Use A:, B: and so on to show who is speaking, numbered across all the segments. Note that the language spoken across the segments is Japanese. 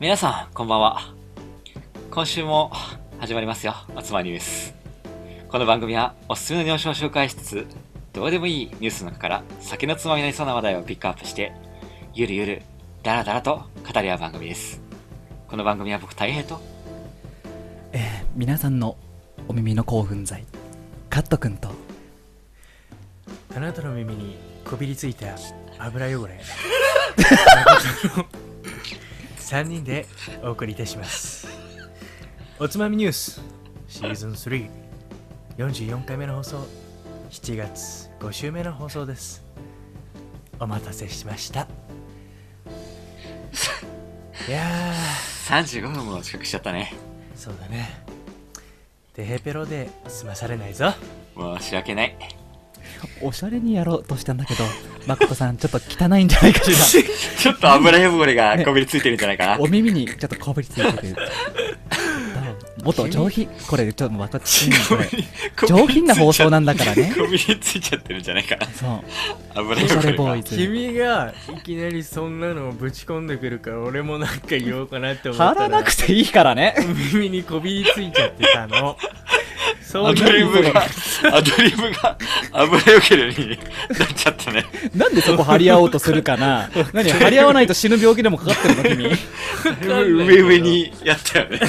A: 皆さん、こんばんは。今週も始まりますよ。おつまみニュース。この番組はおすすめのニュースを紹介しつつ、どうでもいいニュースの中から酒のつまみになりそうな話題をピックアップして、ゆるゆる、だらだらと語り合う番組です。この番組は僕大平と、
B: えー皆さんのお耳の興奮剤カットくんと
C: あなたの耳にこびりついた油汚れ3人でお送りいたしますおつまみニュースシーズン344回目の放送7月5週目の放送ですお待たせしましたいや
A: 35分も遅刻しちゃったね。
C: ーそうだねテヘペロで済まされないぞ
A: 申し訳ない。
B: おしゃれにやろうとしたんだけど誠さんちょっと汚いんじゃないかし
A: ちょっと油汚れがこびりついてるんじゃない からな。
B: お耳にちょっとこぶりついてるもっと上品これちょっと分かってこれ上品な放送なんだからね
A: こびりついちゃってるんじゃないかな。
B: そう
A: 油
B: おしゃ
A: 汚
B: れ
A: れ
B: ボ
A: が
B: ーイ。ズ
C: 君がいきなりそんなのをぶち込んでくるから俺もなんか言おうかなって思った
B: 貼
C: ら
B: らなくていいからね
C: 耳にこびりついちゃってたのそ
A: ア
C: う
A: ドリ
C: いう
A: ブ が、アドリブが油汚れになっちゃったね。
B: なんでそこ張り合おうとするかな何張り合わないと死ぬ病気でもかかってるの君
A: 上上にやったよね。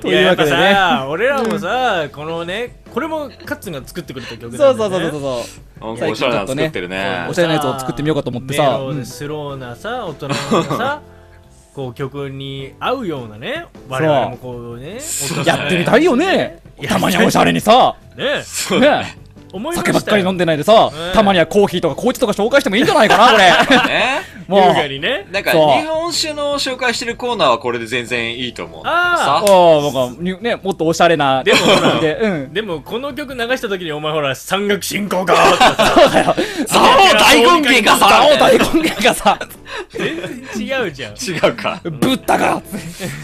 B: というわけで
C: いや
B: ね
C: やっぱさ俺らもさ、このねこれもカッツンが作ってくれた曲
B: そ
C: な
B: うん
C: だ
B: そ
C: よ
B: う
C: ね
B: そうそうそう
A: おし
B: 最近ち
A: ゃれ
B: ょ
A: なの
B: っと
A: 作
B: ね
A: ってるね
B: おし。ゃれなやつを作ってみようかと思ってさ
C: メロ
B: う
C: で
B: ん
C: スローなさ大人のさこう曲に合うようなね我々もこうね
A: そう
C: 音
B: やってみたいよね
C: や
B: たまにはおしゃれにさ
C: ね
A: そうだ
B: ね
C: 思いました
B: 酒ばっかり飲ん
C: で
B: でないでさ、
C: うん
B: たまにはコーヒーとか紅茶とか紹介してもいいんじゃないかな、これ。
A: ね。
B: もう
C: 優雅にね
A: なんか、日
B: そう
A: 本酒の紹介してるコーナーはこれで全然いいと思う。
C: あー
A: さ
B: おーなんかにね、もっとおしゃれな
C: でもほら
B: で、うん。
C: でもこの曲流した時にお前ほら山岳信仰かとか
B: そうだよ。
A: ザオ大権限がさ
B: お大根芸がさ、
C: 全然 違うじゃん
A: 違うか。
B: ぶったか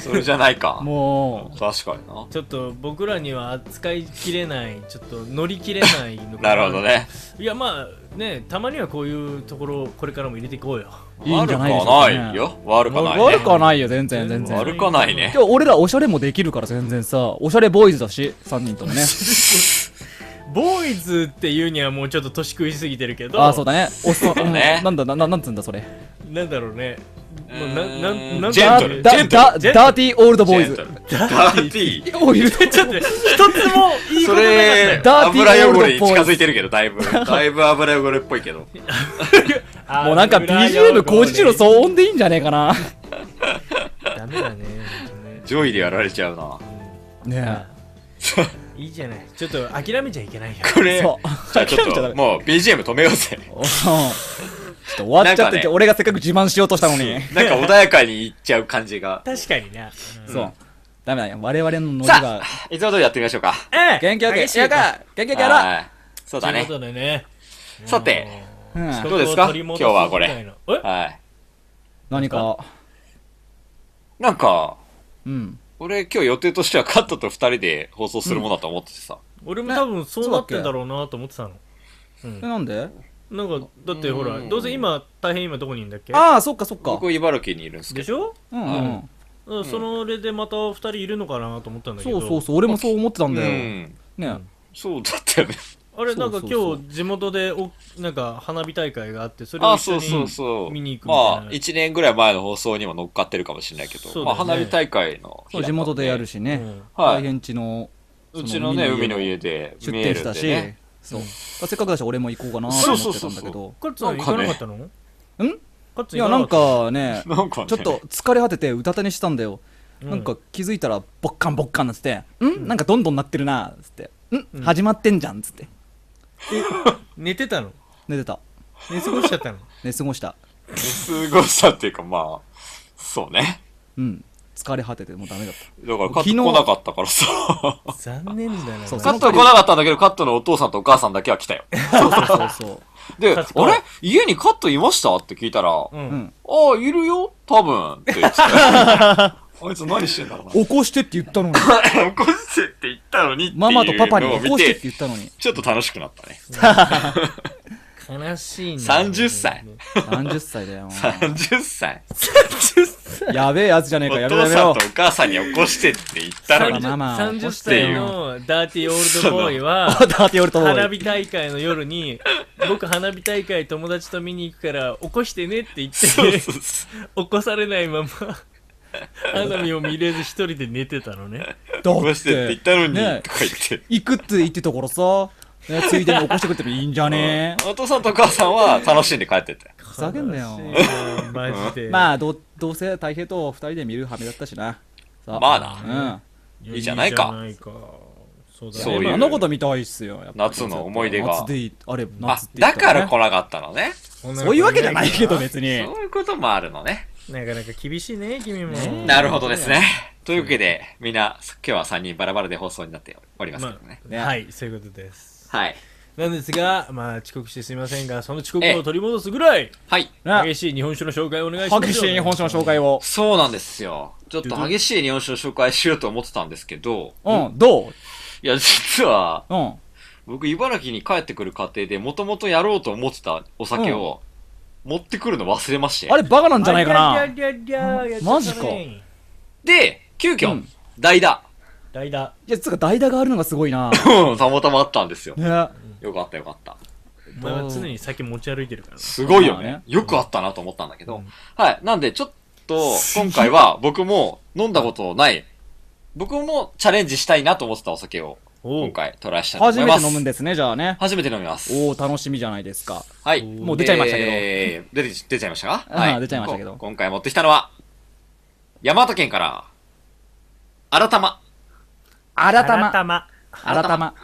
A: それじゃないか。
B: も
A: 確かにな。
C: ちょっと僕らには扱いきれないちょっと乗り切れないのか
A: なるほどね。
C: いやまあねたまにはこういうところをこれからも入れていこうよ
B: いいんじゃないでしょうかね
A: 悪くはないよ。悪く
B: う、
A: はないね。
B: 悪くはないよ、全然、全然。
A: 悪くはないね
B: 今日俺らおしゃれもできるから全然さ、おしゃれボーイズだし、3人ともね。
C: ボーイズっていうにはもうちょっと年食いすぎてるけど
B: ああ、そうだね。おっさん、
A: だね
B: うんなんだ、なななんつうんだそれ。
C: なんだろうね
A: うーん
C: もうななんなん
A: ジェントル
B: だ
A: ジェント
B: だ
C: ジェントル
B: ダーティーオールドボーイ
A: ジェント
B: ズ。
A: ルダーティー。
B: おいる
C: ちょっと一つもいいこ
A: そ
C: となかった
A: れ
C: よ
B: ダーティー
A: 油
B: オールド
A: 汚れに
B: ポーズ
A: 近づいてるけどだいぶだいぶ油汚れっぽいけど
C: あー
B: もうなんか
C: 村山
B: BGM 工事中の騒音でいいんじゃねえかな。
C: ダメだね本当ね
A: 上位でやられちゃうな
B: ね
C: いいじゃないちょっと諦めちゃいけないよ
A: こ
B: え。
A: れ
B: そう。
A: じゃあちょっ
B: 諦めちゃダ
A: と
B: メ
A: もう BGM 止めよう ぜ
B: おうちょっと終わっちゃって
A: なん
B: て、
A: かね
B: 俺がせっかく自慢しようとしたのに。
A: なんか穏やかにいっちゃう感じが
C: 確かにな、うん
B: そう。ダメだよ。我々のノリ
A: さ
B: が。
A: あいつも通りやってみましょうか
C: ええ
B: 元気よく、
C: 激しいよ
B: やか元気よくやろ
A: はいそう
C: と
A: だ
C: いう
A: ね
C: ことでね
A: さて
B: ううん
C: も
A: どうですか今日はこれ
C: 人を取り戻すみたいな
A: はい
B: 何か、
A: なんか
B: うん。
A: 俺今日予定としてはカットと二人で放送するものだと思っててさ
C: え俺も多分そうなってんだろうなと思ってたのうん
B: え、なんで
C: なんかだってほら
A: うん
C: どうせ今大変今どこにいるんだっけ
B: ああ、そっかそっか。
A: 僕茨城にいるんですけど
C: でしょ
B: うんう
A: は
B: ん。
C: うんその俺でまた二人いるのかなと思ったんだけ
B: そ
C: ど
B: うそうそう。俺もそう思ってたん
A: う
B: だよ。
A: ん
B: ね
A: そうだったよね
C: あれなんか
B: そうそう
C: 今日地元でおなんか花火大会があってそれを
A: あ、
C: 一緒
A: そうそうそ
C: に
A: う。
C: 見に行くみたい
A: ま
C: な
A: あ、1年ぐらい前の放送にも乗っかってるかもしれないけど、
C: そう
A: ま
C: だ
A: あ、
C: よね
A: 花火大会の日だったん
B: そう、地元でやるし
C: う
B: ね。
C: ん
A: は
B: 大
A: い。
B: 変地の
A: うちのね、
B: その
A: 海の家で
B: 出
A: 見え
B: 店
A: る
B: し
A: んで
B: たし
A: ね。。
B: そうう。
C: ん
B: せっかくだし、俺も行こうかなと思ってたんだけど。
C: カッツンは行かなかったのん
B: うん
C: カッツ
B: いや、
C: ン行か
B: な
C: なんかっ
B: かね、
A: なんかね、
B: ちょっと疲れ果ててうたた寝してたんだよ、
C: た
B: なんか気づいたらボッカンボッカンなってて「んなんかどんどんなってるな」っつって「ん、
C: うん
B: 始まってんじゃん」っつって
C: 寝てたの
B: 寝てた
C: 寝過ごしちゃったの
B: 寝過ごした
A: 寝過ごしたっていうか、まあ、そうね。
B: うん疲れ果ててもうダメだっ
A: だからカッ
B: 昨日
A: ト来なかったからさ。
C: 残念だな
B: そう
A: カ
B: そ
A: ットは来なかったんだけど、カットのお父さんとお母さんだけは来た よ。
B: たそうそうそう
A: で、あ
C: 確か
A: れ家にカットいましたって聞いたら、あ
C: う
B: う、
C: ん
B: うん、
A: あ、いるよ多分。って言って たよあいつ何してんだろうな。
B: 起こしてって言ったのに
A: 起こしてって言ったのにっていうのを
B: マ
A: 見て
B: マとパパに起こしてって言ったのに
A: ちょっと楽しくなったね。
C: 悲しいな
A: 30歳
B: 30歳だよ
A: 30歳。
C: 30
B: やべえやつじゃねえ
A: お
B: か、やめろ
A: 父
B: やめ
A: さん
B: ろ
A: と。お母さんに起こしてって言ったの に
B: ママ
C: 30歳のダーティーオールドボーイは
B: あ、ダーティーオルトボ
C: 花
B: ーイ。
C: 火大会の夜に僕花火大会友達と見に行くから起こしてねって言っ
A: そう
C: て
A: そうそう
C: 起こされないまま花火を見れず一人で寝てたのね
B: だ
A: 起こしてって言ったのに、
B: ね
A: とか言って
B: 行くって言ってたからさ、ねついでに起こしてくれてもいいんじ ゃね
A: お父さんとお母さんは楽しんで帰ってて
B: ふざけんなよ
C: 悲しいなマジで
B: え。まあ、どどうせ太平と二人で見る羽目だったしな。さ
A: まあな
B: うん。
A: いいじゃないか
C: いいじゃないかそうだね
A: そういう
B: あのこと見たいっすよ。やっぱり
A: 夏の思い出が
B: 夏でいいあれ、
A: あ
B: 夏って言
A: だ
B: ったね
A: から来なかったのね
B: そういうわけじゃないけど、別に。
A: そういうこともあるのね
C: なかなか厳しいね君も
B: ね
A: なるほどですねというわけでみんな今日は3人バラバラで放送になっておりますけ
C: ま
A: どね、
C: あ、はいそういうことです
A: はい
C: なんですがまあ遅刻してすみませんがその遅刻を取り戻すぐらい
A: はい
B: ね
C: 激しい日本酒の紹介をお願いします
B: 激しい日本酒の紹介を。
A: そうなんですよちょっと激しい日本酒を紹介しようと思ってたんですけど
B: うん、どう
A: いや実は
B: うん。
A: 僕茨城に帰ってくる過程でもともとやろうと思ってたお酒を持ってくるの忘れまして、
B: あれ、バカなんじゃないか
C: あ
B: な。
C: りゃりゃりゃりゃ
B: マジか
A: で急遽、
B: うん
A: 代打
C: 代打
B: いや、つうか代打があるのがすごい な。
A: うんたまたまあったんですよ
B: ね。
A: よかったよかった
C: お前は常に酒持ち歩いてるから
A: すごいよね,、
B: まあね
A: よくあったなと思ったんだけど、
C: うん
A: はいなんでちょっと今回は僕も飲んだことない僕もチャレンジしたいなと思ってたお酒を
C: お
A: 今
C: う
A: 回トライしたいと思
B: 初
A: い
B: め
A: ます
B: て飲むんですね、じゃあね。
A: 初めて飲みます
B: おお楽しみじゃないですか。
A: はい
C: も
B: う出ちゃいましたけど
A: えー出て出ちゃいましたか
B: あー出ちゃいましたけど
A: こ今回持ってきたのは大和県から新玉
B: 改ま。
C: 玉
B: 改ま。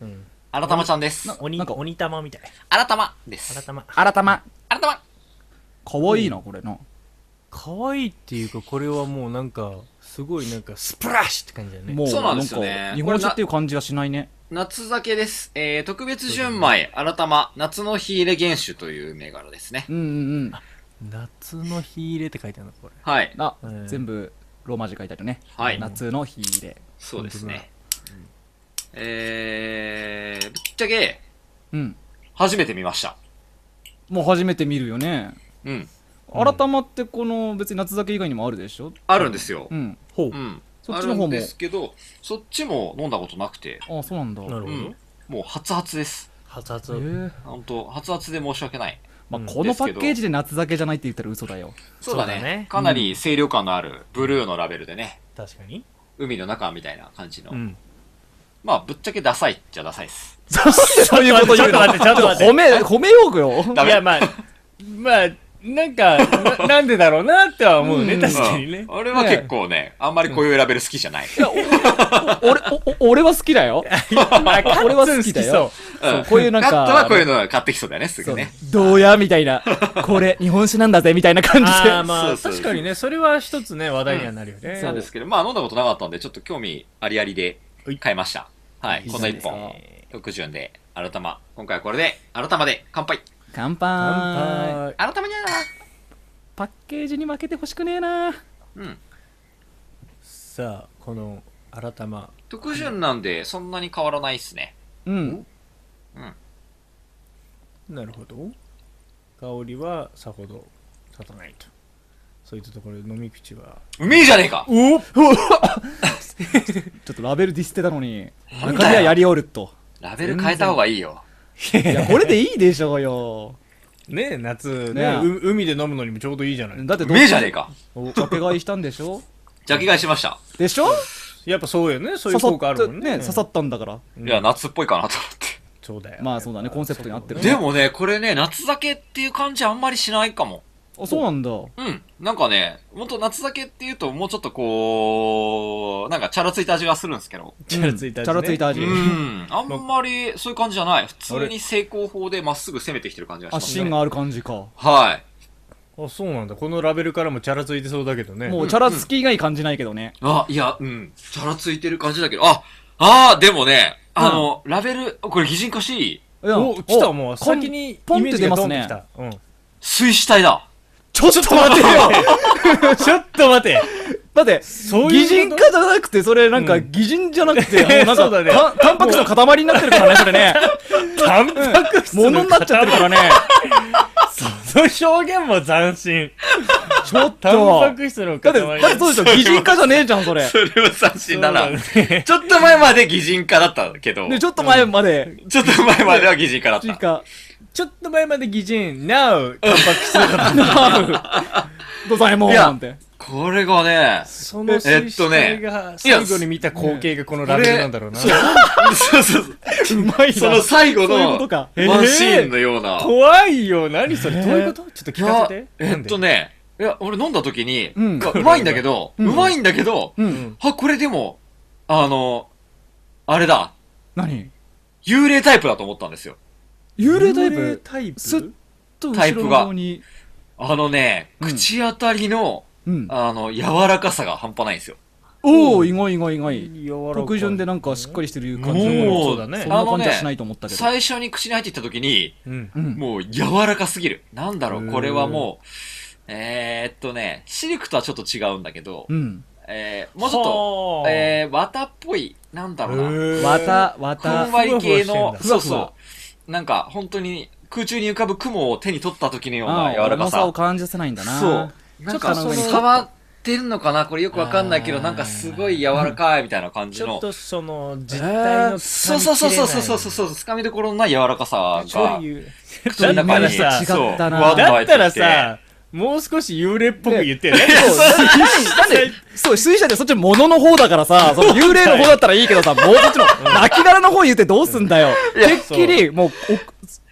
C: うん
A: 新玉ちゃんです
C: 鬼
B: なんか
C: 鬼玉みたい
A: 新玉です
C: 新玉
B: 改ま。
A: 新玉
B: かわいいな、これな。
C: 可愛いっていうかこれはもうなんかすごいなんかスプラッシュって感じだよね
B: もう、
A: そうなん
B: な
A: で
B: ん
A: す
B: か
A: よね、
B: 日本酒っていう感じがしないね。
A: 夏酒です、えー、特別純米新玉夏の火入れ原酒という銘柄ですね
B: うんうんうん。
C: 夏の火入れって書いてあるのこれ
A: はい
B: あ
C: え、ー
B: 全部、ローマ字書いてあるね。
A: はい
B: 夏の火入れ。
A: そうです
C: 本当
A: ねえー、ぶっちゃけ
B: うん。
A: 初めて見ました
B: もう初めて見るよね。
A: うん
C: うん
B: 改まってこの、別に夏酒以外にもあるでしょ
A: あるんですよ
B: うん。
C: ほ
A: うん、
B: そっちの方も
A: あるんですけどそっちも飲んだことなくて
B: あ、そうなんだ。
C: なる
B: へ
C: ほ
A: う
C: ど
A: んもう初々です
C: 初々
B: え。
A: 本当初々で申し訳ない
B: まあ、
C: うん
B: このパッケージで夏酒じゃないって言ったら嘘だよ。
A: そうだね
C: そうだね
A: かなり清涼感のあるブルーのラベルでね
C: 確かに
A: 海の中みたいな感じの、
C: ん
A: まあぶっちゃけダサいっちゃダサいです
B: そういうこと言うの
C: ちょっと待ってちょっと待って
B: 褒め、褒めようよ。
A: ダ
C: い
A: メ
C: やまあまあなんかな なんでだろうなっては思うね
B: うん
C: 確かにね
A: うん俺は結構ねあんまりこういうラベル好きじゃない、
B: 俺、おお俺は好きだ よ。俺は好きだよ。
A: うん
B: そうこういうなんか
A: カットはこういうの買ってきそうだよねすぐね
B: そうどうやみたいな。これ、日本酒なんだぜ、みたいな感じで。
C: ああま
A: そう
C: あ
A: そうそう
C: 確かにねそれは一つね話題にはなるよ
B: うん
C: ね
B: そ
A: なんですけどまあ飲んだことなかったんでちょっと興味ありありで買いましたはい
B: いい
A: こ
B: じ
A: の
B: ゃないで
A: 一
B: すか
A: 本特潤で改ま今回はこれで改まで乾杯
B: 乾杯。
A: 改まにゃ
B: パッケージに負けてほしくねえな。
A: ーうん
C: さあこの改ま
A: 特潤なんでそんなに変わらないっすね
B: うん。
C: なるほど香りはさほど立たないとそういったところで飲み口は
A: うめえじゃねえか
B: おち ょっとラベルディスってたのに、
A: なんだよ
B: 中身はやりおると。
A: ラベル変えた方がいいよ
B: いや、これでいいでしょうよ。
C: ねえ夏
B: ね
C: ねう海で飲むのにもちょうどいいじゃない
B: だって
A: う
B: ど
A: めえじゃねえか
B: お酒買いしたんでしょ
A: ジャケ買いしました
B: でしょ
C: やっぱそうよねそういう効果あるもんね
B: 刺さった刺さったんだから。
C: うん
A: いや夏っぽいかなと思って
C: そうだよ
B: まあそうだねコンセプトに合ってる
A: でもね、これね、夏酒っていう感じあんまりしないかも。
B: あ、そうなんだ。
A: うん。なんかね、もっと夏酒っていうと、もうちょっとこう、なんかチャラついた味がするんですけど。
C: チャラついた味ね
B: チャラついた
A: う
B: 味。
A: ん。あんまりそういう感じじゃない。普通に成功法でまっすぐ攻めてきてる感じがし
B: あ、
A: ます
B: 芯
A: ね。
B: がある感じか。
A: はい。
C: あそうなんだこのラベルからもチャラついてそうだけどね
A: ん
B: もうチャラつき以外感じないけどね。
A: あ、いや、うん。チャラついてる感じだけど、あ、あー、でもね、あの、ラベル、これ擬人化していい
B: うん
C: お来たもう
B: こん
C: 先に
B: ポ
C: イ
B: ンっ
C: メー
B: て
C: ジ
B: 出
C: が
B: ま
C: ド
B: す
C: ンって
B: ね
C: き。たうん
A: 水死体だ。
B: ちょっと待てよ
C: ちょっと待て
B: 待って、
C: そう
B: 擬
C: いう
B: 人
C: こ
B: 化
C: と
B: じゃなくて、それなんか
C: うん
B: 擬人じゃなくて、
C: ね
B: あのなん
C: そうだね
B: か、たタンパク質の塊になってるからね、それね。
C: タンパク質
B: 物
C: の
B: になっちゃってるからね。
C: その表現も斬新
B: ちょっ
C: タンパ
B: と
C: ク質の
B: だっ
C: 塊
B: て、だってそうでしょ擬人化じゃねえじゃん、そ れ。
A: それは斬新だな。
C: そうだね
A: ちょっと前まで擬人化だったけど、
B: で、ちょっと前まで、
A: ちょっと前までは擬人化だっ
B: 擬人
A: た。
B: 化。
C: ちょっと前まで擬人 NOW タンパク質の塊
B: ドザエモン
A: いや
B: なんて。
A: これがね、
C: その水死体が
A: えっとねいや
C: 最後に見た光景がこのラベルなんだろうな。
A: そうそうそうそう。
C: うまい
A: その
C: な。
A: 最後
B: そういう
A: の
B: ことか
A: ワンシーンのような。
C: 怖いよ。何それ
B: えー
C: どういうことちょっと
A: い
C: 聞か
A: や
C: せて、。
A: えっと
C: ね。
A: ね、いや、俺飲んだ時に、
B: う
A: うんまいんだけど、う
B: うん
A: まいんだけど、
B: うん。
A: あ、これでも、あの、あれだ、
B: 何
A: 幽霊タイプだと思ったんですよ。
B: 幽霊タイ
C: 幽霊
B: プ
C: タイプ
B: すっと
A: タイ
B: 後ろ
A: プ
B: の
A: が
B: 方に。
A: あのね、
B: うん
A: 口当たりの、
B: うん。
A: あの、柔らかさが半端ないんですよ。
B: おお意外意外意外。
C: 柔らかい
B: 特順でなんかしっかりしてる感じ
A: もう
B: の
C: そうだね
B: そん。な感じはしないと思ったけど。
A: 最初に口に入ってきた時に、
C: うん。
B: うん。
A: もう柔らかすぎる。なんだろう、これはもう、えー、っとね、シルクとはちょっと違うんだけど、
B: うん。
A: えー、もうちょっと、
C: はあ、
A: えー、綿っぽい、なんだろうな。
B: わた、わ
A: ふん
B: た。
A: わり系の、
B: ふわふわしてんだ
A: そうそう。なんか、本当に空中に浮かぶ雲を手に取った時のよう
B: あ
A: な柔
B: ー
A: らか
B: 重さ
A: さ
B: を。感じさせないんだな。
A: そう。。なんか、
B: ちょっとその
A: 触ってんのかなこれよくわかんないけ
C: あ
A: ど、
C: ー
A: なんかすごい柔らかいみたいな感
C: ち
A: じ
C: ょっ
A: の。
C: とその実体の
A: そうそうそうそうそうそう
C: う。
A: そう、掴みどころのない柔らかさ
C: そう
A: が、
C: いう。
B: ちょっと
A: 口の中に、
B: イメージと
A: そう、
B: 違ったな
A: ふわっと
C: だ
A: 入
C: って
A: き
C: た
A: て
C: ら、さ、もう少し幽霊っぽく言ってよ。
B: そう、なんで、そう、水車ってそっちの物の方だからさ、その幽霊の方だったらいいけどさ、もうそっちの、泣き殻の方言ってどうすんだよ。
A: いや
B: てっきり、もう、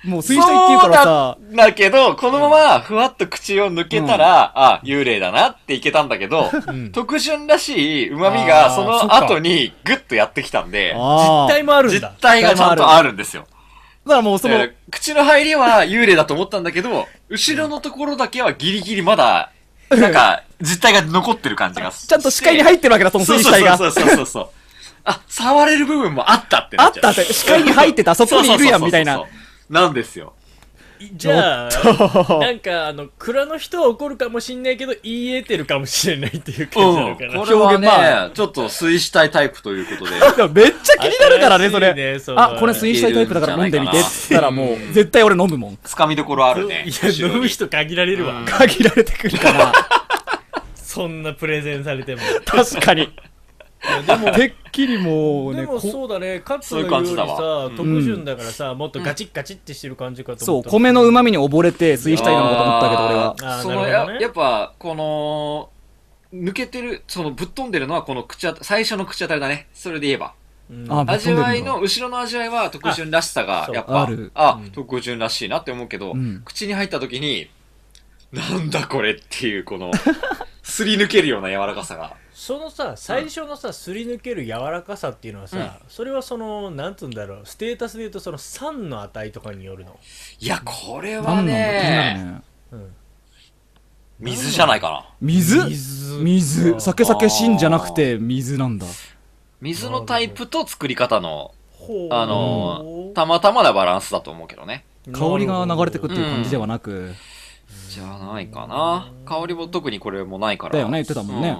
B: おもう水車行って言うからさ、
A: そうだだけど、このままふわっと口を抜けたら、あ、幽霊だなっていけたんだけど、
C: うん
A: 特潤らしい旨味が
C: あ
A: そ
C: ーそっ
A: の
C: か
A: 後にグッとやってきたんで、
B: ああ。
C: 実
B: だ
C: 体もあるん
A: 実
C: だ。
A: 体がちゃんとあるんですよ。
B: からもうその
A: だ、から口の入りは幽霊だと思ったんだけど、後ろのところだけはギリギリまだ、なんか、実体が残ってる感じが
B: ちゃんと視界に入
A: っ
B: ってるわけだ、その
A: そう
B: 水
A: そ
B: 死
A: う
B: 体が。
A: そうそうそうそう。あ、触れる部分もあったって
B: あ
A: な
B: っ
A: ちゃう
B: たって、視界に入ってた、そこにいるやん、みたい。
A: そ
B: な
A: う。そうそうそうなんですよ。
C: じゃあ、 なんか、あの、蔵の人は怒るかもしんないけど、言い得てるかもしれないっていう
A: う
C: 感じなの
A: ん。こ
C: か
A: れ
C: な。
A: は
B: 表現ま
A: ね、ちょっと水死体タイプという ことで。
B: いやめっちゃ気になるからね、そ
C: 新しい
B: れ。
C: ねその
B: あ、これ水死体タイプだから飲んでみてって言ったらもう、絶対俺飲むもん。
A: 掴みどころあるね。
C: いや、飲む人限られるわ。
A: うん
B: 限られてくるから。
C: そんなプレゼンされても。
B: 確かに。てっきりもう
C: で
B: ね、
C: も
B: こ
C: そうだね、カップ
A: そう
C: の
A: い
C: よ
A: う感
C: うに
A: じだわ
C: さ、特潤だからさ、もっとガチッガチッってしてる感じかと
B: そ
C: 思
B: う、
C: った。
B: 米の旨味に溺れて水死体なのかと思ったけど、俺は。
C: あー
A: そ
C: なるほ
A: の
C: どね
A: ややっぱ、この、抜けてる、そのぶっ飛んでるのはこの口当たり、最初の口当たりだね。それで言えば。
C: うん
B: あぶっ
A: 味
B: 飛んでるんだ
A: わいの、後ろの味わいは特潤らしさ
C: あ
A: が
C: そう、
A: やっぱ、
B: ある
A: あ
C: うん
A: 特潤らしいなって思うけど、
B: うん
A: 口に入った時に、なんだこれっていう、この、 すり抜けるような柔らかさが。
C: そのさ、最初のさ、すり抜ける柔らかさっていうのはさ、それはその、なんつうんだろう、ステータスで言うと、その3の値とかによるの。
A: いや、これ
B: な
A: は
B: んなんだ気になる
A: ね、
B: ね。
C: うん
A: 水じゃないかな。
B: 水
C: 水
B: 水。酒酒んじゃなくて、水なんだ。
A: 水のタイプと作り方の、
C: ほう
A: あのたまたまなバランスだと思うけどね。
B: 香りが流れてくっ
A: る
B: ていう感じではなく。
A: じゃないかな。香りも特にこれもないから。
B: だよね言ってたもんね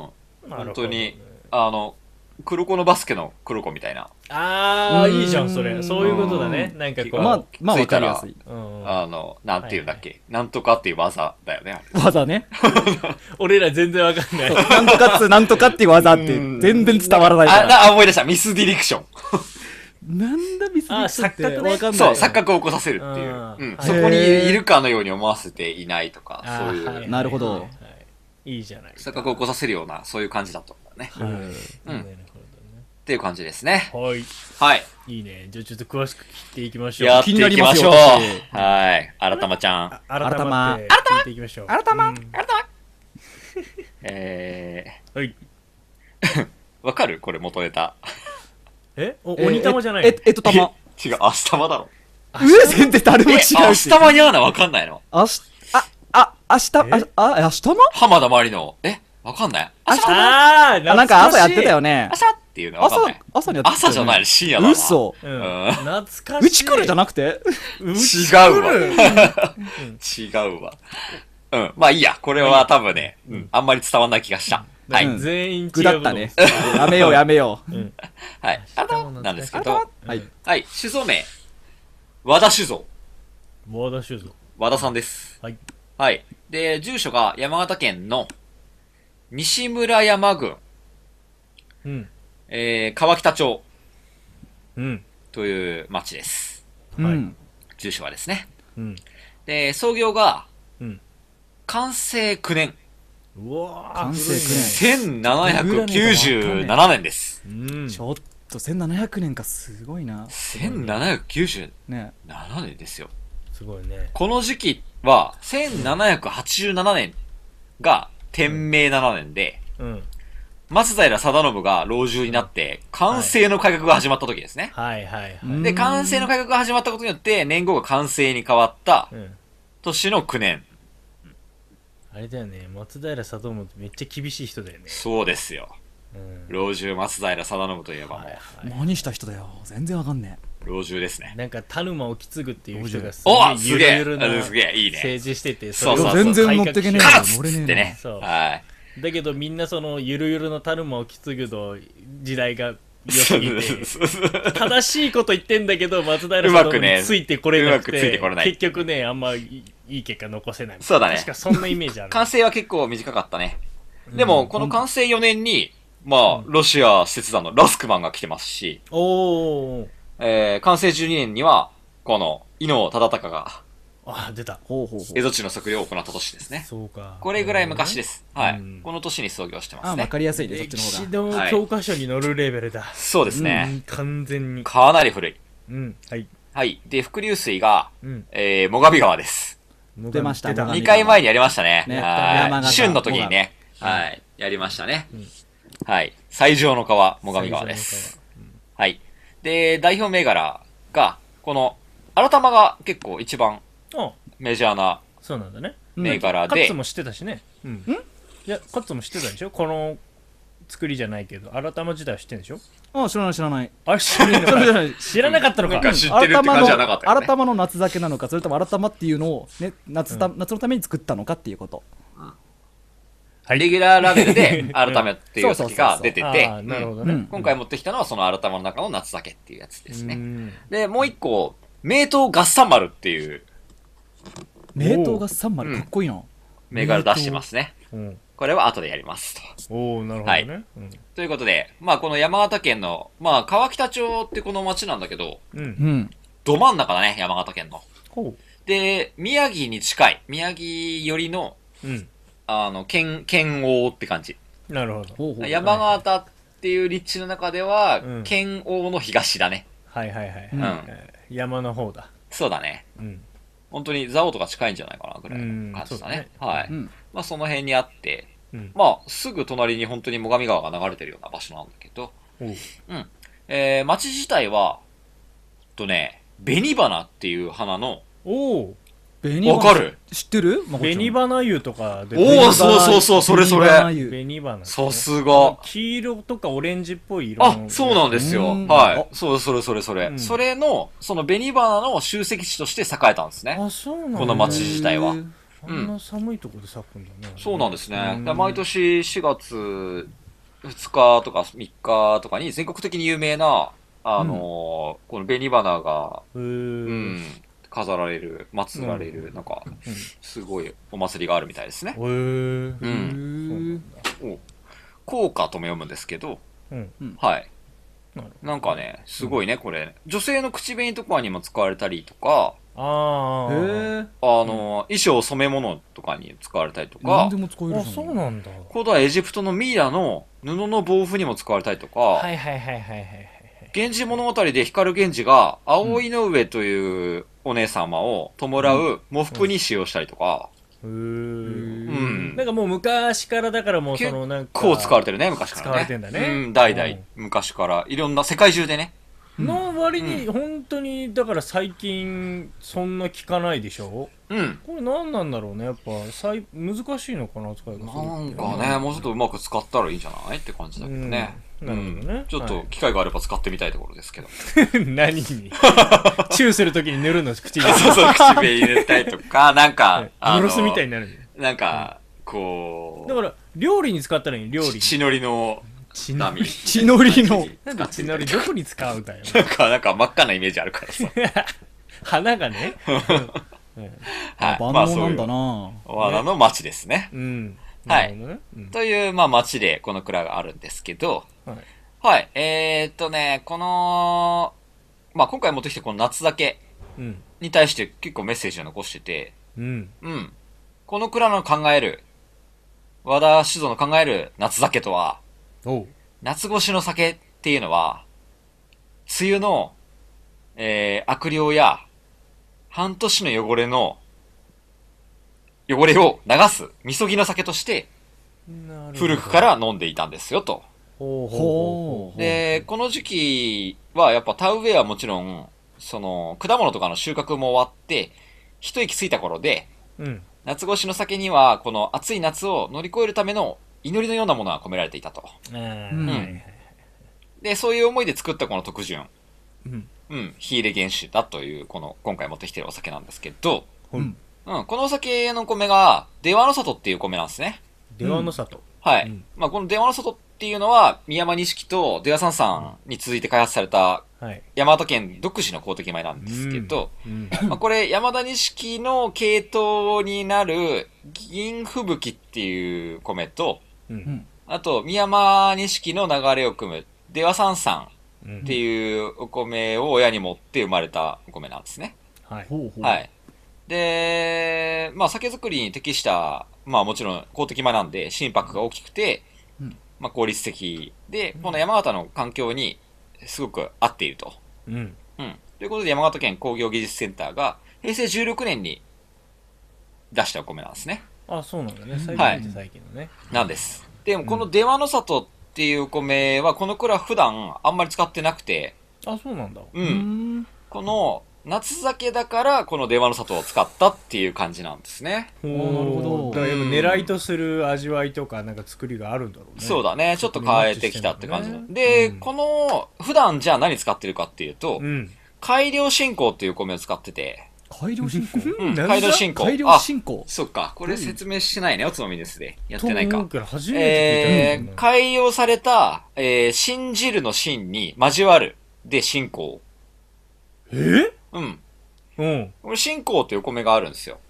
A: う本当にあの、黒子のバスケの黒子みたいな。
C: ああ
B: うん
C: いいじゃんそれそういうことだね
A: うん
C: なんかこう
B: まあ、まあ、
A: つ
B: わ
A: い
B: か
A: た
B: り
A: ら
B: やすい。
C: うん
A: あの、なんていうんだっけ、なんとかっていう技だよね、あれ
B: 技ね。
C: 俺ら全然わかんない
B: なんとかっつ、なんとかっていう技って
A: うん
B: 全然伝わらないか
A: あ
B: ら。
A: なあ、思い出した。ミスディレクション。
B: なんだミス
C: あ
B: ミスって
C: 錯覚ね
B: わかん
A: そう、
B: ない。
A: 錯覚を起こさせるっていう。う
C: うん
A: ん
C: は。い
A: そこ
B: へー
A: にいるかのように思わせていないとか、
C: あ
A: そうい
C: ーは
A: う。
C: い
B: なるほど
C: はいいいじゃない
A: 錯覚を起こさせるような、そういう感じだと思うね。
C: はい
A: うん
C: なるほ
A: っていう感じですね。
C: どねはい
A: はい。
C: いいねじゃあちょっと詳しく聞いていきましょう
A: やって
B: 気にないり
A: き
B: ま
A: ますし
B: よ
A: ょう。はい。新玉ちゃん。
C: 改まって
B: 改ま
C: 聞いていきましょう
B: 改ま
C: うん
A: え
C: はい
A: ー、わかるこれ元ネタ。
C: えお
B: えー
C: 鬼玉じゃない
B: え、えっと玉。
A: 違う、明日玉だろ。
B: 上全然誰も 違
A: え、
B: うし。
A: 明日玉にゃーなわかんないの
B: 明日、あ、あ、明日、あ、あ、明日の
A: 浜田まりの。えわかんない明日
C: あー
B: あ、なんか朝やってたよね
A: 明。日っていうのわか
B: 朝
A: んない。、
B: 朝にやってたよね。
A: 朝じゃない、深夜だな。
B: 嘘。
C: うん
A: うん
C: 懐かしいう
B: ち来るじゃなくて
C: うち
A: 違うわ。違うわ。うん。まあいいや。これは多分ね、うんあんまり伝わんない気がした。はい。
B: うん
C: 全員違う
B: ぐだったね。やめようやめよう。
A: はい。あと、なんですけど。
B: はい。
A: はい。酒造名。和田酒造。
C: ボーダーシューズ
A: 和田さんです。
C: はい
A: はい。で、住所が山形県の西村山郡、
C: うん
A: えー、川北町
C: うん
A: という町です。
C: はい
B: うん。
A: 住所はですね。
C: うん
A: で、創業が、
C: うん
A: 完成9年、
C: うわー
B: 完成
C: 古いね
A: 1797年です。
C: うん
B: ちょっと1700年かすごいな。
A: 1797
B: ね。
A: 年ですよ。
C: すごいね
A: この時期は、1787年が天明7年で、
C: うん
A: 松平定信が老中になって、完成の改革が始まった時ですね。
C: はいはいはい
A: で、完成の改革が始まったことによって、年号が完成に変わった
C: うん
A: 年の9年。
C: あれだよね松平聡もめっちゃ厳しい人だよね
A: そうですよ。
C: うん
A: 老中松平定信といえばも
C: はいは
B: うん何した人だよ。全然わかんね
A: う、老中です
C: い
A: ね。
C: なんか田沼意次っていう人がす
A: おす
C: ゆ
A: げ
C: る
A: え
C: ゆるな
A: あすげえいいね
C: 政治してて
A: そう
B: え。い
A: そう
B: や
A: そう
B: 全然乗
C: 乗
B: ってけねえ
A: 改革
B: 乗れねえ
A: っ
B: な
A: てね。
C: そう
A: はい。
C: だけどみんなそのゆるゆるの田沼意次の時代が良すぎて
A: そうそうそう
C: 正しいこと言ってんだけど松平
A: うま
C: さん
A: くね
C: についてこれなくて
A: うまくついてこれない
C: 結局ねあんまいいいい結果残せない
A: そうだね
C: 確かそんなイメージある
A: 完成は結構短かったね。でも、この完成4年に、まあ、ロシア使節団のラスクマンが来てますし、
C: おお
A: えー、完成12年には、この、伊能忠敬が、
C: あ出た
B: ほうほうほ
A: 蝦
B: う。
A: 夷地の測量を行った年ですね。
C: そうか
A: これぐらい昔ですす。はい。
C: うん
A: この年に創業してま
B: あ、
A: す
B: わ
A: ね。
B: かりやすいね、そっ
C: 歴
B: ちの
C: 史
B: 方が。
C: の教科書に載るレベルだ、
A: そうです
C: う
A: ね。
C: ん完全に
A: かなり古い。
C: うんはい
A: はい。で、伏流水が、
C: うん
A: えー、最上川です。
B: 出ました
C: 出た
B: 最上
A: 2
B: 川
A: 回前にやりましたね。
B: ね山
A: はい。
B: 形
A: 春の時にね。
B: 最上
A: はい。やりましたね
C: うん。
A: はい。最上の川、最上川です。はい。で、代表銘柄が、この、新玉が結構一番
C: 最上川あ
A: メジャーな
C: そうなんだね
A: 銘柄
C: カッ
A: で
C: ツ、も知ってたしねうんいやカッツも知ってたでしょこの作りじゃないけど改ま自体は知ってんでしょ
B: あ、知らない知らない。
C: あれ知らないの
B: それじゃな
C: か
B: い
C: 知らなかったのか
A: なんか知ってるって感じじゃなかったよね
B: 改まの改まの夏酒なのか、それとも改まっていうのを、ね、夏た、夏のために作ったのかっていうこと。
A: レギュラーラベル で、改めっていう時が出て
C: あ
A: て、
C: ーなるほど
B: う
C: ね
B: ん
A: 今回持ってきたのはその改まの中の夏酒っていうやつです
C: う
A: ね。
C: ん
A: で、もう一個、名刀合算丸っていう
B: 名刀が3丸、かっこいいな。
A: 銘柄出してますね。
C: うん
A: これは後でやりますと。
C: おおなるほど
A: はい
C: ねうん
A: ということで、まあこの山形県の、まあ川北町ってこの町なんだけど、
C: うん
B: うん。
A: ど真ん中だね、山形県の。
C: ほ
A: で、宮城に近い、宮城寄りの、
C: ううん
A: あの、県、県王って感じ。
C: なるほど
B: ほうほう。
A: 山形っていう立地の中では、
C: うん
A: 県王の東だね。
C: はいはいはい
B: うん
C: はいえー山の方だ
A: そうだね。
C: うん
A: 本当に蔵王とか近いんじゃないかなぐらいの感じだね。
C: うん
A: はい。
B: うん。
A: まあその辺にあって、
C: うん
A: まあすぐ隣に本当に最上川が流れてるような場所なんだけど、
C: おう
A: うん。えー、町自体は、えっとね、紅花っていう花の、
C: おお
B: 紅
A: わ
B: 花
A: かる
B: 知ってるまこちゃん
C: 紅花湯とかで
A: おーそうそうそうそれそれ
B: 紅花湯
C: 紅花
A: さすが。
C: 黄色とかオレンジっぽい色
A: あ、そうなんですよ
B: う。ん
A: は
B: あ
A: い。そう、それそれそれ。
C: うん
A: それの、その紅花の集積地として栄えたんですね。
C: あそうなんだ
A: この町自体は
C: あんな寒いとこで咲くんだね
A: そうなんですね。
B: うん
A: で毎年4月2日とか3日とかに全国的に有名な、あのーこの紅花が、
C: う
A: うんん、飾られる、祀られる、なんか、すごいお祭りがあるみたいですね。
C: へー
A: う。
B: うんん
A: お効果とも読むんですけど、
C: うん
A: はい。
C: なるほ
A: なんかね、すごいね、これ。女性の口紅とかにも使われたりとか、
C: あ
B: へ
C: ー
B: え
A: あの、衣装染め物とかに使われたりと
B: 何
A: か
B: で、も使える
C: あそうなんだは
A: 古代エジプトのミイラの布の防腐にも使われたりとか、
C: いはいはいはいはい
A: 源氏物語で光源氏が葵の上というお姉様を弔う喪服に使用したりとか、
C: う
A: う
C: ー
A: ん。
B: うん
C: なんかもう昔からだからもうそのなんか
A: こう使われてるね、昔からね。
C: 使われてんだね
A: うん、代々、昔から、いろんな、世界中でね。
C: の割に本当にだから最近そんな聞かないでしょ
A: うん。
C: これ何なんだろうねやっぱさい難しいのかな使い方
A: なんかね、もうちょっとうまく使ったらいいんじゃないって感じだけどね。
C: うんなるほどね
A: うんちょっ
C: は
A: と
C: い
A: 機会があれば使ってみたいところですけど。
C: 何にチューするときに塗るの口に
A: そうそう、口紅入れたりと か、なんか、 あ
C: ブ
A: の
C: ロスみたいになる
A: なんか、こう、
C: だから料理に使ったらいい料理
A: 血のりの
C: 血の
A: 波。
C: り
B: 血の りの
C: なんで血のりどこに使うんだよ
A: なんか、なんか真っ赤なイメージあるからさ。
C: 花がねえ
A: はい。
B: 万
A: まあ
B: 能
A: そう
B: ないんだ
A: う、
B: な
A: 罠の町ですね。
C: えうん
A: は
C: ないるほどねうん
A: という、まあ、町でこの蔵があるんですけど、
C: はい
A: はい。えー、っとね、この、まあ、今回持ってきてこの夏酒
C: うん
A: に対して結構メッセージを残してて、
C: うん
A: うん。この蔵の考える、和田酒造の考える夏酒とは、
C: おう
A: 夏越しの酒っていうのは、梅雨の、えー、悪霊や、半年の汚れの、汚れを流す、みそぎの酒として、
C: なるほど
A: 古くから飲んでいたんですよ、と。
C: ほうほう
B: ほう
A: で、この時期はやっぱ田植えはもちろん、その、果物とかの収穫も終わって、一息ついた頃で、
C: ほううん
A: 夏越しの酒には、この暑い夏を乗り越えるための祈りのようなものが込められていたと。
C: あ
B: うん
C: ー
A: で、そういう思いで作ったこの特潤。
C: うん
A: うん、火入れ原酒だという、この、今回持ってきてるお酒なんですけど、
B: うん
A: うん、このお酒の米が、出羽の里っていう米なんですね。
C: 出羽の里
A: はい。
C: うん
A: まあ、この出羽の里っていうのは、三山錦と出羽三山に続いて開発された、
C: はい
A: 山形県独自の公的米なんですけど、
C: うん
A: まあ、これ、山田錦の系統になる、銀吹雪っていう米と、
C: う
B: うんん
A: あと、三山錦の流れを組む、出羽三山
C: うん
A: っていうお米を親に持って生まれたお米なんですね。
C: はい
B: ほうほう
A: はい。で、まあ、酒造りに適した、まあ、もちろん公的場なんで、心拍が大きくて、
B: うん
A: まあ、効率的で、この山形の環境にすごく合っていると。
C: うん
A: うん。ということで、山形県工業技術センターが、平成16年に出したお米なんですね。
C: あそうなんだね最
A: はい
C: 近って最近のね
A: なんです。でも、この出羽の里っていうお米は、この蔵普段あんまり使ってなくて、
C: あそうなんだ
A: う。
B: うんん
A: この、夏酒だから、この出羽の里を使ったっていう感じなんですね。
C: お
B: ーなるほど
C: だからやっぱ狙いとする味わいとかなんか作りがあるんだろうね
A: そうだね。ちょっと変えてきたって感じだ
C: ね
A: で、
C: うん
A: この、普段じゃあ何使ってるかっていうと、
C: うん
A: 改良進行っていう米を使ってて、
B: 改良進行
A: うん、
C: 何だ
A: 改良進行。
B: 改良
A: あ、
B: 進行
A: そっか。これ説明してないね。おつまみですで。やっ
C: と
A: てない
C: 思
A: か
C: う。けど初め
A: え
C: て聞い
A: ー、
C: た
A: 改良された、えー、信じるの信に交わる。で、信仰。
C: えー
A: うん。
C: うん
A: これ信仰っていう米があるんですよ。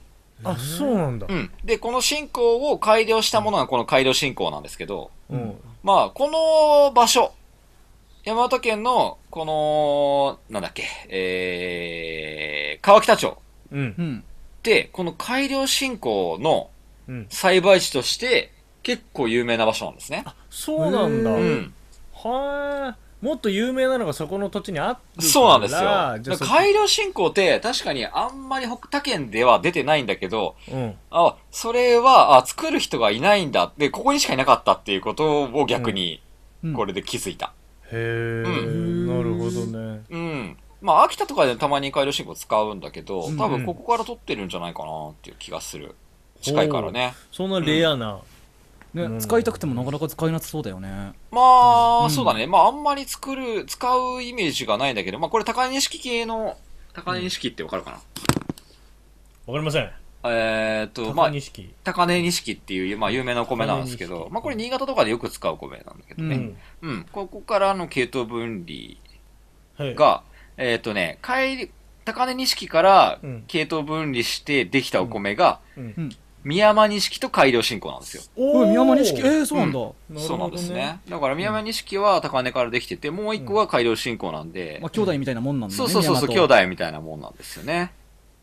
C: あそうなんだ
A: うん。で、この信仰を改良したものがこの改良信仰なんですけど、
C: うん
A: まあ、この場所、山形県の、この、なんだっけ、えー、川北町
C: うん
B: うん
A: で、この改良振興の
C: うん
A: 栽培地として、結構有名な場所なんですね。
C: そうなんだ
B: へ
A: う
B: ー
A: ん。
C: はあもっと有名なのがそこの土地にあるから
A: そうなんですよ。
C: じゃ
A: だ
C: あ
A: か
C: そ
A: ら改良振興って、確かにあんまり北他県では出てないんだけど、
C: うん
A: あ、それは、あ、作る人がいないんだって、ここにしかいなかったっていうことを逆に、
B: うん
A: これで気づいた。
C: へえ
B: ん
C: なるほどね
A: うん。まあ、秋田とかでたまに改良進行使うんだけど、
B: うん
A: 多分ここから取ってるんじゃないかなっていう気がする。近いからね。
C: そんなレアな
B: ね
C: うん
B: 使いたくてもなかなか使えなさそうだよね
A: ま
B: う
A: あ、
B: ん
A: そうだね。まあ、あんまり作る、使うイメージがないんだけど、まあ、これ高根式系の、高根式ってわかるか
C: わかりません
A: な、えーっと、ま
C: 高
A: あ、
C: 錦
A: 高根錦っていう、まあ、有名なお米なんですけ
C: 高根
A: ど、
C: 錦
A: まあ、これ新潟とかでよく使うお米なんだけど
B: う
A: ね。
B: ん
A: うん。ここからの系統分離
C: はい
A: が、えーっとね、帰り、高根錦から
C: うん
A: 系統分離してできたお米が、
C: うん
A: 宮山錦と改良進行なんですよ。
B: う
C: お
B: ん
C: ー
B: 宮間錦えーそうなんだ
C: なるほど
A: そうなんですね。だから宮山錦は高根からできてて、もう一個は改良進行なんで、
B: まあ兄弟みたいなもんなんだね
A: そうそうそうそう、兄
B: 宮間と
A: 弟みたいなもんなんですよね。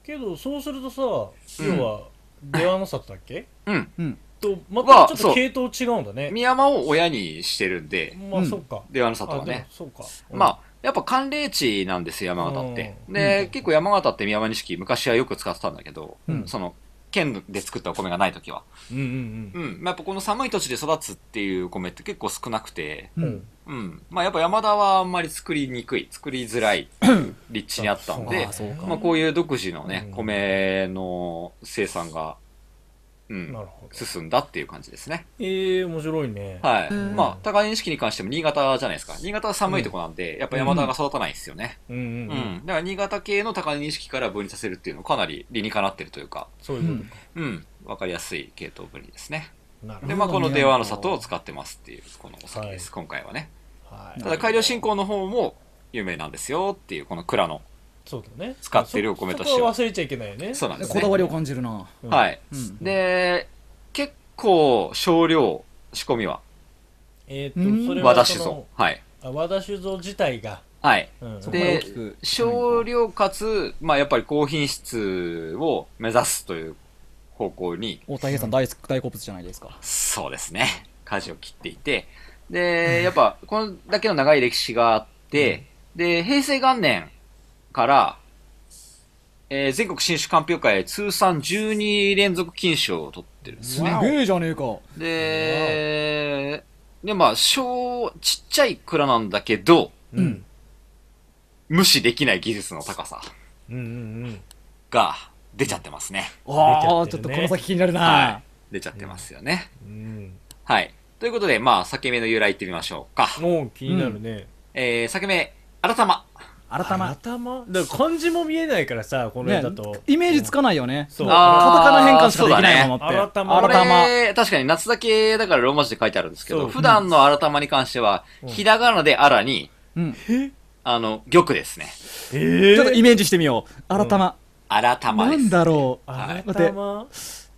C: けどそうするとさ
A: うん
C: 要は出羽の里だっけ
A: うん。
B: うん
C: とま
A: は
C: たち
A: そう
C: ょっと系統違うんだね
A: 宮山を親にしてるんで、
C: ま
B: う
C: あ
B: ん
C: そっか
A: 出羽の
C: あ
A: 里は
C: でも
A: ね。
C: そうか
A: まあ、やっぱ寒冷地なんですよ、山形って。
C: うん
A: で、
C: うん
A: 結構山形って宮山錦、昔はよく使ってたんだけど、
C: うん
A: その、県で作ったお米がない時は。
C: うんうん
A: うん。まあ、やっぱこの寒い土地で育つっていうお米って結構少なくて、
C: うん
B: う
C: うんん
A: うん。まあ、やっぱ山田はあんまり作りにくい、作りづら い立地にあったん
B: あ
A: で
B: あ、そうか
A: まあ、こういう独自のね、
C: うん
A: 米の生産が、う、
C: なんるほど
A: 進んだっていう感じですね。
C: ええ面白いね
A: はい。
B: うん
A: まあ、高根錦に関しても新潟じゃないですか。新潟は寒いとこなんで、やっぱ山田が育たないんですよね。
C: うんう
A: うん
C: ん。うん
A: だから新潟系の高根錦から分離させるっていうのはかなり理にかなってるというか、
C: そういうことか
A: うん、わかりやすい系統分離ですね。
C: なる
A: で、
C: ほ
A: まあ、この出羽の里を
C: ど
A: 使ってますっていう、このお酒です、今回はね。
C: はい
A: ただ、改良進行の方も有名なんですよっていう、この蔵の
C: そうだね
A: 使ってるお米としては
C: そそこは忘れちゃいけないよね
A: そうなんです
B: こ
A: ね
B: だわりを感じるな。
C: うん
A: はい、
B: うん
A: で結構少量仕込みは
C: え
B: う
C: ー、
B: ん
C: とそれ
A: 和田
C: は
A: 酒
C: そ
A: 造
C: の
A: はい
C: あ和田酒造自体が、
A: はい
C: うん
B: そこ
A: で
B: が大きく
A: 少量かつ、まあ、やっぱり高品質を目指すという方向に
B: 大平さん大好き大好物じゃないですか。
A: そうですね舵を切っていてでやっぱこんだけの長い歴史があって、で平成元年から、えー全国新酒鑑評会通算12連続金賞を取ってるんですす
B: げ
A: ね
B: えじゃねえか。
A: で、で、まあ、小、ちっちゃい蔵なんだけど、
C: うん
A: 無視できない技術の高さ
C: うんうんうん
A: が出ちゃってますね。
B: ああ、
C: 出ち
B: ち
C: ゃ
B: ょ
C: っ
B: ってと
C: るね
B: この先気になる
A: は
B: な。
A: い。出ちゃってますよね。
C: うん
A: はい。ということで、まあ、酒名の由来行ってみましょうか。
C: おう気になるね、
A: えー、酒名、改ま。
B: 改ま。
C: 頭だから漢字も見えないからさこの
B: ね
C: 絵だと、、
B: イメージつかないよね。
C: そう
B: カタカナ変換しか
A: そう
B: で
A: だ
B: きない
A: ね
B: ものって。
C: 改ま
A: こ
B: 改ま。
A: れ、確かに夏だけだからローマ字で書いてあるんですけ
C: そ
A: ど、
C: う
A: 普段の改まに関しては、
C: うん
A: ひらがなであらに、
B: うん。
A: あの、玉ですね。
C: え
B: ちょっとイメージしてみよう。改ま。
A: 改ま
B: な
A: です。
B: んだろう。
A: はい
C: 頭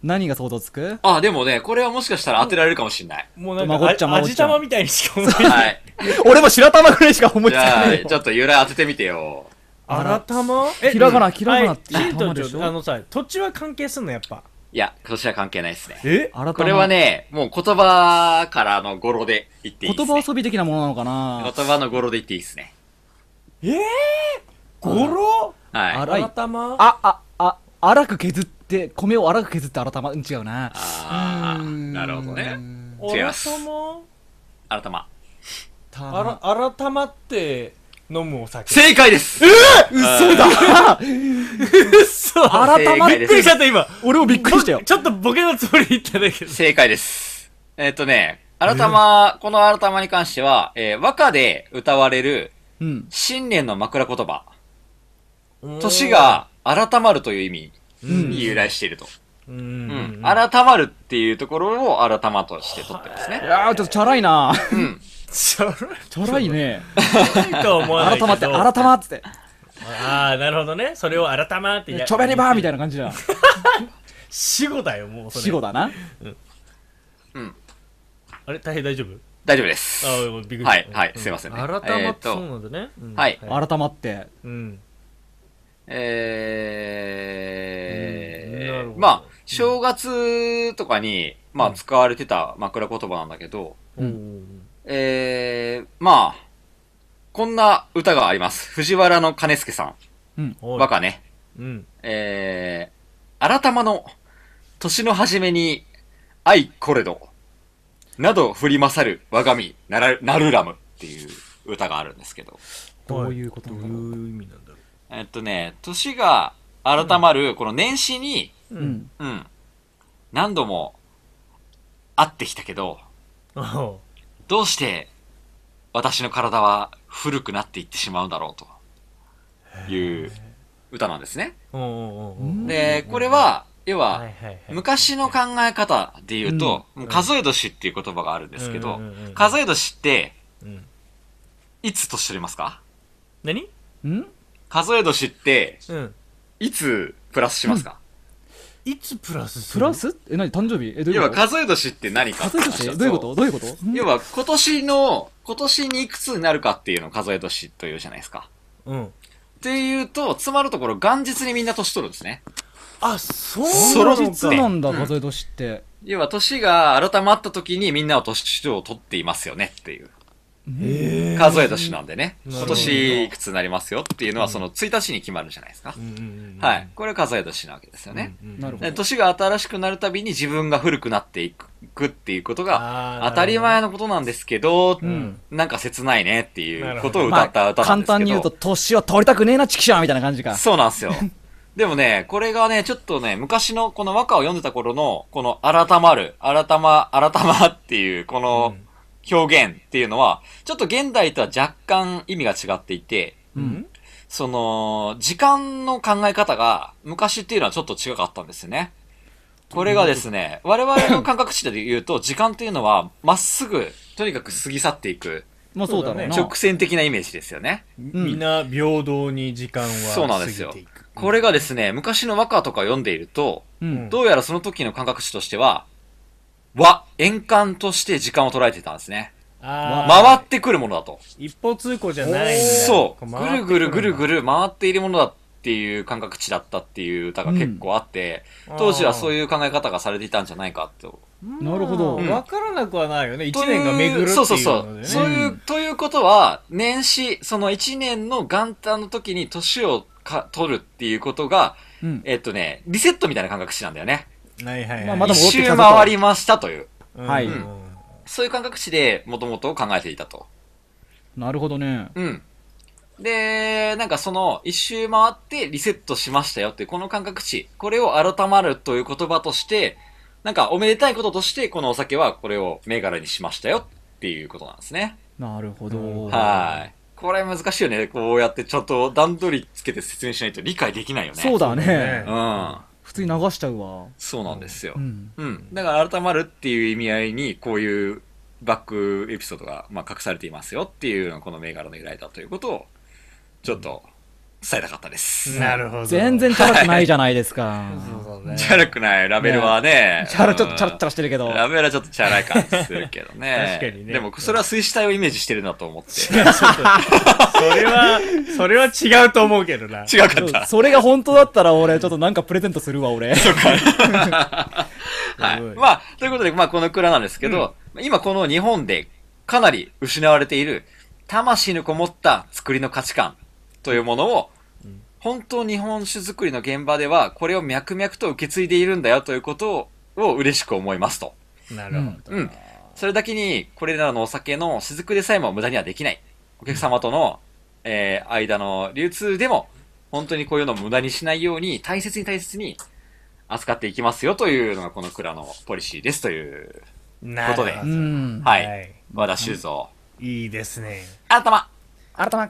B: 何が想像つく
A: あ、でもね、これはもしかしたら当てられるかもしれ ない。
C: もうなん
B: まごっちゃ
C: か
B: ま
C: あ
B: ごっちゃ
C: 味玉みたいにしか思
A: はい。
B: 俺も白玉ぐらいしか思いつ
A: じ
B: か
A: ゃ
B: な
A: あ、
B: い
A: ちょっと由来当ててみてよ。
C: 改ま
B: ひらがなひらがな
C: は
B: って
C: いヒント
B: 頭
C: ち
B: で
C: ょ
B: しょ
C: あのさ土地は関係すんのやっぱ
A: いや、今年は関係ないですね。
C: え
B: よ。
A: これはね、もう言葉からの語呂で言っていい
B: 改
A: です
B: ま、言
A: ね
B: 葉。遊び的なものなのかな
A: 言葉の語呂で言っていいですね。
C: ええゴロ
A: はい。
B: 荒い。
C: 改ま
B: あ、あ、あ、荒く削って、米を荒く削って改ま、うん違うな。
A: あー、
B: うーん
A: なるほどね。。違い
C: 改
A: ます
C: ま
A: 改ま。
C: あ
B: た
C: ら改まって飲むお酒
A: 正解です
B: 嘘だ
C: そう
B: 改まっ
A: 正解
C: びっく
A: で
C: りしち
A: す
C: ゃった今
B: 俺もびっくりしたよ
C: ぼ。ちょっとボケのつもり言っただけど
A: 正解です。えっとね、改ま、この改まに関しては、えー和歌で歌われる
B: うん。
A: 新年の枕言葉、 年が改まるという意味に由来していると。
C: うん
A: うん。
C: あら
A: 改まるっていうところを改まとして取ってますね
B: い。や ー、ちょっとチャラいな。
A: うん。
C: ちょろ
B: チャラいね。
C: いとは思わない
B: 改
C: けど
B: まって、改まっつって。
C: ああなるほどねそれを改まって
B: ちょべりばーみた
C: いな
B: な
C: い
B: 感じ だ。
C: 死後だよもうそれ
B: 死後だな。
A: うん。
C: あれ大変大丈夫
A: 大丈夫です。
C: あーびっくりした、
A: はい、はいう
C: ん
A: すいませんね。
C: 改ま
A: えー
C: っ
A: って
C: そう
A: と、
C: なんだねうん
A: はい
B: 改まって。
C: うん
A: え
C: うんなるほ
A: ー、
C: ど
A: まあ、正月とかに、まあ、使われてた枕言葉なんだけど、
B: うん
C: うん
A: えー、まあ、こんな歌があります。藤原の金助さん。
B: うん。
C: おい
A: バカね。
C: うん
A: えー、改まの、年の初めに、愛これど、など振り勝る我が身なら、なるらむっていう歌があるんですけど。
B: どういうこと
C: どう
B: な
C: いう
B: の
C: 意味なんだろ
A: えっとね、年が改まる、この年始に、
C: う
B: う、ん。
A: うん、何度も会ってきたけど、
C: おう
A: どうして私の体は古くなっていってしまうんだろうという歌なんですね。
C: おうおうおう
B: うん
A: で、これは、要
C: は、
A: はい
C: はいはい
A: 昔の考え方で言うと、もう数え年っていう言葉があるんですけど
C: うんうんうんうん、
A: 数え年って、
C: うん
A: いつ年取りますか
C: 何
B: うん
A: 数え年って、
C: うん
A: いつプラスしますか、
C: いつプラスす
B: プ
C: る
B: ラスえ、何誕生日え、どうい
A: 要
B: う
A: は
B: こと
A: 数え年って何かって
B: 数え
A: 話だ
B: 年どういうことどういうことん
A: 要は今年の、今年にいくつになるかっていうのを数え年というじゃないですか。
C: うん
A: っていうと、つまるところ元日にみんな年取るんですね。
C: あそう
A: そ
C: な
A: ろ
C: の
A: そ
B: 実
C: か
B: なんだ、
A: うん
B: 数え年って。
A: 要は年が改まった時にみんなは年を取っていますよねっていう。
C: え
A: 数え年なんでね。
C: なるほ
A: 今
C: ど
A: 年いくつになりますよっていうのはその1日に決まるじゃないですか。はい。これ数え年なわけですよね。
B: なるほど
A: で年が新しくなるたびに自分が古くなっていくいくっていうことが
C: が
A: 当たり前のことなんですけど、
B: ん
A: なんか切ないねっていうことを歌った歌なん
B: 簡
A: ですけど、
B: 単に言うと、年は取りたくねえな、チキシャーみたいな感じか。
A: そうなんですよ。でもね、これがね、ちょっとね、昔のこの和歌を読んでた頃の、この改まる、改ま、改まっていう、この表現っていうのは、ちょっと現代とは若干意味が違っていて、
B: うん。
A: その、時間の考え方が昔っていうのはちょっと違かったんですよね。これがですね、 我々の感覚値で言うと、時間っていうのはまっすぐ、とにかく過ぎ去っていく
B: まあそうだろうな。
C: そ
A: 直線的なイメージですよね。
B: ん
C: みんな平等に時間
A: そうな
C: は
A: ん
C: 過
A: です
C: ぎ
A: よ
C: ていく。
A: これがですね、昔の和歌とかを読んでいると、
B: うん。
A: どうやらその時の感覚値としては、和、円環として時間を捉えてたんですね。
C: あー
A: 回ってくるものだと。
C: 一方通行じゃないんだ
A: そう。
C: こ
A: ぐるぐるぐるぐ
C: る
A: る回っているものだっていう感覚値だったっていう歌が結構あって、当時はそう
C: い
A: い
C: う
A: う考え方がされていたんじゃないかと。
B: なるほど、
A: うん
C: 分からなくはないよね一年が巡るっていうので、ね、
A: そうそうそう。そういううんということは、年始、その1年の元旦の時に年をか取るっていうことが、
B: うん。
A: えっとね、リセットみたいな感覚値なんだよね。
C: はいはいはい、
B: まあまだ
A: 一
B: 戻ってき
A: 周
B: たぞと
A: 回りましたという。
C: うん
B: はい
C: うん
A: そういう感覚値で、もともと考えていたと。
B: なるほどね。
A: うん。で、なんかその、一周回ってリセットしましたよっていう、この感覚値、これを改まるという言葉として、なんかおめでたいこととして、このお酒はこれを銘柄にしましたよっていうことなんですね。
B: なるほど。
A: はい。これ難しいよね。こうやってちょっと段取りつけて説明しないと理解できないよね。
B: そうだね
C: ね。
A: うん。
B: 普通に流しちゃうわ。
A: そうなんですよ
B: う。ん。
A: うん。だから改まるっていう意味合いに、こういうバックエピソードが、まあ、隠されていますよっていうのがこの銘柄の由来だということを、ちょっと伝えたかったです。
C: なるほど
B: 全然チャラくないじゃないですか。
C: そう だね
A: チャラくない。ラベルはね。
B: チャラちょっとチャラ
A: っ
B: チャラしてるけど。
A: ラベルはちょっとチャラい感じするけどね。
C: 確かにね
A: でも、それは水死体をイメージしてるなと思って。
C: それはそれは違うと思うけどな
A: 違うかった。
B: それが本当だったら俺、ちょっとなんかプレゼントするわ、 俺。
A: はい。
C: すごい
A: まあ、ということで、まあ、この蔵なんですけど、今この日本でかなり失われている、魂のこもった作りの価値観というものを、本当日本酒作りの現場では、これを脈々と受け継いでいるんだよということを、を嬉しく思いますと。
C: なるほど、
A: うん。それだけに、これらのお酒の雫でさえも無駄にはできない。お客様との、えー間の流通でも、本当にこういうのを無駄にしないように、大切に大切に扱っていきますよというのがこの蔵のポリシーですという、
C: なるほど
A: ことで
B: うん。
A: はい。
C: はい
A: 和田修造、
C: いいですね
A: 頭、
B: 改ま、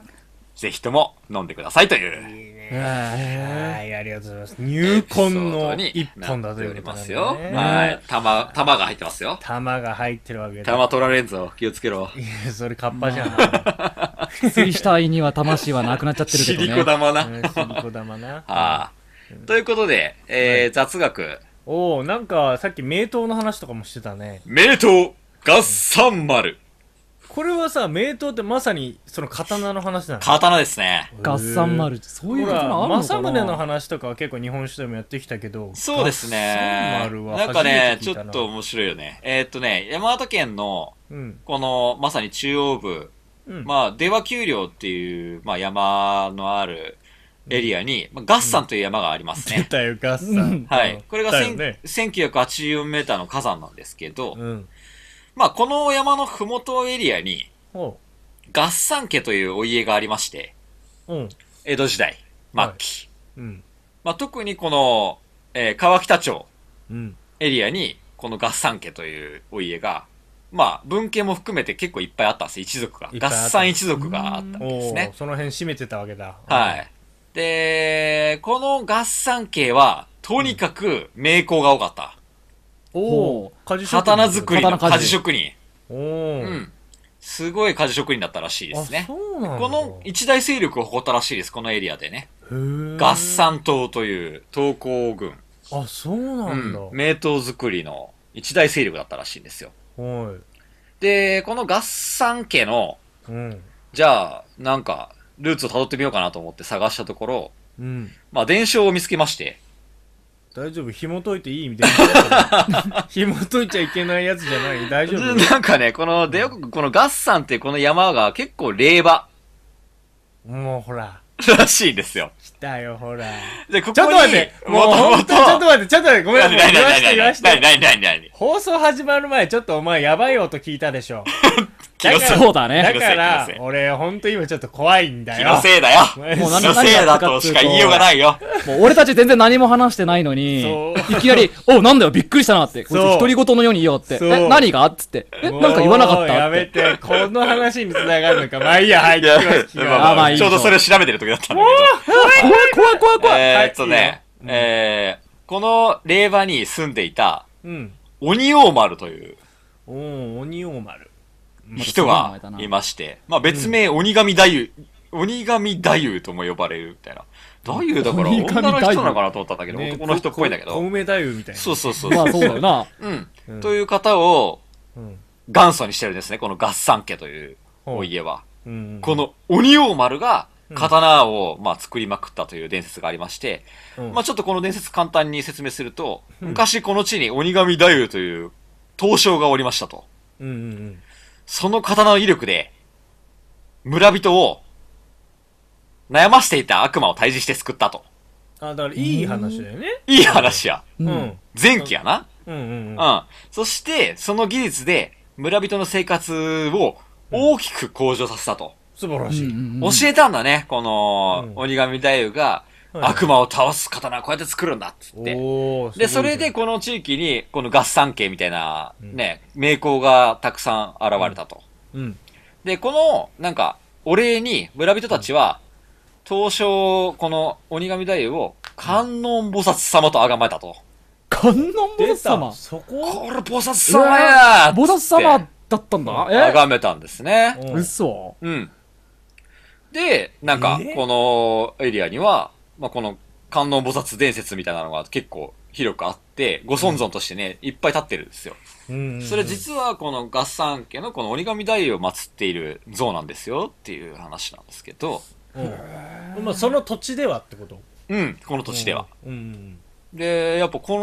A: ぜひとも飲んでくださいという。
C: いいね
B: え
C: はいありがとうございます入魂の一本だと
A: と
C: い
A: いうう
C: こ
A: ことと
C: な
A: なんんで
C: だよ
A: よ。
C: ね
A: はい。玉、玉が入ってますよ。
C: 玉が入ってるわけだ
A: 玉取られんぞ。気をつけろ。
C: いやそれカッパじゃん、
B: 水死体には魂はなくなっちゃってるけ
A: シ
B: ど
A: リコ
B: ね。
A: 玉な。
C: う
A: は
C: んシリコ玉な
A: あ。ということで、えー雑学、
C: おおなんかさっき名刀の話とかもしてたね
A: 名刀、合算丸。
C: これはさ名刀ってまさにその刀の話なの
A: 刀ですね。
B: 合算丸。そういう
C: ほ
B: ことな
C: ら
B: のあるのか
C: 政
B: な
C: 宗の話とかは結構日本酒でもやってきたけど
A: そうです
C: 合
A: ね。
C: 算丸は
A: なんかね、ちょ
C: 初めて聞いた
A: っ
C: な
A: と面白いよね。えーっとね、山形県の、
C: うん
A: この、まさに中央部、
C: うん
A: まあ、出羽丘陵っていう、まあ、山のあるエリアに、まあ、合山という山があります
C: 出
A: ね。
C: たよガッサ
B: うん
C: ン
A: はい。これが
C: だよ
A: 千
C: ね
A: 1984メーターの火山なんですけど、
C: うん
A: まあ、この山のふもとエリアに、
C: ほ
A: 合山家というお家がありまして、
C: ううん
A: 江戸時代末期。
C: うん
A: まあ、特にこの、えー川北町
C: うん
A: エリアに、この合算家というお家が、まあ、文家も含めて結構いっぱいあったんです、一族が。
C: いっぱいあ
A: 合
C: った
A: 算一族があったん
C: お
A: ですね
C: お。その辺締めてたわけだ
A: はい。で、この合算系は、とにかく名工が多かった。
C: お
B: ほ
C: お鍛冶職人
A: 刀作りの
B: 刀鍛冶
A: 鍛冶職人。
C: お
A: う
C: お
A: ん。すごい鍛冶職人だったらしいです
C: あ
A: ね。
C: そうなんだ
A: この一大勢力を誇ったらしいです、このエリアでね。合
C: 合
A: 算党という東光軍。
C: あそう
A: う
C: なんだ
A: ん。名刀作りの一大勢力だったらしいんですよ。
C: はい
A: で、この合算家の、
C: うん
A: じゃあ、なんか、ルーツを辿ってみようかなと思って探したところ、
C: うん
A: まあ、伝承を見つけまして、
C: 大丈夫紐解いていいみたい な紐解いちゃいけないやつじゃない大丈夫
A: なんかね、この、でよく、このガッサンってこの山が結構霊場
C: もうほら
A: らしいんですよ。
C: 来たよほら
A: で、ここに、
C: ちょっと待ってもう
A: と
C: ほん
A: も
C: とちょっと
A: と、
C: 待ってちょっと待ってごめんな
A: 何
C: さい言わして言わ
A: 何
C: して
A: 何何何何
C: 放送始まる前ちょっとお前やばい音聞いたでしょ
A: 気のせい、
B: そうだ
C: だ
B: ね。
C: から
A: 気のせい気のせい
C: 俺ほんと今ちょっと怖いんだ
A: 気
C: よ
A: のせいだよ。
B: もう
A: 気
B: 何
A: のせいだとしか言いようがないよ。
B: もう俺たち全然何も話してないのに
C: そう、
B: いきなり、おうなんだよ、びっくりしたなって。こいつ
C: そう
B: 独り言のように言いようって。
C: そう
B: え、何がっつって。え、なんか言わなか
C: も
B: っ
C: うや
B: たっ
C: め
B: て。
C: てこの話に繋がるのかまあいいやはい
A: いや
C: 聞きます聞きます
A: まあま
B: まあ
A: あ
B: いい
A: ちょうどそれを調べてる時だったんだ
B: 怖い怖い怖い
A: けど。
B: 怖い。
A: えーっとね、えーこの霊場に住んでいた、
C: うん
A: 鬼王丸という、
C: おお鬼王丸
A: 人がいまして、まあ別名鬼神太夫、鬼神太夫とも呼ばれるみたいな。太夫だから
B: 鬼神
A: 女
B: 太夫
A: の人なのかなと思ったんだけど、
C: ね
A: 男の人っぽいんだけ
C: こ小
A: ど。
C: 梅太夫みたいな
A: そうそうそう。
B: まあそうだよな。
A: うん。
C: うん
A: という方を
C: うん
A: 元祖にしてるんですね、この合算家というお家は。
C: うん
A: この鬼王丸が刀を、まあ、作りまくったという伝説がありまして、
C: うん
A: まあ、ちょっとこの伝説簡単に説明すると、昔この地に鬼神太夫という刀匠がおりましたと。
C: うんうん
A: その刀の威力で、村人を悩ましていた悪魔を退治して救ったと。
C: うんあだからいい話だよね
A: いい話や。
B: う
C: うん
B: ん。
A: 前期やな。
C: うんうんう
A: う
C: ん
A: ん。そして、その技術で村人の生活を大きく向上させたと。
C: 素晴ら
B: うん
C: しい
B: うんうん
A: 教えたんだね、この
C: う、ん
A: 鬼神太夫が、悪魔を倒す刀はこうやって作るんだっつって。
C: おー
A: ですそ
C: ごいじゃ
A: れ
C: ん
A: でこの地域に、この合算家みたいな、
C: うん
A: ね、名工がたくさん現れたと。
C: うん
A: で、この、なんか、お礼に、村人たちは、東証、この鬼神太夫を、観音菩薩様と崇めたと。
B: 観音菩薩
C: 出
B: 様
C: た。そこ
A: これ菩薩様やー
B: 菩薩様だったん
A: って
B: だ。
A: 崇めたんですね。
B: え
C: うん
B: 嘘。
A: うん。で、なんか
C: え、
A: このエリアには、まあ、この観音菩薩伝説みたいなのが結構広くあって、ご尊尊としてね、いっぱい立ってるんですよ。
C: うんうん
A: それ実はこの合算家のこの鬼神大王を祀っている像なんですよっていう話なんですけど、
C: うんまあその土地ではってこと
A: うん、この土地では。
C: うんうん
A: で、やっぱこ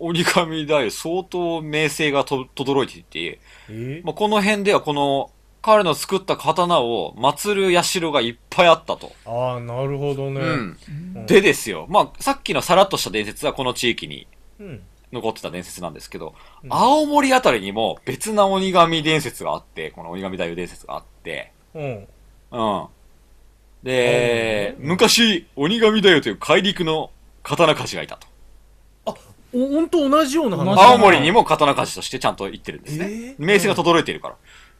A: の鬼神大王相当名声がと、とどろいていて、
C: え
A: まあ、この辺ではこの彼の作った刀を祀る社がいっぱいあったと。
C: ああなるほどね
A: うん。
C: うん
A: でですよ、まあ、さっきのさらっとした伝説はこの地域に
C: うん
A: 残ってた伝説なんですけど、
C: うん
A: 青森あたりにも別な鬼神伝説があって、この鬼神大王伝説があって、
C: うん
A: うん。で、昔、鬼神大王という怪陸の刀鍛冶がいたと。
C: お本当同じような
B: 同
C: 話
B: じような
A: 青森にも刀鍛冶としてちゃんと行ってるんですね。
C: えー
A: 名声が轟いてるから。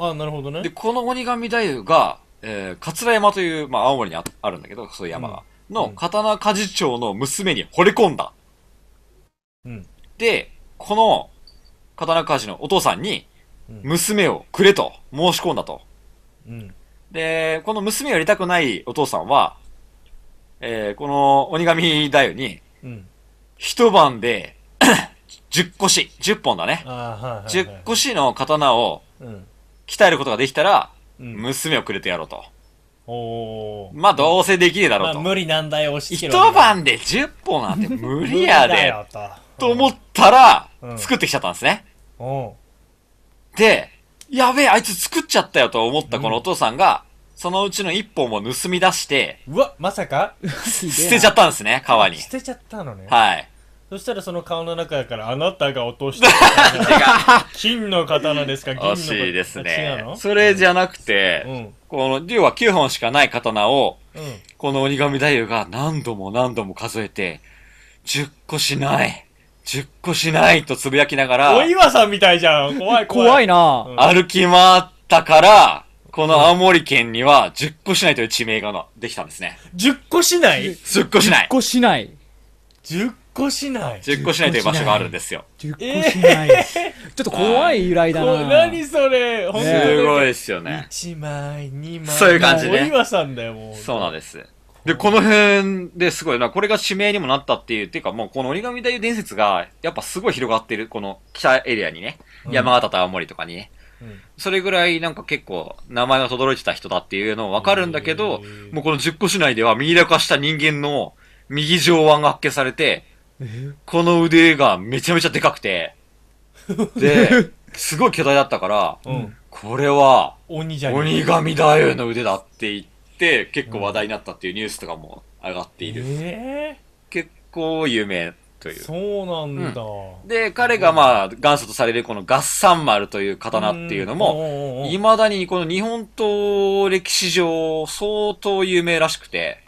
C: あなるほどね
A: で、この鬼神太夫が、えー、桂山という、まあ、青森にああるんだけど、そういう山が。の、刀鍛冶長の娘に惚れ込んだ。
C: うん
A: で、この、刀鍛冶のお父さんに、
C: うん
A: 娘をくれと申し込んだと。
C: うん
A: で、この娘をやりたくないお父さんは、えー、この鬼神太夫に、
C: うん
A: 一晩で、10個し、10本だね。
C: ああはいはいはい
A: 10個しの刀を
C: うん
A: 鍛えることができたら、
C: うん
A: 娘をくれてやろうと。
C: おー
A: まあ、どうせできねえだろ
C: ま
A: う
C: あ
A: と。
C: 無理なんだよ押し
A: 一
C: 付けろよ
A: 晩で10本 なんて無理や
C: 無理だ
A: で、
C: よ
A: と思ったら
C: う、ん
A: 作ってきちゃったんですね。
C: お
A: で、やべえ、あいつ作っちゃったよと思ったこのお父さんが、そのうちの1本も盗み出して、
C: うわまさか
A: 捨てちゃったんですね、川に
C: 捨。てちゃったのね
A: はい。
C: そしたらその顔の中からあなたが落 とした刀金の刀ですか銀の
A: 惜しいです
C: 違う
A: ね
C: の。
A: それじゃなく
C: うん
A: て、この、竜は9本しかない刀を、
C: うん
A: この鬼神太夫が何度も何度も数えて、10個しない、10個しないとつぶやきながら、
C: お岩さんみたいじゃん怖い怖い
B: 怖いな。
A: 歩き回ったから、この青森県には10個市内という地名がのできたんですね。
C: 10個市内
A: 10個市内
B: 10個しない。
C: 10個市内
A: !10 個市内という場所があるんですよ。
B: 10個しない。ちょっと怖い由来だ
C: こう
B: な。
C: 何それ本当
B: ね
A: す
C: に
A: ごいですよね。
C: 1枚2枚
A: そういう感じね
C: もお岩さんだよもう
A: そうなんです。で、この辺ですごいな、これが地名にもなったっていう、っていうかもうこの折り紙太夫伝説が、やっぱすごい広がってる、この北エリアにね、
C: うん
A: 山形と青森とかにね。
C: うん
A: それぐらいなんか結構名前が轟いてた人だっていうのわかるんだけど
C: へ、ー
A: もうこの10個市内ではミイラ化した人間の右上腕が発見されて、この腕がめちゃめちゃでかくて、 で、すごい巨大だったから、
C: うん
A: これは
C: 鬼じゃん
A: 鬼神太夫の腕だって言って、結構話題になったっていうニュースとかも上がっている。
C: え
A: 結構有名と
C: え
A: いう。
C: そうなんだ
A: で、彼がまあ元祖とされるこの合算丸という刀っていうのも、
C: も
A: いまだにこの日本刀歴史上相当有名らしくて、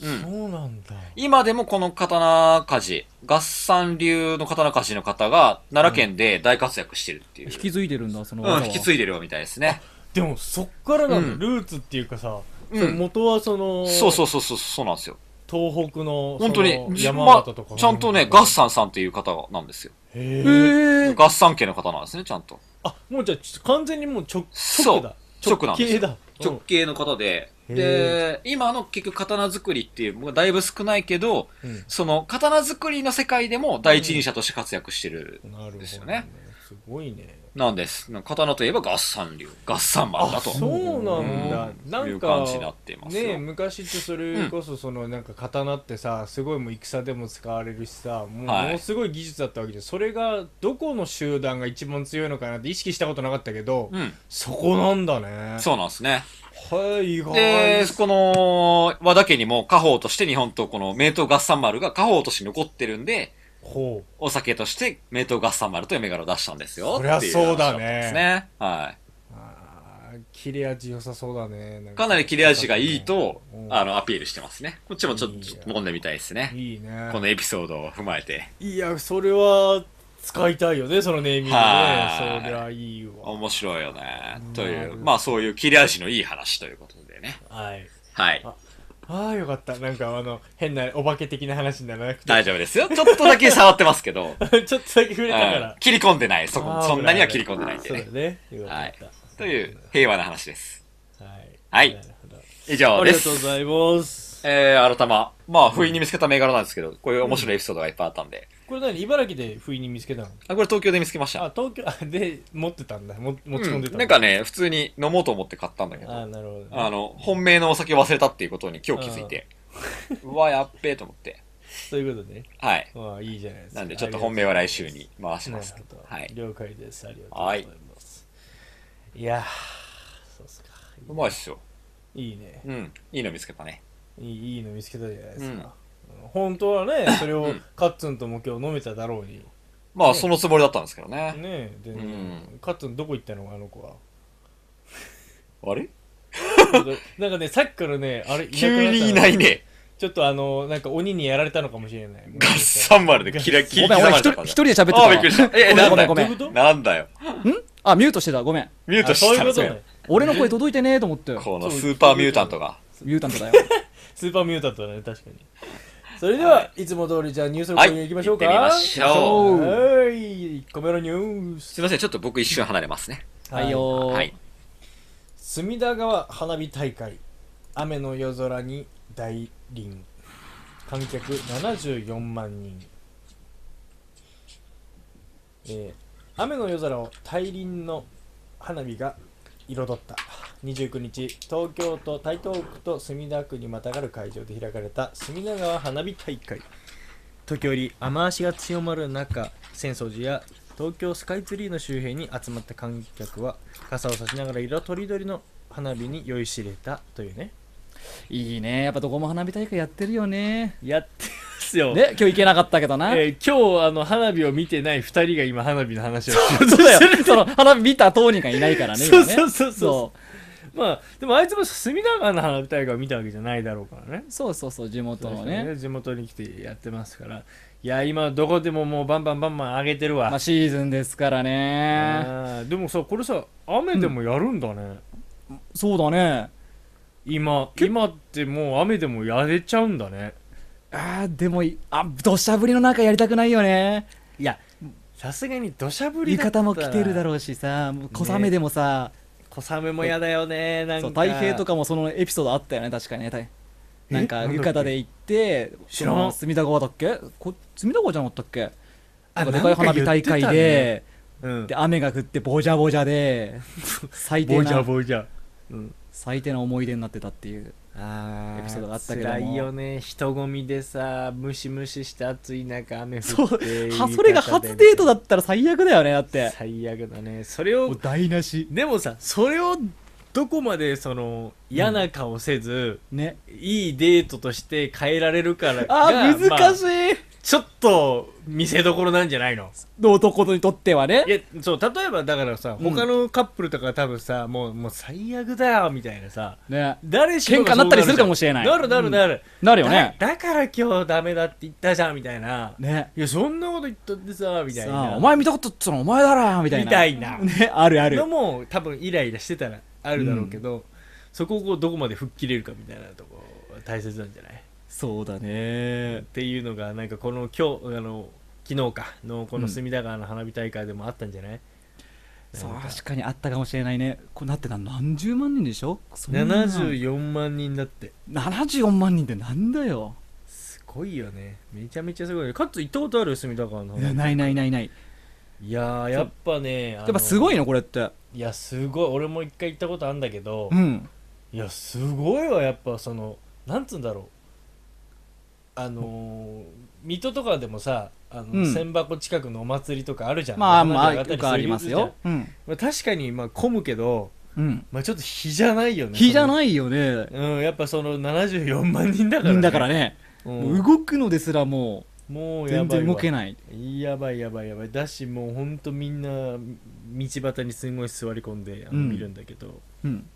A: うん。
C: そうなんだ
A: 今でもこの刀鍛冶、合算流の刀鍛冶の方が奈良県で大活躍してるっていう。
B: 引き継いでるんだ、その技
A: う
B: は。
A: ん、引き継いでるみたいですね。
C: でもそっからな
A: うん
C: のルーツっていうかさ
A: うん
C: その元はその
A: そうそうそうそう、そうなんですよ。
C: 東北の
A: 本当に
C: その、
A: ま
C: 山
A: あ
C: 形とか、
A: ちゃんとね、ガッサンさんっていう方なんですよ。
C: へ
B: え
C: ー
B: ー、
A: ガッサン家の方なんですね、ちゃんと。
C: あもうじゃあち完全にもう直
A: そう
C: 直だ
A: 直なんですよ
C: 系だ
A: 直系の方で、で、今の結局刀作りっていう、もうだいぶ少ないけど、
C: うん
A: その刀作りの世界でも第一人者として活躍してる。
C: うんなるほど、
A: ですよね
C: すごいね
A: なんです。刀といえばガッサン流、ガッサンマンだと。
C: そうなんだ、
A: うん
C: ない
A: うん感
C: か
A: じになってますよ
C: ね昔ってそれこそそのなんか刀ってさすごいもう戦でも使われるしさもう
A: はい
C: ものすごい技術だったわけじゃんそれがどこの集団が一番強いのかなって意識したことなかったけど、
A: うん。
C: そこなんだね
A: そうなんですね。
C: はい意外
A: で、この、和田家にも家宝として日本とこの名刀合算丸が家宝として残ってるんで、
C: ほう
A: お酒として名刀合算丸という銘柄を出したんですよ。
C: そりゃ
A: ってい
C: そうだ
A: 話った
C: ね
A: んですね。はい。
C: あー切れ味良さそうだねなん
A: かなり切れ味がいいと
C: う、ん
A: あの、アピールしてますね。こっちもちょっと
C: いい
A: ち
C: や
A: ょっと飲んでみたいですね。
C: いいね
A: このエピソードを踏まえて。
C: いやそれは使いたいよねそのネーミングね
A: はい
C: そりゃいいわ
A: 面白いよね。とい
C: なる
A: う、
C: ほど
A: まあそういう切れ味のいい話ということでね。
C: はい
A: はい。
C: ああよかったなんかあの変なお化け的な話にならなくて
A: 大丈夫ですよ。ちょっとだけ触ってますけど、うん
C: ちょっと だけ触れたから
A: 切り込んでない。そこ、
C: あー
A: そんなには切り込んでないんで
C: そうだ
A: ね。
C: ねよかったよかっ
A: という平和な話です。
C: たはい
A: はい
C: なるほど
A: 以上
C: あ
A: で
C: りがとうご
A: す。
C: ざいます
A: えー、改ま、まあ、不意に見つけた銘柄なんですけど、こういう面白いエピソードがいっぱいあったんで。
C: これ何茨城で不意に見つけたの
A: あ、これ東京で見つけました。
C: あ東京あで持ってたんだも持ち込んでた
A: うん
C: だ
A: なんかね、普通に飲もうと思って買ったんだけど、
C: あなるほど
A: あの、本命のお酒忘れたっていうことに今日気づいて、うわ、やっべえと思って。
C: そういうことね
A: はい。
C: まあいいじゃないですか
A: なんで、ちょっと本命は来週に回し
C: な
A: ま
C: る
A: す。
C: ほど、
A: はい。
C: 了解ですありがとうございます、い、やーそうっすか
A: うまいっすよ。
C: いいね
A: うん。いいの見つけたね。
C: いいいいの見つけたじゃないですか、本当 はねそれ
A: う
C: を
A: ん
C: カッツンとも今日飲めただろうに
A: まあ、
C: ね
A: そのつもりだったんですけどね。
C: ねえで、
A: うん
C: カッツンどこ行ったのあの子 は
A: あれ
C: なんかねさっきからねあれ
A: 急にいない
C: ね
A: ね。
C: ちょっとあのなんか鬼にやられたのかもしれない
A: ガッサン丸でキラキラ
B: ごめん、俺一人
A: 刻まれた
B: 一人で喋ってた
A: あ
B: わ
A: あ、びっくりした。え、
B: ごめん
A: なんだよ
B: ごめんごめん
C: どういうこと
A: なんだよ。
B: あ、ミュートしてた、ごめん。
A: ミュート
C: あそう
A: し
C: い
A: た
C: うん
A: です
C: こと
A: よ
C: ね。
B: 俺の声届いてねえと思って。
A: このスーパーミュータントが。
B: ミュータントだよ。
C: スーパーミュータントだね確かにそれでは、い、つも通りじゃあニュースの
A: はい。
C: 攻撃
A: 行
C: 行きましょ
A: っ
C: うか
A: てみましょう。
B: ょう
C: はい1個目のニュース
A: すいません、ちょっと僕一瞬離れますね。
B: はいよー。
A: はい。
C: 隅田川花火大会雨の夜空に大輪観客74万人、えー雨の夜空を大輪の花火が彩った29日東京都台東区と墨田区にまたがる会場で開かれた隅田川花火大会時折雨足が強まる中浅草寺や東京スカイツリーの周辺に集まった観客は傘を差しながら色とりどりの花火に酔いしれたというね
B: いいね。やっぱどこも花火大会やってるよね。
C: やってますよ、
B: ね、今日行けなかったけどな。
C: えー今日あの花火を見てない2人が今花火の話をして る
B: そうだよ。その花火見た当人がいないからね。
C: そう
B: 今ね
C: そうそうそう
B: そ
C: まあでもあいつも隅田川の花火大会を見たわけじゃないだろうからね
B: うそうそうそう地元のね。
C: 地元に来てやってますからいや今どこでももうバンバンバンバン上げてるわ、
B: まあシーズンですからね。
C: あーでもさこれさ雨でもやるんだね、
B: そうだね。
C: 今今ってもう雨でもやれちゃうんだね
B: あーでもいあ土砂降りの中やりたくないよね
C: いやさすがに土砂降り
B: 浴
C: だった
B: 衣
C: ら
B: も着てるだろうしさもう小雨でもさ、
C: 小雨も嫌だよねなんか
B: そう太平とかもそのエピソードあったよね確かにねたいなんか
C: なんだっけ
B: 浴衣で行って
C: 知らん
B: その隅田川だっけこ隅田川じゃなかったっけな
C: あ
B: んかでかい花火大会で、
C: うん
B: で雨が降ってボジャボジャ で最低
C: ボジャ
B: な
C: ボジャ
B: 最低な思い出になってたっていう
C: あ
B: エピソードがあったけども
C: 辛いよね人混みでさムシムシした暑い中雨
B: そう
C: 降って
B: はそれが初デートだったら最悪だよねだって
C: 最悪だねそれ
B: も
C: を
B: う台無し
C: でもさそれをどこまでその嫌な顔せず、
B: ね
C: いいデートとして変えられるからが
B: あー
C: まあ
B: 難しい、
C: ちょっと見せどころなんじゃないの
B: の男にとってはね
C: いやそう例えばだからさ、
B: うん
C: 他のカップルとか多分さもうもう最悪だよみたいなさ
B: ね
C: 誰しも
B: 喧嘩になったりするかもしれない
C: なるなるなる、
B: なるよね
C: だだから今日ダメだって言ったじゃんみたいな、
B: ね
C: いやそんなこと言ったってさみた
B: さ
C: い
B: あ
C: な
B: お前見たことっつうのお前だろみたいな
C: みたいな
B: ねあるある
C: のも多分イライラしてたらあるだろうけど、そこをこうどこまで吹っ切れるかみたいなとこ大切なんじゃない
B: そうだね
C: っていうのがなんかこの今日あの昨日かのこ
B: う
C: の
B: ん
C: 隅田川の花火大会でもあったんじゃない、
B: そう
C: なんか
B: 確かにあったかもしれないねこうなってな何十万人でしょそんな
C: 74万人だって
B: 74万人ってなんだよ
C: すごいよねめちゃめちゃすごいよかつ行ったことある隅田川の
B: いやないないないない
C: いやーやっぱねや
B: やっぱすごい
C: の
B: のこれって
C: いやすごい俺も一回行ったことあるんだけど、
B: うん
C: いやすごいわやっぱそのなんつうんだろうあのー水戸とかでもさあの、
B: うん
C: 千箱近くのお祭りとかあるじゃん
B: まあまあよ
C: 花火上
B: く
C: がった
B: あり
C: りする
B: ますようん
C: じゃんまあ確かにまあ混むけど、
B: うん
C: まあ、ちょっと比じゃないよね
B: 日じゃ
C: い
B: ないよね
C: うんやっぱその74万人だから、ね、
B: だからね
C: うん、
B: もう動くのですらも
C: も
B: う
C: うやばい
B: 全然
C: わ
B: 動けない
C: やばいやばいやばいだしもうほんとみんな道端にすごい座り込んであの
B: うん
C: 見るんだけど、
B: うん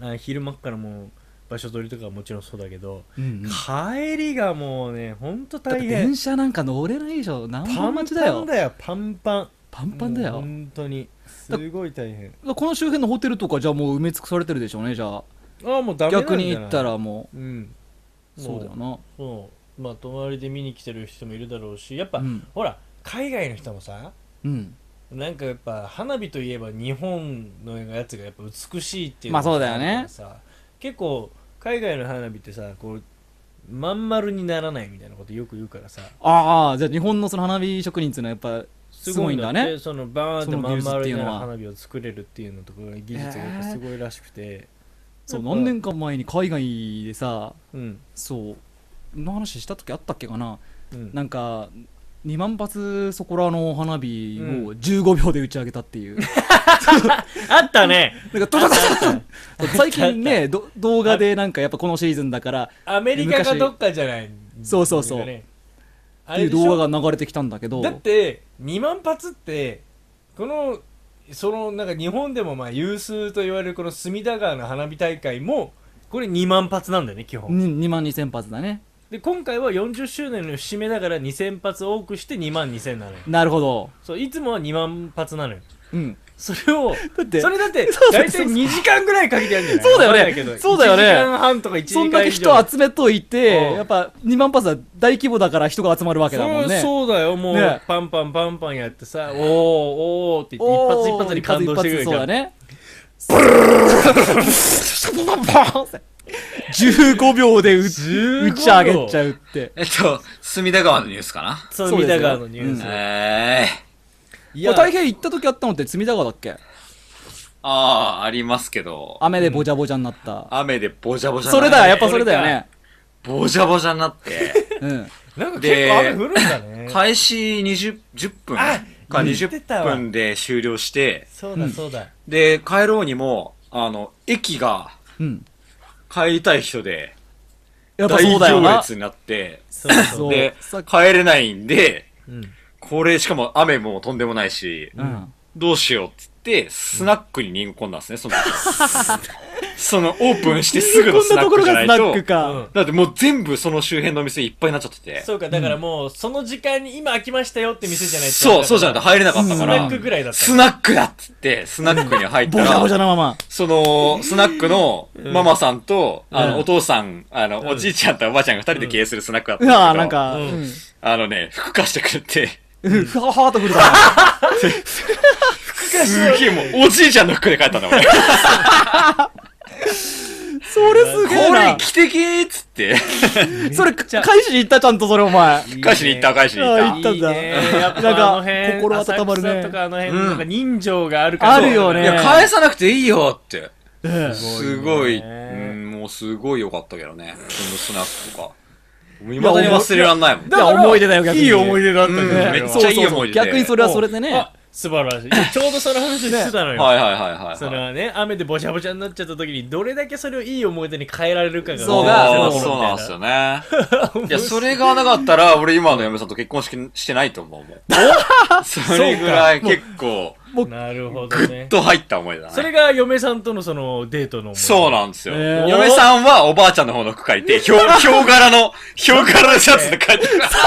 C: あ昼間っからもう場所取りとかはもちろんそうだけど、
B: うんうん
C: 帰りがもうねほんと
B: だっ
C: 大
B: て
C: 変
B: 電車なんか乗れないでしょ何
C: パ
B: 万
C: ンパ
B: 待
C: ン
B: ちだよ
C: だよパンパン
B: パンパンだ
C: もう
B: よ
C: 本当にすごい大変
B: この周辺のホテルとかじゃあもう埋め尽くされてるでしょうねじゃあ
C: ああもうダメなんじゃ
B: 逆
C: ない
B: に言ったらも
C: うん
B: うそうだよ
C: も
B: な
C: うそうまあ隣で見に来てる人もいるだろうしやっぱ、
B: うん
C: ほら海外の人もさ
B: うん
C: なんかやっぱ花火といえば日本のやつがやっぱ美しいっていう
B: まあそうだよね
C: さ結構海外の花火ってさこうまん丸にならないみたいなことよく言うからさ
B: ああじゃあ日本のその花火職人っていうのはやっぱすごいんだ
C: って
B: ね
C: そのバーンって
B: その
C: ま
B: 技
C: ん
B: 術っ
C: 丸
B: てい
C: に
B: う
C: な
B: の
C: る
B: は
C: 花火を作れるっていうのとかが技術がやっぱすごいらしくて、
B: そう
C: やっぱ
B: 何年か前に海外でさ
C: うん
B: そうの話した時あったっけかな
C: うん
B: なんか2万発そこらの花火
C: うん
B: を15秒で打ち上げたって いう、
C: あったね
B: なんかドドドドド最近 ねど動画でなんかやっぱこのシーズンだから
C: アメリカか
B: 昔
C: どっかじゃない
B: そうそうそう
C: なんかね
B: っ
C: あ
B: てい
C: れ
B: う
C: でしょ
B: 動画が流れてきたんだけど
C: だって2万発ってこのそのなんか日本でもまあ有数と言われるこの隅田川の花火大会もこれ2万発なんだよね基本、
B: 2万2000発だね
C: で今回は40周年の節目だから2000発多くして2万2000なのよ
B: なるほど
C: そういつもは2万発なのよ
B: うん
C: それを
B: だって
C: それだって
B: そうそう
C: 大
B: そう
C: 体2時間ぐらいかけてやるんじゃない
B: そうだよね
C: わかんないけど
B: そうだよね
C: 1時間半とか1時
B: そ
C: 間
B: ん
C: 以
B: だ
C: 上
B: け人集めといて
C: うん
B: やっぱ2万発は大規模だから人が集まるわけだもんね
C: そうそうだよもう、
B: ね
C: パンパンパンパンやってさおーおーって言って一発一発に感動してくれる
B: 一発一発
C: じ
B: そうだ
C: ゃん
B: ね15秒で打ち
C: 15秒
B: 打ち上げちゃうって
A: えっと、隅田川のニュースかな
C: 隅田川のニュー
B: そう
C: ス。
A: ええ
C: い
B: これ大変行った時あったのって隅田川だっけ
A: ああ、ありますけど。
B: 雨でぼちゃぼちゃになった、
A: 雨でぼじゃぼじゃ
B: それだよやっぱ
C: そ
B: そ
C: れ
B: れ
C: か
B: だよね
A: ぼじゃぼじゃになって、
B: うん
C: なんか結
A: で
C: 構雨降るんだね。
A: 開始20、10分
C: あ
A: か
C: 言ってた
A: 20
C: わ
A: 分で終了して、
C: そう
B: う
C: だ
B: ん
C: そうだ。
A: で、帰ろうにも、あの、駅が
B: うん
A: 帰りたい人で、
B: やっぱ
A: 大
B: そうだよ
A: 行
B: な
A: 列になって、
C: そうそう。
B: そう
A: で
B: さ、
A: 帰れないんで、
C: うん。
A: これ、しかも雨もとんでもないし、
B: うん
A: どうしようっつって、スナックに逃げ込んだんですね、その時。その、オープンしてすぐの
B: こん
A: ス
B: な
A: ナッ
B: とこ
A: ク
B: ろ
A: じゃ
B: が
A: な
B: ス
A: い
B: ナック
A: と、
B: か
A: だってもう全部その周辺のお店いっぱいになっちゃってて。
C: そうか、だからもう、その時間に今開きましたよって店じゃないと
A: そう、そうじゃないと入れなかった
C: ス
A: か
C: ナッ
A: ら
C: ク、ぐらいだった。
A: スナックだっつって、スナックに入っ
B: ぼ
A: た
B: ちゃぼちゃ
A: ら、
B: なまま
A: その、スナックのママさんと、あ
C: う
A: の、
C: ん
A: お父さん、あの、
C: ん
A: おじいちゃんとおばあちゃんが二人で経営するスナックだった
B: うん
A: だけど
B: わーなんか、
C: うん
B: うん
A: あのね、服貸してくれて、
B: うんふわーっとくるから
A: すげえもう、おじいちゃんの服で帰ったんだ、俺。
B: それすげえ
A: これ、
B: な
A: 汽笛っつって、
B: それ返しに行ったちゃんとそれお前
C: いいね
A: 返しに行った、返しに行っ
B: あ
A: た
B: 行。ったんだ
C: いいねやっぱ
B: なんか
C: あの辺
B: 心温まるね
C: 浅草とかあの辺、
A: うん
C: なんか人情があるから。
B: あるよね
A: いや、返さなくていいよって。
B: ええ
A: すごい、
C: ね
A: うん、もうすごい良かったけどね。そのスナックとか。未だに忘れらんないもん。
B: いや思い出だよ逆に
C: いい思い出だった
A: うん
C: ね。
A: めっちゃいい思い出で
B: そうそうそう逆にそれはそれでね
C: あ。素晴らしい。ちょうどその話してたのよ。
A: はいはいはいはい
C: そ
A: はい。
C: のね、雨でぼちゃぼちゃになっちゃった時に、どれだけそれをいい思い出に変えられるかが、
B: そう
A: あ
B: が
A: ーそうなんですよね。
C: よ
A: いや、それがなかったら、俺今の嫁さんと結婚式してないと思うもん。それぐらい結構、
B: もう
C: なるほど
A: ぐっ
C: ね。
A: と入った思いだね。
C: それが嫁さんとのそのデートの思い出
A: そうなんですよ。
C: えー
A: 嫁さんはおばあちゃんの方の区借りて、ひょう、ひょう柄の、ひょう柄のシャツで帰ってきた。
C: めっち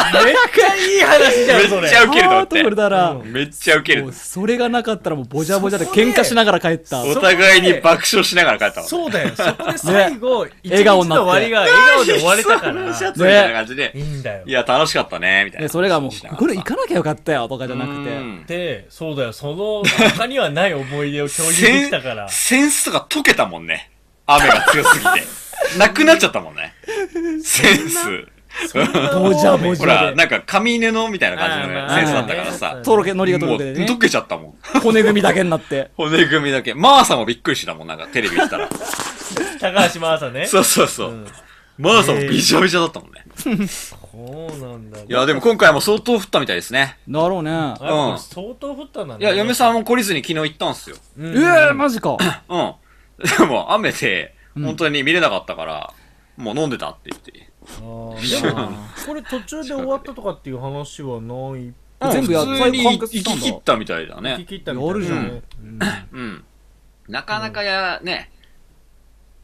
C: ゃいい話じゃん、そ
A: めっ
C: れ
A: ち。ゃウケると
B: ハ
A: 思
B: ートフル
A: っ
B: だな、
C: う
A: て。めっちゃウケ
B: もう
A: る。
B: それがなかったらもうボジャボジャで
C: そこで
B: 喧嘩しながら帰った
A: お互いに爆笑しながら帰ったもんね。
C: そうだよ。そこで最 後、一日
B: 笑顔になって
C: の終わりが笑顔で終われたか
A: ひょう柄のシャ
C: ら。
A: ツみたいな感じ
C: い
A: で。
C: いんだよ
A: い。や、楽しかったね、みたい
B: ね
A: な。
B: それがも
A: しなが
B: う
A: ら
B: これ行かなきゃよかったよとかじゃなく
A: う
B: て
A: ん
C: で、そうだよ。その他にはない思い出を共有でき たから。
A: センスが溶けたもんね。雨が強すぎ て。なくなっちゃったもんね。センス。
B: ボジャボジ
A: ほ
B: ャ
A: ら、
B: で
A: なんか紙犬のみたいな感じの
C: あ
A: ね
C: ー
B: まあ
A: センスだったから
C: あ
A: さ。
B: とろけノリがと
A: も
B: ろ
A: う
B: けでね
A: 溶けちゃったもん。
B: 骨組みだけになって
A: 骨組みだけ。マーサもびっくりしてたもん、なんかテレビ見てたら。
C: 高橋真麻ね。
A: そうそうそう。
C: うん
A: マーサもびちゃびちゃだったもんね。
C: そうなんだ。
A: いや、でも今回も相当降ったみたいですね。
B: だろうね
C: あ、こ
A: うん
C: れ相当降ったんだね。
A: いや、嫁さんも懲りずに昨日行ったんすよ。
C: うん。
B: ええマジか
A: うん。でも雨で、
B: うん
A: 本当に見れなかったから、もう飲んでたって言って。
C: あーでも、これ途中で終わったとかっていう話はない。
A: うん
B: 全部やっ
A: 普通に
B: 完
A: 行
B: 結
A: き
B: したんだ
A: 切ったみたいだ
C: 聞き
A: ね。
C: 切ったみたいなね。
B: や
A: る
C: うん
A: うん。なかなかや、ね、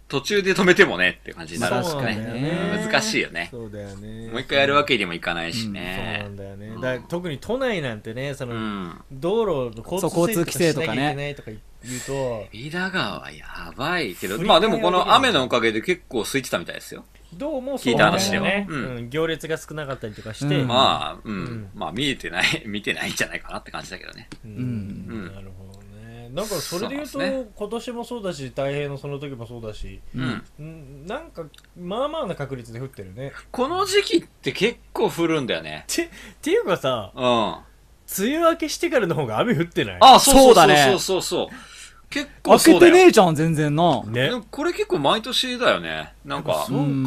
A: 途中で止めてもねって感じになるんです
C: そ
A: か
C: うなんだよ
A: ね。
C: ね。
A: 難しいよね。
C: そうだよね。
A: もう一回やるわけにもいかないし
C: そうな
A: ね
C: ん。だよね。
A: うん
C: だから特に都内なんてね、そうの
A: ん。
C: 道路の交
B: そう
C: 通
B: 交通規
C: 規制
B: 制と
C: とか
B: か
C: しなきゃい
B: ね
C: けないとか言うと、
A: 飯田川やばいけど、
C: 振り返り
A: まあでもこ
C: はでき
A: の
C: ない
A: 雨のおかげで結構空いてたみたいですよ。
C: どうも
A: 聞いた話では
C: ね。
A: うん
C: うん行列が少なかったりとかして。
B: うん
A: まあ、うん、
C: ん
A: まあ見えてない、見てないんじゃないかなって感じだけどね。う
C: う
A: ん
C: なるほどね。なんかそれで言う
A: そうなんで
C: と、今年もそうだし、大変のその時もそうだし、
A: うん。
C: うんなんか、まあまあな確率で降ってるね。
A: この時期って結構降るんだよね。
C: て、っていうかさ、
A: うん。あ、
C: 梅雨明けしてからの方が雨降ってない
A: そう
B: そ
A: そう
B: うだ
A: そう
B: ね
A: そうそうそう。結構
B: 開
A: そ
B: け
A: うだ
B: て
A: よ。
B: ねえじゃん全然な
C: ね
A: で。もこれ結構毎年だよね。なんか、
C: そうか。
B: うん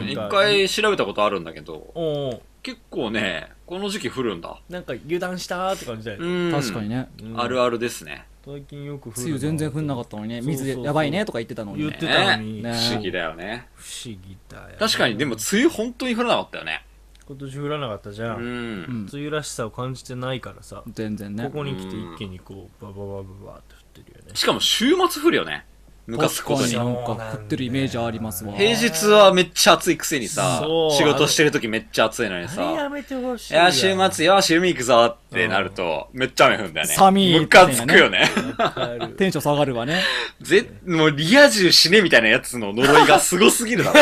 A: うん。一回調べたことあるんだけど、
C: おうおう
A: 結構ね、この時期降るんだ。
C: なんか油断したーって感じだよね。
A: うん。
B: 確かに
A: ね。
B: ね
A: あるあるですね。
C: 最近よく降るな
B: 梅雨全然降んなかったのにね水
C: そうそうそう
B: やばいねとか言ってたのに
C: 言っ
B: ね
C: てたのに、
B: ね
A: 不思議だよね。
C: 不思議だよ
A: 確かに、でも梅雨本当に降らなかったよね。
C: 今年降らなかったじゃ
A: う。
C: ん、梅
B: うんん
C: 雨らしさを感じてないからさ、
B: 全然ね
C: ここに来て一気にこうバババババって降ってるよね
A: しかも週末降るよね。ぬかすこと
B: 確
A: に
B: か。なんか食ってるイメージありますわ
A: 平日はめっちゃ暑いくせにさ
C: そう、
A: 仕事してる時めっちゃ暑いのに
C: あれや
A: さ、
C: めてほし
A: い
C: いわ
A: や、週末よし、海行くぞってなると、めっちゃ雨降るんだよね。
B: 寒い
A: ムカつくよね。
C: わかる
B: テンション下がるわね
A: ぜ、もうリア充死ねみたいなやつの呪いがすごすぎるだろ。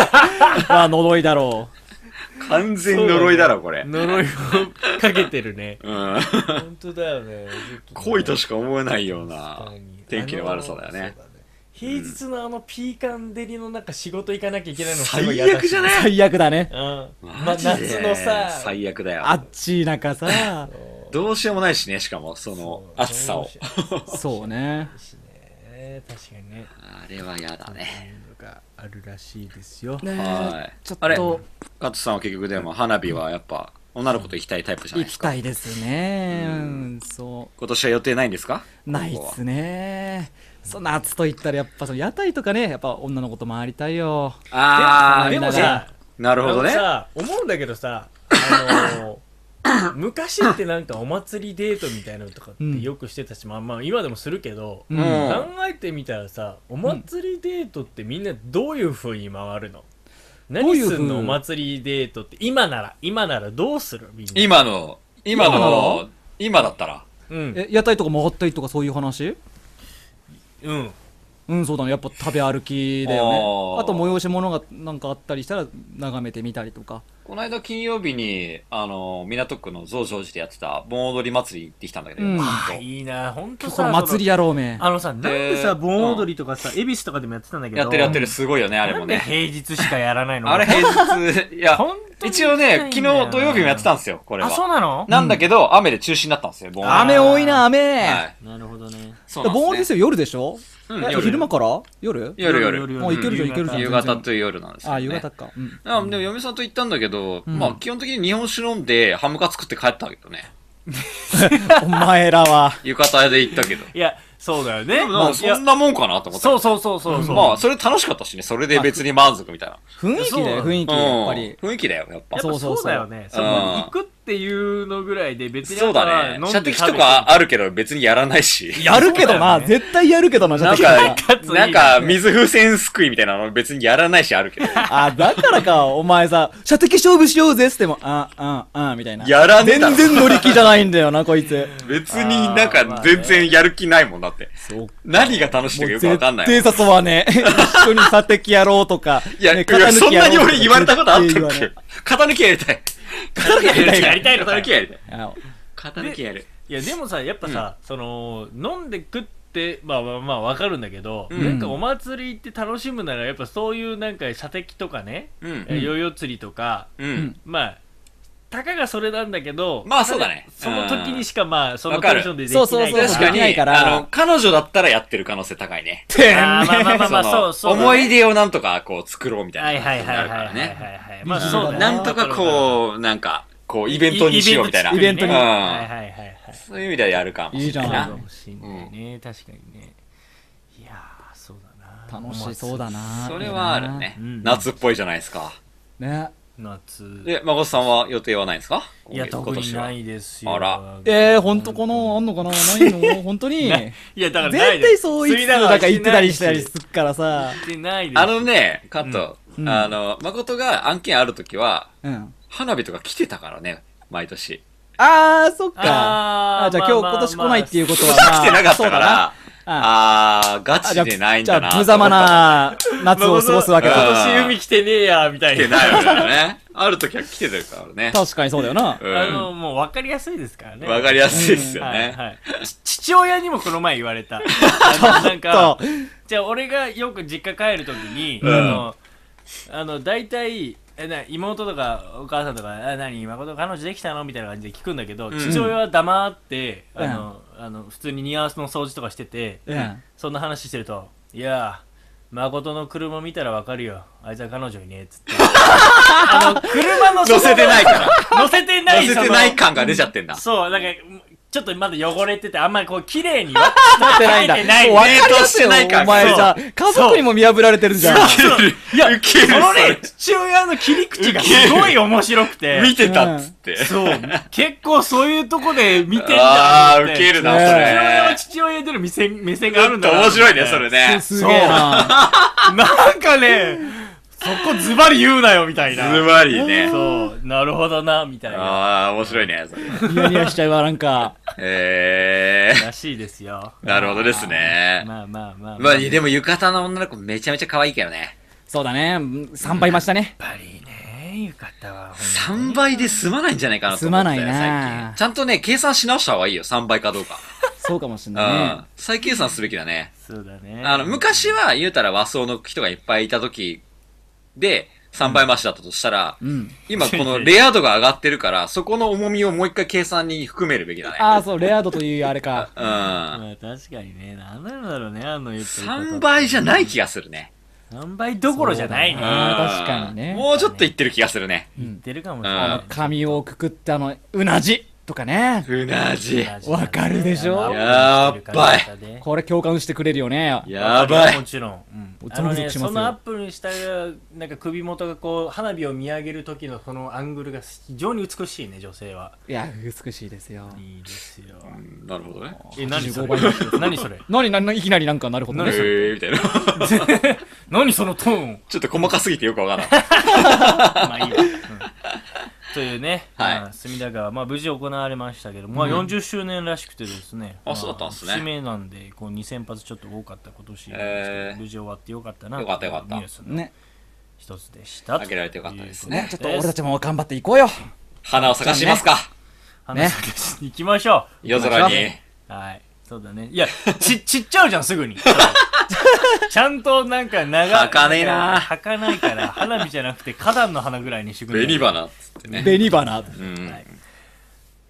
B: まあ呪いだろ
A: 完全に呪いだろ、これ。
C: 呪いをかけてるね
A: うん。
C: 本当だよね
A: 恋とし
C: か
A: か思えないような。天気の悪さだよね
C: 平日のあのピーカン照りの中仕事行かなきゃいけないのもすごい
A: 最
C: 嫌だし
A: 悪じゃ
B: う
A: ない
B: 最悪だね
C: うん、ま
A: マジで
C: 夏のさ
A: 最悪だよ。
B: あっちい中さ
A: どうしようもないしね、しかも、その、暑さを。
B: そうね
C: しね確かにね
A: あれは嫌だね。
C: のがあるらしいですよ
B: ね
A: はい
B: ちょっ
A: あれ
B: と
A: カットさんは結局でも、花火はやっぱ、女の子と行きたいタイプじゃない
B: 行
A: で
B: き
A: すか。
B: たいですね
A: う
B: うんんそ
A: 今年は予定ないんですか
B: うないっすねそう夏と言ったらやっぱその屋台とかねやっぱ女の子と回りたいよ
A: ああ、
C: でも
B: みんな
C: さ
A: なるほど
C: あ
A: ね。
C: のさ思うんだけどさあの ー昔ってなんかお祭りデートみたいなのとかってよくしてたし、まあまあ今でもするけど、
B: うんん
C: 考えてみたらさお祭りデートってみんなどういう風に回るの、
B: ど
C: 何
B: ういう
C: す
B: 風
C: んのお祭りデートって今なら今ならどうするみんな、
A: 今の、今
B: 今なの
A: の、今だったら。
C: うん
B: え屋台とか回ったりとかそういう話
C: うん
B: うんそうだねやっぱ食べ歩きだよね
A: あー
B: あと催し物がなんかあったりしたら眺めてみたりとか
A: この間金曜日に、あの、港区の増上寺でやってた盆踊り祭り行ってきたんだけど、
B: うん
A: ずっ
C: あ
A: と
C: いいなほんと
B: こ
C: さ
B: れ祭りやろうめ
C: そのあのさなんでさ
A: で
C: 盆踊りとかさ恵比寿とかでもやってたんだけど
A: やってるやってる、すごいよね、あれ
C: な
A: も
C: んで
A: ね。
C: 平日しかやらないの
A: あれ平日、いや、
C: 本当に
A: 一応ね、昨日土曜日もやってたん
C: で
A: ですよ、こ
C: す
A: れは。
C: あ、そうなの
A: なんだけど、雨で中止になったんですよ、盆踊り。
C: あ
B: 雨多いな雨、
A: はい。
C: なるほどね。
A: そうなん
B: 盆踊り
A: で
B: ですす
A: ね。
B: よ夜でしょ、
A: うん
B: え
A: 夜
B: 昼間から夜
A: 夜夜
C: 夜
B: もういけるじゃんいけるじゃん
A: 夕方という夜なんですよ、ね。
B: あ夕方か、うん、
A: あでも嫁さんと行ったんだけど、
B: うん
A: まあ基本的に日本酒飲んでハムカツ食って帰ったけどね。
B: お前らは
A: 浴衣で行ったけど。
C: いや、そうだよ
A: で
C: ね。
A: も
C: まあ
A: そんなもんかなと思った
C: そうそうそうそうそう。
A: まあ、それ楽しかったしね。それで別に満足みたいな。
B: 雰囲気だよ、雰囲気、
A: うん
B: やっぱり。
A: 雰囲気だよ、やっぱ
C: やっ。
B: そ
C: ぱ
B: うそうそう
C: そうだよね。その
A: うん
C: 行くっていうのぐらいで別に
A: そうだね。射的とかあるけど別にやらないし。
B: やるけどな、
C: そうだよね
B: 絶対やるけどな、じゃ
A: な
B: あ
A: んか、
C: つ
A: なんか、水風船すくいみたいなの別にやらないしあるけど。
B: あ、だからか、お前さ、射的勝負しようぜっつっても、あ、あ、あ、みたいな。
A: やらねえ
B: 全
A: だろ
B: 然乗り気じゃないんだよな、こいつ。
A: 別になんか全然やる気ないもんだって。
B: そうか。
A: 何が楽しい
B: も
A: の
B: う
A: かよ
B: 絶
A: くわかんないもん。
B: 対誘わねえ。一緒に射的やろうとか。
A: いや、
B: ね
A: いやそんなに俺言われたことあったっ
B: 絶対
A: け肩抜きやりたい。肩抜き
C: やりたいのか
A: 肩
C: よ
A: 抜きやりたい。
B: 言わねえ
A: 肩抜きやる。
C: いやでもさやっぱさ、その飲んで食ってまあまあまあわかるんだけど、
A: うん
C: なんかお祭り行って楽しむならやっぱそういうなんか射的とかね、
A: うん。
C: えヨーヨー釣りとか
A: うん。
C: まあたかがそれなんだけど
A: まあそうだね
C: その時にしかまあその
A: わか
C: テ
A: る
C: ンションでできない
B: そうそうそう
C: ら
A: 確か
B: でき
A: に、
B: ないから
A: あの、彼女だったらやってる可能性高いね。
B: 言わ
C: あ
B: な
C: ー
B: い。
C: まあまあまあま
A: そ
C: あそ
A: の
C: うそうだね
A: 思い出をなんとかこう作ろうみた
C: はいい
A: な。
C: はいはいはいはいはい
A: ね
C: はいまあそうだね
A: なんとかこう、なんか、こう、イベントにしようみたいな。
B: イベントに
A: うん
C: はいはいはいはい
A: そういう意味ではやるかもしれない。
B: いいじゃ
C: そうう
B: な
C: かもしんないね確かにねいやーそうだな
B: 楽しそうだな。
A: それはあるね
C: う。ん
A: 夏っぽいじゃないですか。
B: ね。
C: 夏
A: で、孫さんは予定はないんですか
C: いや特にな。
A: 今
C: いですよ
A: あら
B: えー、ほんとこの、あんのかなない の本当に。絶
C: いやだからないで
B: 対
C: す
B: そういつ、なんか言ってたりしたりするからさ。
C: ってない
A: 年
C: です
A: はあのね、カット、
B: うんうん
A: あの、誠が案件あるときは、
B: うん。
A: 花火とか来てたからね、毎年。
B: あー、そっか。
C: あ
B: あ、じゃあ今日今年来ないっていううことは。
A: 来てなかっ
B: そ
A: た
B: う
A: か
B: だ
A: ら、
B: な。あ
A: あー、ガ
B: あ
A: チでないんだな。
B: じゃあ、無様。な夏 を過ごすわけ
A: まあ
B: だ。
A: まあ
C: 今年海来てねえやみたい
A: 来て
C: な
A: ないわけだね。あるときは来てるからね。
B: 確かにそうだよな。
A: う
C: あの
A: ん。
C: もう分かりやすいですからね
A: わかりやすいですよ
C: はい
A: ね。
C: はいち父親にもこの前言われ たあのなんか
B: と、
C: じゃあ俺がよく実家帰るときに、
A: うん
C: あのあの大体えな妹とかお母さんとか「あ何今こと彼女できたの?」みたいな感じで聞くんだけど、
A: うん
C: 父親は黙って、
B: うん
C: あのあの普通にニュアンスの掃除とかしてて、
B: うん。
C: そんな話してると「いやー誠の車見たらわかるよあいつは彼女いねえ」っつってあの車の
A: 乗せてないから。
C: 乗せてない
A: 乗せてない感が出ちゃってんだ。
C: そのそうなんかちょっとまだ汚れててあんまりこう綺麗には
B: なってないんだ。
C: 書いてないね
B: もう分かりやすいよ
A: 冷凍してないから
B: お前さ、家族にも見破られてるじゃん。
A: いや、ウケる
C: その
A: それ
C: ね父親の切り口がすごい面白くて
A: 見てたっつって。
C: そう結構そういうとこで見てんだ
A: あ
C: と
A: ー、
C: 思っ
A: ウ
C: て
A: ケるな、
B: ね
A: そ
C: 父親は
A: れ。
C: 父親での目線目線
A: ち
C: があ
A: ょ
C: る
A: っ
C: ん
A: と
C: だな
A: 面白いね、それね。
B: すげえな。
C: なんかねそこズバリ言うなよみたいな
A: ズバリね。
C: そうなるほどなみたいな
A: ああ、面白いね、それ。
B: ニヤニヤしちゃうわ、なんか。
A: え
C: らしいですよ
A: ー、なるほどですね。
C: まあまあまあ
A: まあ、
C: やっ
A: でも浴衣の女の子めちゃめちゃ可愛いけどね。
B: そうだね。参拝ましたね。
C: ぱりね浴衣は
A: 3倍で済まないんじゃないかなと思ってたよ
B: 済まないな
A: 最近。ちゃんとね、計算し直した方がいいよ、3倍かどうか。
B: そうかもしん
A: う
B: ない
A: ん
B: ね。。
A: 再計算すべきだね。
C: そうだね
A: あの、昔は言うたら和装の人がいっぱいいた時で、3倍増しだったとしたら、
B: うん。
A: 今このレア度が上がってるから、そこの重みをもう一回計算に含めるべきだね。
B: ああ、そう、レアードというあれか。
A: うん。
C: まあ確かにね、なんなんだろうね、あの言ってること
A: 3倍じゃない気がするね。
C: 3倍どころじゃないね。
B: そう
C: 言
B: だ
C: っ
B: あー
A: うん
B: 確かにね
A: もうちょっといってる気がするね。
B: うん。
C: てるかもし
A: う
C: れ
A: ん
C: な
B: あ
C: い
B: の、。髪をくくってあの、うなじとかね。
A: うなじ。
B: わかるでしょ
A: やっばい
B: これ共感してくれるよね。
A: やば
C: も
A: い。
C: ちろん。うん
B: ゾクゾク
C: あのね、
B: しますよ
C: そのアップにした、なんか首元がこう、花火を見上げる時のこのアングルが非常に美しいね、女性は。
B: いや、美しいですよ。
C: いいですよ。
A: うんなるほどね。
C: え、何そ
B: 85
C: れ
B: 倍です
C: 何それ
B: 何、何、いきなりなんかなるほど
A: え
B: ね。
A: ー、みたいな。
C: 何そのトーン
A: ちょっと細かすぎてよくわからない。
C: まあいいわ。うんというね、
A: はい
C: まあ隅田川、まあ、無事行われましたけど、まあ、40周年らしくてですね、
A: あ
C: ま
A: そうだったんですね
C: 節目なんでこう2000発ちょっと多かった今年なんですけど、
A: えー
C: 無事終わってよかったな
A: よかったよかった
C: ニュースの
B: ね。
C: 一つでした
A: あげられてよかったです
B: ね
A: ね、
B: ちょっと俺たちも頑張っていこうよ。
A: 花を探しますか。
C: 話をしに行きましょう
A: 夜空に。
C: はいそうだねいやち ちっちゃうじゃんすぐにちゃんとなんか長い
A: 儚かねえな
C: はかないから花火じゃなくて花壇の花ぐらいにしてくれ
A: 紅花っつってね。
B: 紅花。
A: うん。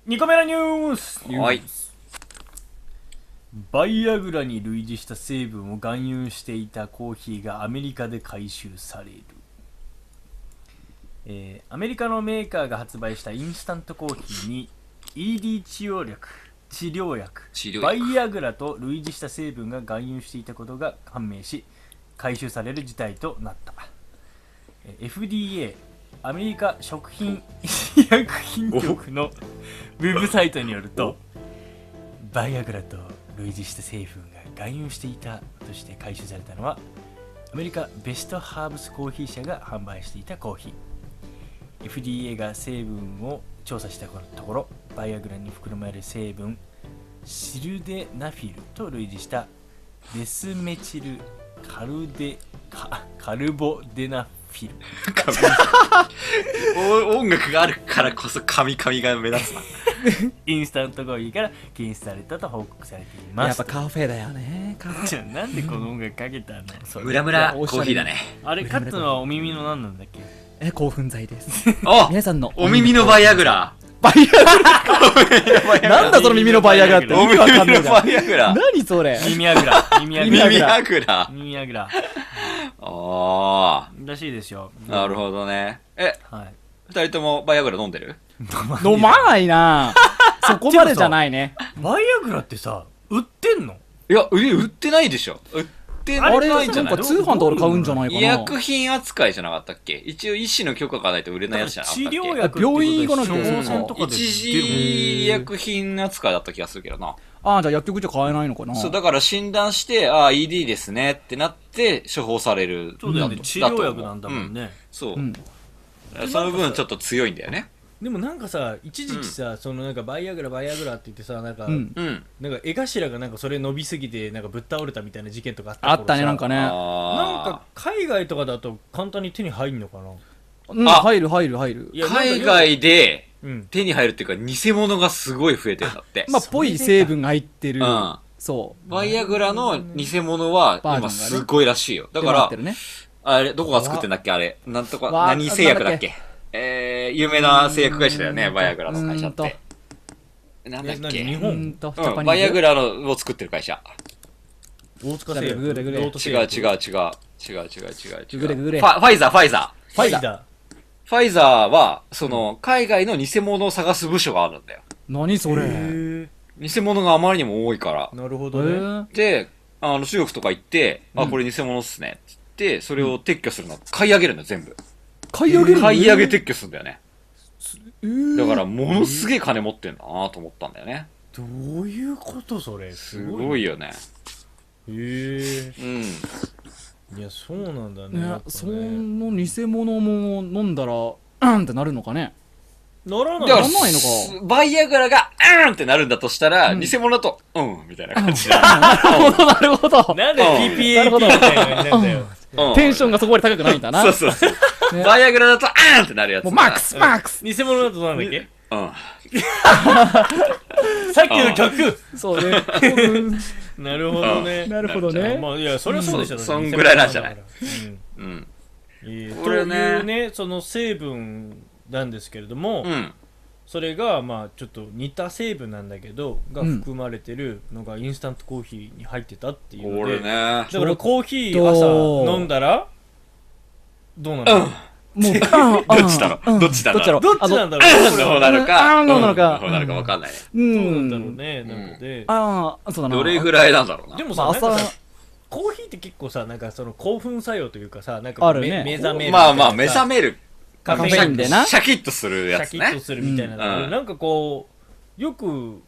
C: 2個目のニュース
A: はい。
C: バイアグラに類似した成分を含有していたコーヒーがアメリカで回収される、えーアメリカのメーカーが発売したインスタントコーヒーに ED 治療薬
D: 治療薬
A: 治療
D: バ
A: 薬
D: イアグラと類似した成分が含有していたことが判明し回収される事態となったえ FDA アメリカ食品 医薬品局のウェブサイトによるとバイアグラと類似した成分が含有していたとして回収されたのはアメリカベストハーブスコーヒー社が販売していたコーヒー FDA が成分を調査したところバイアグラに含まれる成分シルデナフィルと類似したデスメチルカルデカカルボデナフィル
A: お音楽があるからこそカミカミが目立つな
D: インスタントコーヒーから検出されたと報告されています
B: やっぱカフェだよね。カフェ。
D: ちょ なんでこの音楽かけたの
A: ムラムラコーヒーだね
D: あれカットのお耳の何なんだっけ
B: え、興奮剤です。
A: お
B: 皆さんの
A: お耳のバイアグラ
B: バイアグラ。なんだその耳のバイアグラって。
A: お
B: 意味わかん
A: 耳
B: ない
A: の
B: じゃん
A: バ。イアグラ
B: 何それ。
D: 耳あぐ ら耳あぐ
A: 耳
D: ら
A: アグラ耳アグ
D: 耳あぐら
A: ラおー
D: らしいですよ
A: なるほどねえ
D: はい
A: 二人ともバイアグラ飲んでる
B: 飲まな いな。そこまでじゃないね。
D: バイアグラってさ売ってんの
A: いや売り売ってないでしょ売って
D: あ
A: な
B: あ
A: い
D: れ
B: れ、
A: んじ
B: な
A: ゃな
B: ん
A: い
B: か通販で俺買うんじゃないか
A: 医
B: な。
A: 薬品扱いじゃなかったっけ一応医師の許可がないと売れないやつじゃなかった
D: 治
A: っけ
D: 療薬ってことで
B: 病院行かなきゃ
D: 処方箋とかで
A: 一
D: 出る
A: 時医薬品扱いだった気がするけどな。
B: ああ、じゃあ薬局じゃ買えないのかな。
A: そう、だから診断して、ああ、ED ですねってなって、処方される。
D: そうだよね治療薬なんだもん
A: ね。
D: ね、
A: そう
B: う。ん。
A: その分ちょっと強いんだよね。
C: でもなんかさ一時期さ、そのなんかバイアグラバイアグラって言ってさなんか、
B: うん。
A: うん。
C: なんか絵頭がなんかそれ伸びすぎてなんかぶっ倒れたみたいな事件とかあった
B: あったね、なんか
C: ね
B: ね。
C: なん
A: あ
C: か海外とかだと簡単に手に入んのかな
B: うん、
A: あ
B: 入る入る入る
C: い。
A: あ。
C: やなんか
A: 海外で
C: うん
A: 手に入るっていうか、偽物がすごい増えてるんだって。
B: まあ、ぽい成分が入ってる。
A: うん
B: そう。
A: バイアグラの偽物は
B: バージョンがね
A: 今すごいらしいよ。だか
B: ってなっ
A: ら
B: て、るね、
A: あれ、どこが作ってんだっけあれ。なんとか、
B: わ
A: 何製薬だっけ
B: な
A: えー、有名な製薬会社だよね、
B: うん
A: バイアグラの会社っ
B: うん
A: て。なんだっ
C: え何
A: け
C: 日
B: う
C: 本
B: んと、ジャ
A: う
B: パ
A: ん、
B: ニー
A: バ
B: ズ
A: イアグラのを作ってる会社。
C: 大塚製
B: グレグ
C: 薬
B: レ
C: ロート
A: 違
C: 製
A: う
C: 薬
A: 違う違う。違う違う違う違う。
B: グレグレ
A: ファファイザー、ファイザー。
C: ファイザー
A: ファイザーは、その、海外の偽物を探す部署があるんだよ。
B: 何それ。え
C: へ
A: 偽物があまりにも多いから
C: え。なるほどね、
B: ー、
A: で、あの、中国とか行って、あ、これ偽物っすね。つって、それを撤去するの、買い上げるんだよ、全部。
B: 買い上げるの
A: 買い上げ。撤去するんだよね。
B: えー
A: だから、ものすげえ金持ってんだなと思ったんだよね。
C: どういうことそれ
A: すごいよね。
C: へえ
A: うん。
C: いやそうなんだね
B: ね
C: やっぱね
B: その偽物も飲んだら、 うんってなるの かね。
C: ならない
A: だから
B: なんないのか
A: バイアグラが、うんってなるんだとしたら、
B: ん
A: 偽物だと、うん、みたいな感じ。
B: なるほど。
C: なんで PPAP みたいなのになんだよ
A: うん
B: テンションがそこまで高くないんだな。
A: そうそうそう。
B: ね
A: バイアグラだと、あーんってなるやつ。
B: もうマックスマックス
C: 偽物だとなんだっけ
A: うん。
C: さっきの客
B: そ うね。うん
C: なるほどね
B: なるほど
A: な
B: ね。
C: まあいやそれはそうでし
A: うん
C: ょだって
A: そんぐらいなんじゃない
C: う
A: う
C: ん
A: ん。
C: えー
A: ことれね
C: いうねその成分なんですけれども、
A: うん。
C: それがまあちょっと似た成分なんだけどが含まれてるのがインスタントコーヒーに入ってたっていうの
A: こ
C: で、
A: れね。
C: だからコーヒ
B: ちょっと
C: ー朝飲んだらどうなの、
B: もう、
A: どっちだろうどっちだろう
B: どっちだろう
C: どっちなんだろ
A: あ
C: う
A: ー
C: これ
A: どう
C: は
A: なるか。
B: あーどうなるか
A: んどうなるかわかんないね。
B: う
C: どうなん
B: ん。
C: だろうね、なので、
B: ああ、そうだな。
A: どれぐらいなんだろうな。
C: でも
B: ま
C: さ、
B: あ、
C: なんか
B: 朝、
C: さコーヒーって結構さなんかその興奮作用というかさなんか
B: あ
C: こう
B: る
C: め
B: ね
C: 目覚める
A: まあまあ、目覚める。
C: カ
B: フェインでな
A: シャキッとする
C: シ
A: や
C: ャ
A: つ
C: キッ
A: ね
C: と。するみたいなの
A: うん
C: で、なんかこうよく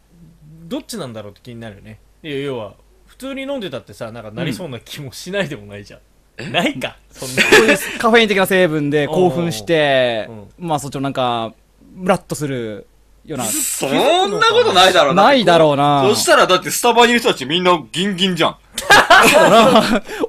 C: どっちなんだろうって気になるよねで要は普通に飲んでたってさなんかなりそうな気もしないでもないじゃん、ないかそんな
B: こういうカフェイン的な成分で興奮して、まあ、そっちのなんか、ムラッとするような。
A: そんなことないだろう
B: ないだろうな
A: そしたら、だってスタバにいる人たちみんなギンギンじゃん。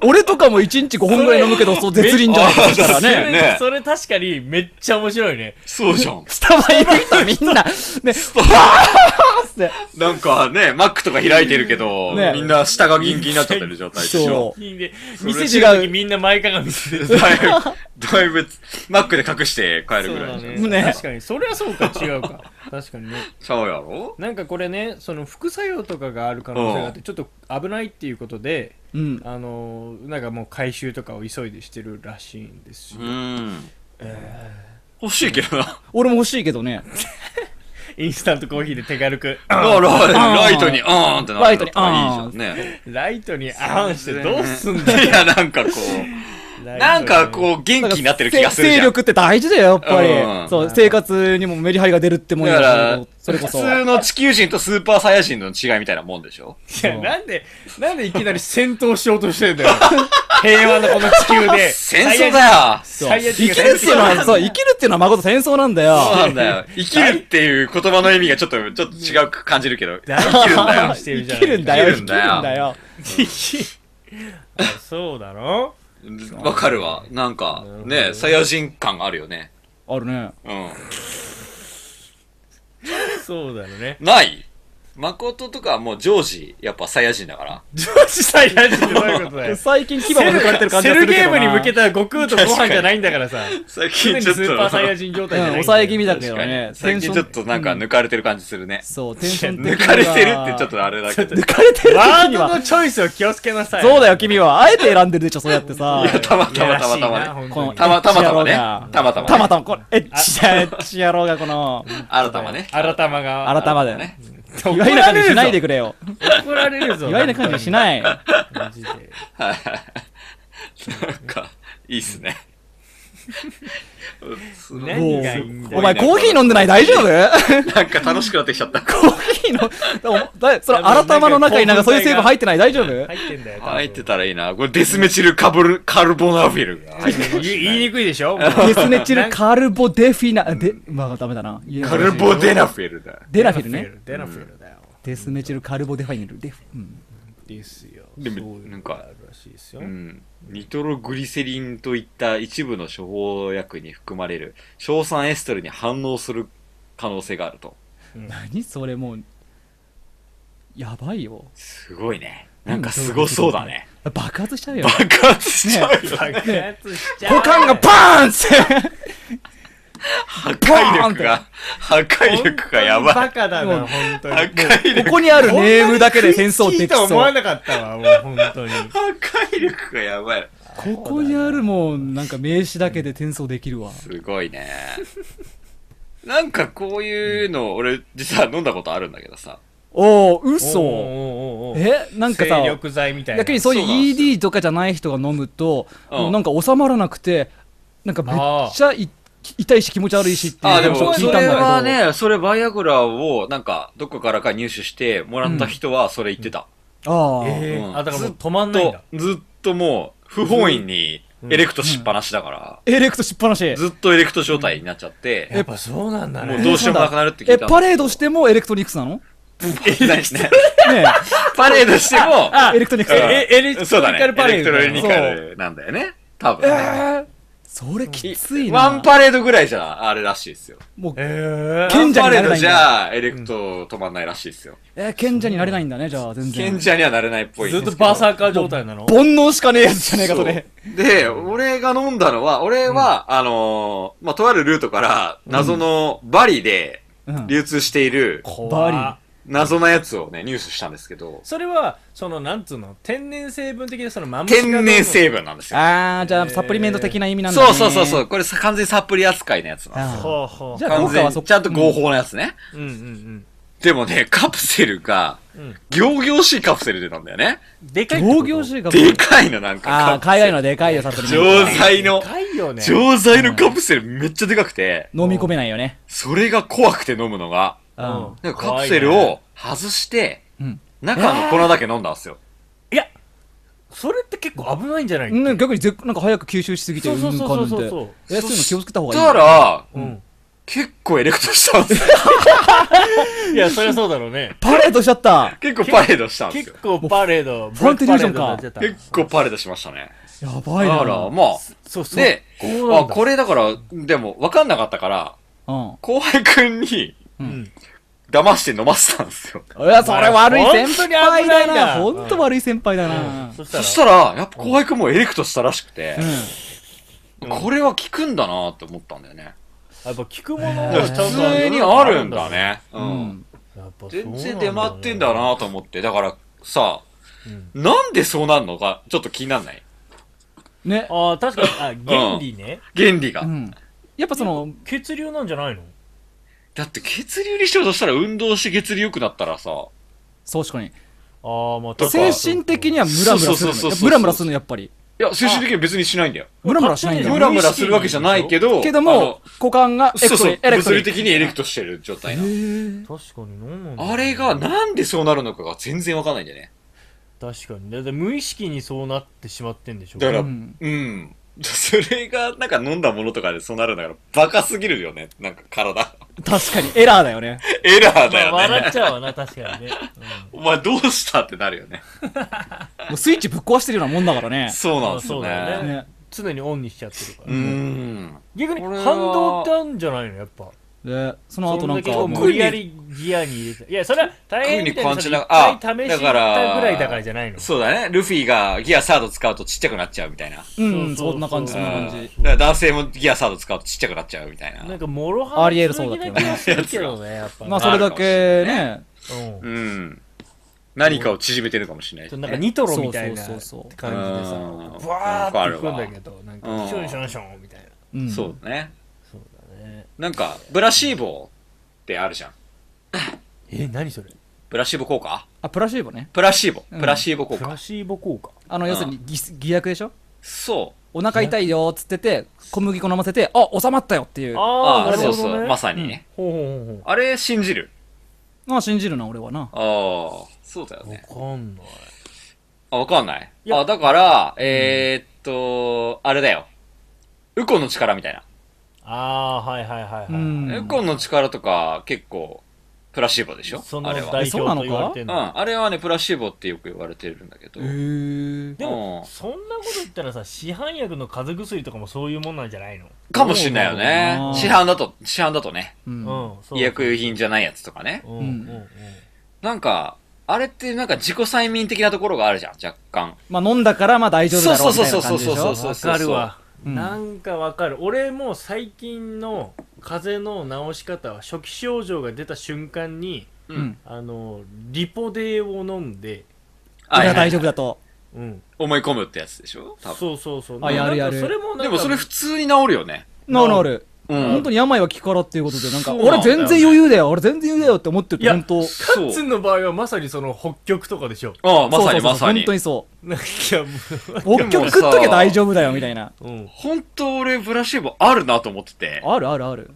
B: 俺とかも1日5本ぐらい飲むけど、そう絶倫じゃない
A: それ
B: そしたら
A: だ
B: ね。
A: よね
C: それそれ確かにめっちゃ面白いね
A: そうじゃ ん。
B: スタバいる人みんな、ね、って
A: なんかね、マックとか開いてるけど、
B: ね
A: みんな下がギンギンになっちゃってる状態でしょ。
B: そ
C: いいね
A: れ違う
C: 店でる時みんな前かがみしてる
A: だいぶ、だいぶ、マックで隠して帰るぐらいじゃん。
B: うね
C: 確かにそれはそうか違 うか確かにね
A: ちゃうやろ
C: なんかこれねその副作用とかがある可能性があってちょっと危ないっていうことで
B: う。うん。
C: あのーなんかもう回収とかを急いでしてるらしいんですよ
A: う、ん。欲しいけどな。
B: 俺も欲しいけどね。
C: インスタントコーヒーで手軽く、
A: ララライトに、あーんってなるんだったら
B: ライトに
A: いいじゃんね。
C: ライトにあーんしてどうすんだ
A: いや、なんかこう、なんか
C: う。
A: こう、元気になってる気がするじゃ
B: せ
A: ん。
B: 精力って大事だよ、やっぱり。
A: うん
B: そう、生活にもメリハリが出るってもん
A: だか
B: やから
A: ら、
B: それこそ。
A: 普通の地球人とスーパーサイヤ人の違いみたいなもんでしょ
C: いや、なんで、なんでいきなり戦闘しようとしてんだよ。平和なこの地球で。
A: 戦争だよ
B: そう
C: 最悪
B: 生きるっていうのは、そう、生きるっていうのは誠戦争なんだよ。
A: そうなんだよ。 生きるっていう言葉の意味がちょっと、ちょっと違うく感じるけど、
C: 大
A: 生きるんだよ
C: し。て
B: 生
C: るじゃん
B: きるんだよ、
A: 生
B: 生
A: きるん
B: き
A: だよ
B: るんだよ。
C: 生きあそうだろ
A: わかるわ。なんか、ね、サイヤ人感があるよね。
B: あるね。
A: うん。
C: そうだろね。
A: ない誠とかはもう常時、やっぱサイヤ人だから。
C: 上司サイヤ人ってどういうことだよ。
B: 最近牙を抜かれてる感じがするけどな。
C: セルゲームに向けた悟空とご飯じゃないんだからさ。
A: 最
C: 常
A: 近
C: に
A: ち
C: ス
A: ょっと、
C: ーパーサイヤ人状態じゃ
B: うん
C: ないんだよ
B: 抑え気味だけど
A: 確か
B: ね
A: に。最近ちょっとなんか抜かれてる感じするね。
B: そう、テンション的に
A: 抜
B: は
A: かれてるってちょっとあれだけど。
B: 抜かれてる
C: ワ
B: 時
C: ー
B: に
C: ド
B: は
C: の。チョイスを気をつけなさい。
B: そうだよ、君は。あえて選んでるでしょ、そうやってさ
A: い。や、たま
C: い
A: た
C: や
A: ま
C: ら
A: た
C: し
A: ま
C: い
A: た
C: な
A: まね。
C: 本
B: こ
C: 当
B: の
C: に
A: たまたまたまね
B: エッチ
A: たまたまね。
B: 野郎が。たまたま、これ、エッチだ、エッチ野郎がこの、
A: 新たまね。
C: 新たまが。
B: 改ま で。
A: ね
B: 意外な感じしないでくれよ。
C: 怒られるぞ。
B: 意外な感じしない。
C: マジで。
A: はいはいなんか、いいっすね。すごい
C: 何がいいんだよ
B: お前、コーヒー飲んでない大丈夫
A: なんか楽しくなってきちゃった。
B: コーヒーの、でもだその、新玉の中になんかそういう成分入ってない大丈夫
C: 入ってんだよ。多分
A: 入ってたらいいな。これデスメチルカブル、カルボナフィルが入ってる。
C: 言い言いにくいでしょ
B: デスネチルカルボデフィナ、で、まあダメだな。いや
A: カルボデナフィルだ。
B: デラフィルね。。
C: デラフィルだよ。
B: デスネチルカルボデファイナル。デフ、うん。
C: ですよ。
A: でも
C: そういうの
A: なんか
C: があるらしいですよ
A: う。ん。ニトログリセリンといった一部の処方薬に含まれる硝酸エステルに反応する可能性があると。
B: 何それもう、やばいよ。
A: すごいね。なんかすごそうだね。
B: 爆発しちゃうよ。
A: 爆発しちゃうよ。
C: 爆発しちゃう。
B: 股間がパーンって
A: 破壊力が、破壊力がやばい。
C: 本当にバカだな、本当に。
A: 破壊 力
B: ここにあるネームだけで戦争でき
C: こんなに好きと思
B: そ
C: わ
B: う。
C: なかったわ、もう本当に。
A: 破壊力がやばい。
B: ここにあるもう、なんか名詞だけで転送できるわ。
A: すごいね。なんかこういうの、俺、実は飲んだことあるんだけどさ。
B: おー、
C: おう
B: 嘘。
C: おうおうおう
B: えなんかさ
C: 精、力剤みたいな。
B: 逆にそうい
A: そうなんで
B: う
A: すよ
B: ED とかじゃない人が飲むと、
A: うん
B: もうなんか収まらなくて、なんかめっちゃい痛いし気持ち悪いしって
A: あ
B: い
A: あ、
B: う
A: でも、
B: 話を聞
A: そ
B: いたん
A: れは
B: だけど。
A: ね、それバイアグラを、なんか、どこからか入手してもらった人は、それ言ってた。
B: ああ。
C: え
A: うん
C: ーあ、だからもう止まんないん
A: と
C: だ。、
A: ずっともう、不本意に、エレクトしっぱなしだから、
B: エレクトしっぱなし。
A: ずっとエレクト状態になっちゃって、
C: やっぱそうなんだ
A: も
C: ね。
A: うどうしようもなくなるって聞
B: え、
A: いたの
B: パレードしてもエレクトニクスなのね
A: 何して
B: え。
A: パレードしても、
B: エレクトニクス。
A: うん
C: えエレクトニカル
A: そうだね
C: パレードだよ
A: エレクトロニカルなんだよね。多分ね。
B: それきついな。
A: ワンパレードぐらいじゃ、あれらしいですよ。
B: もう、
C: えー。
B: 賢者になれ
A: ワンパレー
B: な
A: ド
B: いん
A: じ
B: だ。
A: ゃ、エレクト止まんないらしいですよ。
B: えー、賢者になれないんだね、じゃあ、全然。
A: 賢者にはなれないっぽい
C: ず
A: ん
C: っ
A: ですけど。
C: とバーサーカー状態なの
B: 煩悩しかねえやつじゃねえか、それ。
A: そうで、俺が飲んだのは、俺は、あのーまあ、とあるルートから、謎のバリで
B: うん
A: 流通している、
C: 怖い
B: バ
A: 謎なやつをね、入手したんですけど、
C: それは、その、なんつうの、天然成分的な、その、まん
A: 天然成分なんですよ。
B: あー、じゃあ、サプリメント的な意味なんだね。
A: そうそうそうそう、これさ完全にサプリ扱いのやつなんですよ。
B: あ
C: ほうほう。
B: じゃあ
A: 完
B: 効果
A: 全
B: はそ
A: に、ちゃんと合法なやつね。
C: うんうんうん。
A: でもね、カプセルが
C: うん、
A: 行々しいカプセルでなんだよね。
C: でか
B: ー。
C: いってこと
B: 同業種が。
A: でかいの、なん
B: あ
A: か
B: あ、。海外のはでかいよ、サプリメント。
A: 錠剤の
C: で、かいよね。
A: 錠剤のカプセルめっちゃでかくて、
B: 飲み込めないよね。
A: それが怖くて飲むのが。
B: う
C: うん
B: ん。
A: なんかカプセルを外して、
B: うん。
A: 中の粉だけ飲んだんですよ。
C: いや、それって結構危ないんじゃないっけ
B: うん逆にぜ、なんか早く吸収しすぎて、
C: そううんそ
B: ぬ
C: うんそ
B: か
C: うん
B: ぬ
C: そ
B: ん
C: う
B: で。え、そういうの気をつけた方
A: そ
B: が
A: し
B: いい。
A: たら、
C: うん。
A: 結構エレクトしたんですよ。
C: いや、そりゃそうだろうね。
B: パレードしちゃった。
A: 結構パレードしたんです
C: 結
A: よ。
C: 構パレード、
B: フロントイリュージョンか
C: ブラックパレードになっちゃっ
A: 結構パレードしましたね。
B: や
A: だ
B: ばいな。
A: から、ま
C: た。そう
A: あ、
C: そう。
A: で、
C: こうなん
A: あ、
C: だ
A: これだから、でも分かんなかったから、
B: うん。
A: 後輩くんに
C: うん。
A: 騙して飲ませたんですよ。
B: いや、それ悪い先輩だな。
C: 本当に危ないな
B: 本当悪い先輩だな。
C: そし
A: そしたたら、やっぱ後輩くんもエレクトしたらしくて
B: う、ん。
A: これは効くんだなって思ったんだよね。
C: ら、やっぱ聞くもの
B: うん
A: 普
C: はちゃんと
A: 通にあるんだ。ね。う。
B: うんん。
C: やっぱそうな
A: 全
C: んだ
A: 然出回ってんだ。なと思って。だからさ、
C: うん
A: なんでそうなんのか、ちょっと気になんない
B: ね。
C: ああ、確かに、あ、原理ね。
A: 原理が。
B: うん。やっぱその、
C: 血流なんじゃないの
A: だって血流にしようとしたら運動して血流良くなったらさ、
B: そう確かに
D: ああ、ま
A: と
D: あ、
A: か
B: 精神的にはムラムラする
A: そうそうそうそう
B: の
A: そう
B: ムラムラするのやっぱり
A: いや、精神的には別にしないんだよ。
B: ムラムラしないんだ
A: ム
B: よ
A: ラムラするわけじゃないけど、
B: け
A: あ
B: ども
A: の、
B: 股間がエ
A: そ
B: ク
A: う
B: ト
A: そ
B: リ
A: う、
B: エレクト
A: 物
B: リ
A: 理的にエレクトしてる状態な。
B: へえ
C: 確かに何なんだろうね
A: あれがなんでそうなるのかが全然わかんないんだよね。
C: 確かにだって無意識にそうなってしまってんでしょ
A: だから、
B: う
A: うんん。それが、なんか飲んだものとかでそうなるんだから、バカすぎるよね。なんか体。
B: 確かにエラーだよね
A: エラー
C: ま
A: だ
C: あ
A: よ
C: 笑っ
A: ね。
C: ちゃうわな確かにね、
A: お前どうしたってなるよね。
B: もうスイッチぶっ壊してるようなもんだからね
A: そうなんです
C: そ
A: よ
C: うだよ
A: ね。
B: ね
C: 常にオンにしちゃってるか
A: う
C: ら、
A: ーん。
C: 逆に
A: これは
C: 反動ってあるんじゃないのやっぱ
B: でその後
C: そん
B: な
C: だ
B: んか
C: けこう
B: もう
C: 無理やりギアに入れたいやそれは大変みたい
A: こういうふうに感じなが
C: な
A: ら
C: 一回試した
A: あ
C: ぐらいだからじゃないの
A: そうだね。ルフィがギアサード使うとちっちゃくなっちゃうみたいな。
B: うんそんな感じ
C: そ
B: そ
C: う
B: な
C: ん
B: 感
A: うん
B: じ
A: だから男性もギアサード使うとちっちゃくなっちゃうみたいな。
C: なんかもろは
B: ありえるそうだけどね
C: 気がするけどねやっぱね
B: まあそれだけね
C: うん
A: うん。何かを縮めてるかもしれない
C: ちょ
A: し
C: っと
A: ね、
C: なんかニトロみたいな
B: そう
C: 感じで
B: そうそうそう
C: さ、
A: うん
C: ブワーっていくんだけど、なん
A: う
C: か
A: ん
C: シュンシュンシュンみたいな。
B: うん
A: そうだね。
C: そうだね。
A: なんか、ブラシーボってあるじゃん。
C: え、何それ
A: ブラシーボ効果
B: あプラシーボね
A: プラシーボ。
B: うん
A: プラシーボ効
C: プ
A: 果。
C: ラシーボ効果。
B: あの要するに偽偽薬でしょ
A: そ
B: お腹痛いよーっつってて小麦粉飲ませてあ収まったよっていう
A: う。
C: ああ、なる
A: そう
C: ほ
A: そ
C: ど
A: う。
C: ね。
A: まさにね。
C: ほうほうほう
A: あれ、信じる。
B: まあ信じるな俺はな
A: ああ、そうだよね。
C: ほう。わかんない。
A: あ、わかんない。
C: いや
A: あ、だから、えー、っと、あれだよ。ウコンの力みたいな。
C: ああ、はいはいはいうは
B: ん
A: ウコンの力とか、結構、プラシーボでし
C: い。
A: ょ
C: その
A: あれは。
C: 代表と言われて
A: うんん。
C: の。
A: あれはね、プラシーボってよく言われてるんだけど。
B: え
C: で
A: う
C: も
A: ん、
C: そんなこと言ったらさ、市販薬の風邪薬とかもそういうもんなんじゃないの
A: かもしんないよね
B: うん。
A: 市販だと、市販だとね。
B: う
C: うんん、そう。
A: 医薬品じゃないやつとかね。
C: うん。う
B: うんん
C: うん。
A: なんか、あれってなんか自己催眠的なところがあるじゃん、若干。
B: まあ飲んだからまあ大丈夫だろうみたいな感じでし
A: そう
B: ょ
A: そう
C: わ
A: そう
C: かるわ。
B: うん
C: なんかわかる俺も最近の風邪の治し方は初期症状が出た瞬間に
A: う
B: うん。
C: あのリポデーを飲んで、
B: 俺は
A: はいはい
B: 大丈夫だと
C: うん、
A: 思い込むってやつでしょ多分。
C: そうそうそう
B: あやるやる
C: なんかそれもなんか
A: でもそれ普通に治るよね。
B: ノーノール
A: う
B: 本当に病は気からっていうことでなんか
A: そうなん
B: 俺
A: だよね
B: 全然余裕だよ俺全然余裕だよって思ってると
C: いや
B: 本当
C: カッ
A: そ
C: ツ
A: う。
C: ンの場合はまさにその北極とかでしょ
A: ああ、まさ
B: そうそう
A: に
B: そう
A: まさに。
B: 本当にそ
C: なんかいやも
B: う北極食っときゃ大丈夫だよみたいな
C: う、うん、
A: 本当俺ブラシーボあるなと思ってて。
B: あるあるある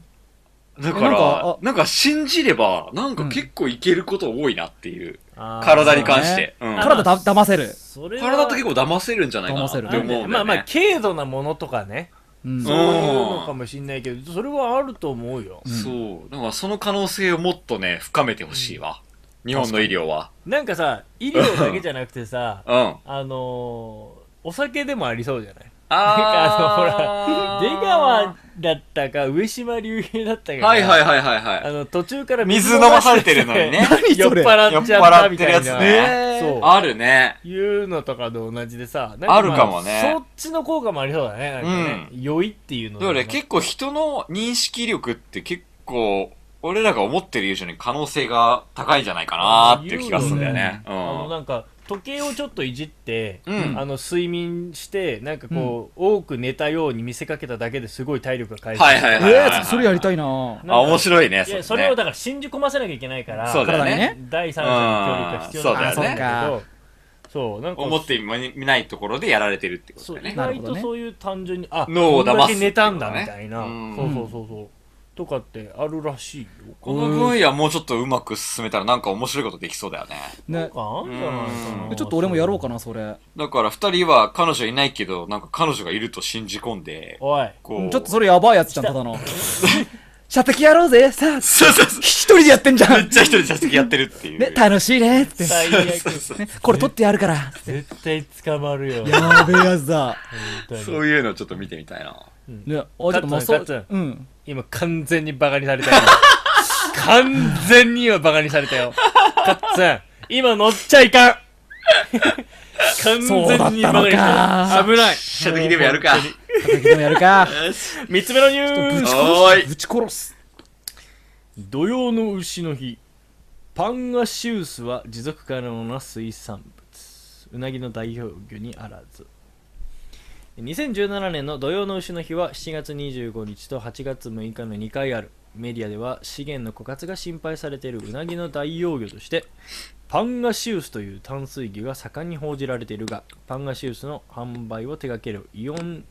A: だ
B: え
A: か
B: なん
A: ら
B: かあ、
A: なんか信じれば、なんか結構いけること多いなっていう。
C: あー
A: 体に関して。う
C: ね
A: ん。
B: 体だ騙せる
C: それは
A: 体って結構騙せるんじゃないかなって思
B: 騙
A: う
B: せる
A: んだよね。
C: まあまあ軽度なものとかね
B: うん
C: そういうのかもしんないけどそれはあると思うよ
B: うん
A: そう。だからその可能性をもっとね、深めてほしいわ。日本の医療は。
C: なんかさ医療だけじゃなくてさ
A: うん。あ
C: あのー、お酒でもありそうじゃない
A: あ
C: 出川だったか上島竜兵だったか
A: はいはい
C: い
A: はいはいは
C: あ
A: い。
C: の途中から
A: 水飲まされてるのに ね
B: 何
C: 酔っ
B: それ
C: 払っちゃったみたいな
A: 酔っ払ってるや
B: つね
C: そう
A: あるね。
C: いうのとかと同じでさなん
A: あるかもね
C: まあそっちの効果もありそうだねなんかね、酔いっていうの
A: だからね結構人の認識力って結構、俺らが思ってる以上に可能性が高いんじゃないかなっていう気がするんだよね。う
C: あの
A: ん。
C: なんか時計をちょっといじって、
A: うん
C: あの睡眠してなんかこう、多く寝たように見せかけただけですごい体力が回復
A: はいはい
B: え
A: はいはいはい。
B: ーそれやりたいな
C: なんか
A: あ、面白いね。
C: いや
A: そ
C: そ
A: れ
C: れ
A: ね
C: をだから信じ込ませなきゃいけないから
A: そうだよ
B: 体に
A: ね。
B: ね
C: 第三者の協力が必要なん
A: うんそうだよね
C: だけどそうなんか
A: 思ってもみないところでやられてるってこと
C: そう
A: だよ
C: 意
A: ね。
B: なる
C: 外
B: ほ
C: と
B: どね
C: そういう単純にあ
A: 脳を
C: こん
A: 騙
C: だ
A: す
C: け
A: ってことね
C: 寝たんだみたいな、
A: うん
C: そうそうそうそうとかってあるらしいよ
A: この分野もうちょっとうまく進めたらなんか面白いことできそうだよね。
C: なん
B: ね
C: かあんじゃないか
A: う
C: なん
B: ちょっと俺もやろうかなそれ
A: だから二人は彼女いないけど、なんか彼女がいると信じ込んで、
C: おい
A: こう。
B: ちょっとそれやばいやつじゃんただの 射的やろうぜさあ
A: そうそうそう。
B: 一人でやってんじゃ
A: めっ
B: ん
A: ちゃ一人で座席やってるって いう。
B: ね楽しいねって
C: 最
A: そう
C: 悪
A: そう
B: ね これ取ってやるから
C: 絶対捕まるよ本
B: やべえやつだ
C: 当に
A: そういうのちょっと見てみたいな。
B: ねあちょっとまあ
C: カ
B: そ
C: ッツンカッ
B: う
C: ツ
B: うん
C: 今完全にバカにさ れたよ完全に今バカにされたよカッツン今乗っちゃいかん完全にバカに
B: そうだった
C: された
B: のか
C: 危ない
A: 射的でもやるか。
B: 射的でもやるか
C: 三つ目のニュース
A: おーい。
B: ぶち殺す
C: 土曜の牛の日パンガシウスは持続可能な水産物うなぎの代表魚にあらず2017年の土曜の牛の日は7月25日と8月6日の2回あるメディアでは資源の枯渇が心配されているウナギの代用魚としてパンガシウスという淡水魚が盛んに報じられているがパンガシウスの販売を手掛けるイオン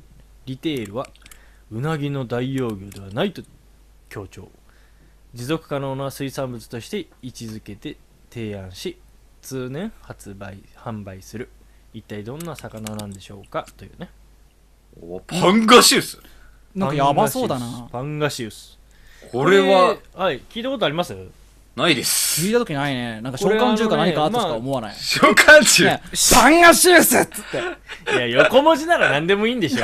C: リテールはウナギの代用魚ではないと強調持続可能な水産物として位置づけて提案し通年発売販売する一体どんな魚なんでしょうかというね
A: おパンガシウス
B: なんかやばそうだな。
C: パンガシウス
A: これは
C: はい聞いたことあります
A: ないで
B: 聞い
A: す。
B: た時ないね。なんか召
C: これあの
B: 喚
C: ね
B: 獣か何かあったしか思わない。
A: 召喚
B: ね
A: 中
B: パンガシュースっつって。
C: いや、横文字なら何でもいいんでしょ。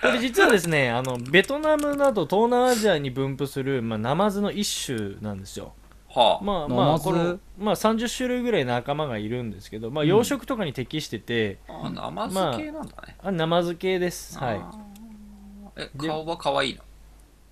C: これ実はですね、あの、ベトナムなど東南アジアに分布する、まあ、ナマズの一種なんですよ。
A: はあ。
C: ま
B: ナ
C: あまあ、
B: マズ
C: この、まあ30種類ぐらい仲間がいるんですけど、まあ
B: うん
C: 養殖とかに適してて、
A: あ、生漬けなんだね。
C: あ、ナマズ系です。はい。
A: い。え、顔は可愛いの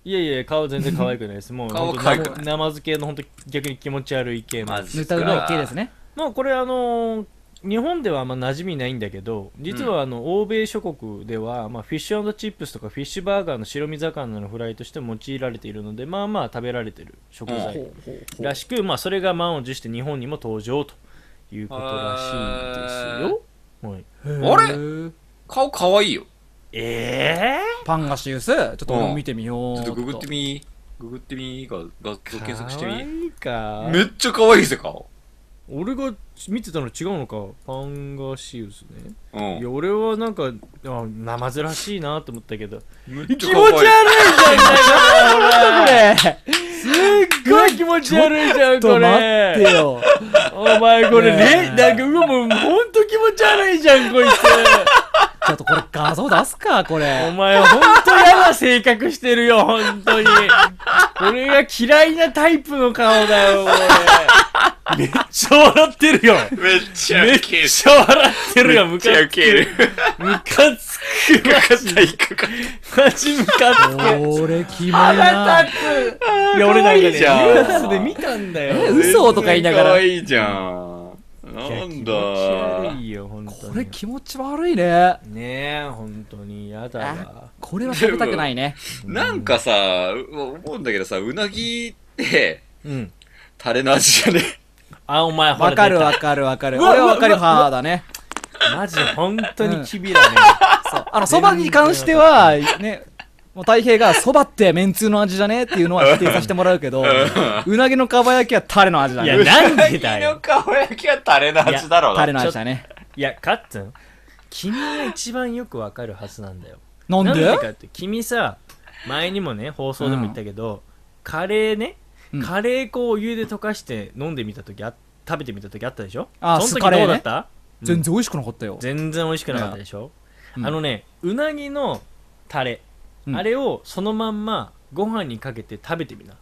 C: いやいや、顔全然可愛くないです。もう、
A: 顔
C: ほんと
A: 可愛くない
C: ナマズ系の本当逆に気持ち悪い系の。
A: マジ
B: ぬたうらい系ですね。
C: もうこれあのー日本ではあんま馴染みないんだけど実はあの、欧米諸国では、まあ、フィッシュチップスとかフィッシュバーガーの白身魚のフライとして用いられているのでまあまあ食べられてる食
A: ほ
C: 材らしく、まあ、それが満を持して日本にも登場ということらしいですよ。はい、
A: あれ
B: へー
A: 顔可愛いよ。
C: え
B: パンガシウス、ちょっと俺も見てみよう。
A: ちょっとググってみググってみが画像
C: ー、
A: 検索して
C: かわ
A: み
C: いいか
A: めっちゃ可愛いぜ顔。
C: 俺が見てたの違うのかパンガシウスね
A: う
C: いや
A: ん。
C: 俺はなんかあ生ずらしいなと思ったけど
A: めっ
C: 気
A: ち
C: 持
A: ゃ
C: ち
A: 可
C: 悪いじゃん
A: 愛い。
B: これ ちょ
C: すっごい気持ち悪いじゃん
B: っと
C: こ
B: 待っ
C: れ
B: てよ。
C: お前これ
B: ね
C: ね
B: え
C: なんかうわもうほんと気持ち悪いじゃんこいつ
B: ちょっとこれ画像出すか、こ
C: お
B: れ。
C: 前ほんと嫌な性格してるよほんとにこれが嫌いなタイプの顔だよ俺めっちゃ笑ってるよ
A: めっち
C: めっちゃ笑ってるよムカつく
A: る。
C: ムカつく
A: かかった、引っかかっ
C: マジムカつく
B: これキモいな。
C: いや俺なんかねニ
A: じゃん
C: ュースで見たんだよ
B: え嘘とか言いながら
A: 可愛いじゃん。
C: い
A: な
C: や気
A: ん
C: 持
A: だ
C: ち悪いよほんとに
B: これ気持ち悪いね。
C: ねえ本当にやだわ
B: これは食べたくないね。
A: なんかさ、う思うんだけどさ、うなぎって、
C: うん
A: タレの味じゃね
C: あお前ほら
B: わ かる
C: 出
B: わかるわかる。
C: うわ
B: 俺はわかる
C: うわう
B: 派
C: わ
B: だね。
C: たマジ本当にきびだ ね
B: そうあの、そばに関しては、ね、もう太平がそばってめんつゆの味じゃねっていうのは否定させてもらうけど、うなぎのかば焼きはタレの味だ
C: い
B: ね。
C: やな
A: う
C: んでだ
A: なぎの
C: よ
A: 顔焼きはタレの味だろう
B: タ
A: な
B: レ。の味だね。
C: いやカッツン君が一番よくわかるはずなんだよ
B: なんで
C: かって君さ前にもね放送でも言ったけど、カレーね
B: うん
C: カレー粉をお湯で溶かして飲んでみた時あ食べてみた時あったでしょ
B: あ
C: そ
B: 酢
C: の
B: カ
C: 時
B: レーね
C: どうだった、うん
B: 全然美味しくなかったよ。
C: 全然美味しくなかったでしょ、
B: うん
C: あのねうなぎのタレ、
B: うん
C: あれをそのまんまご飯にかけて食べてみな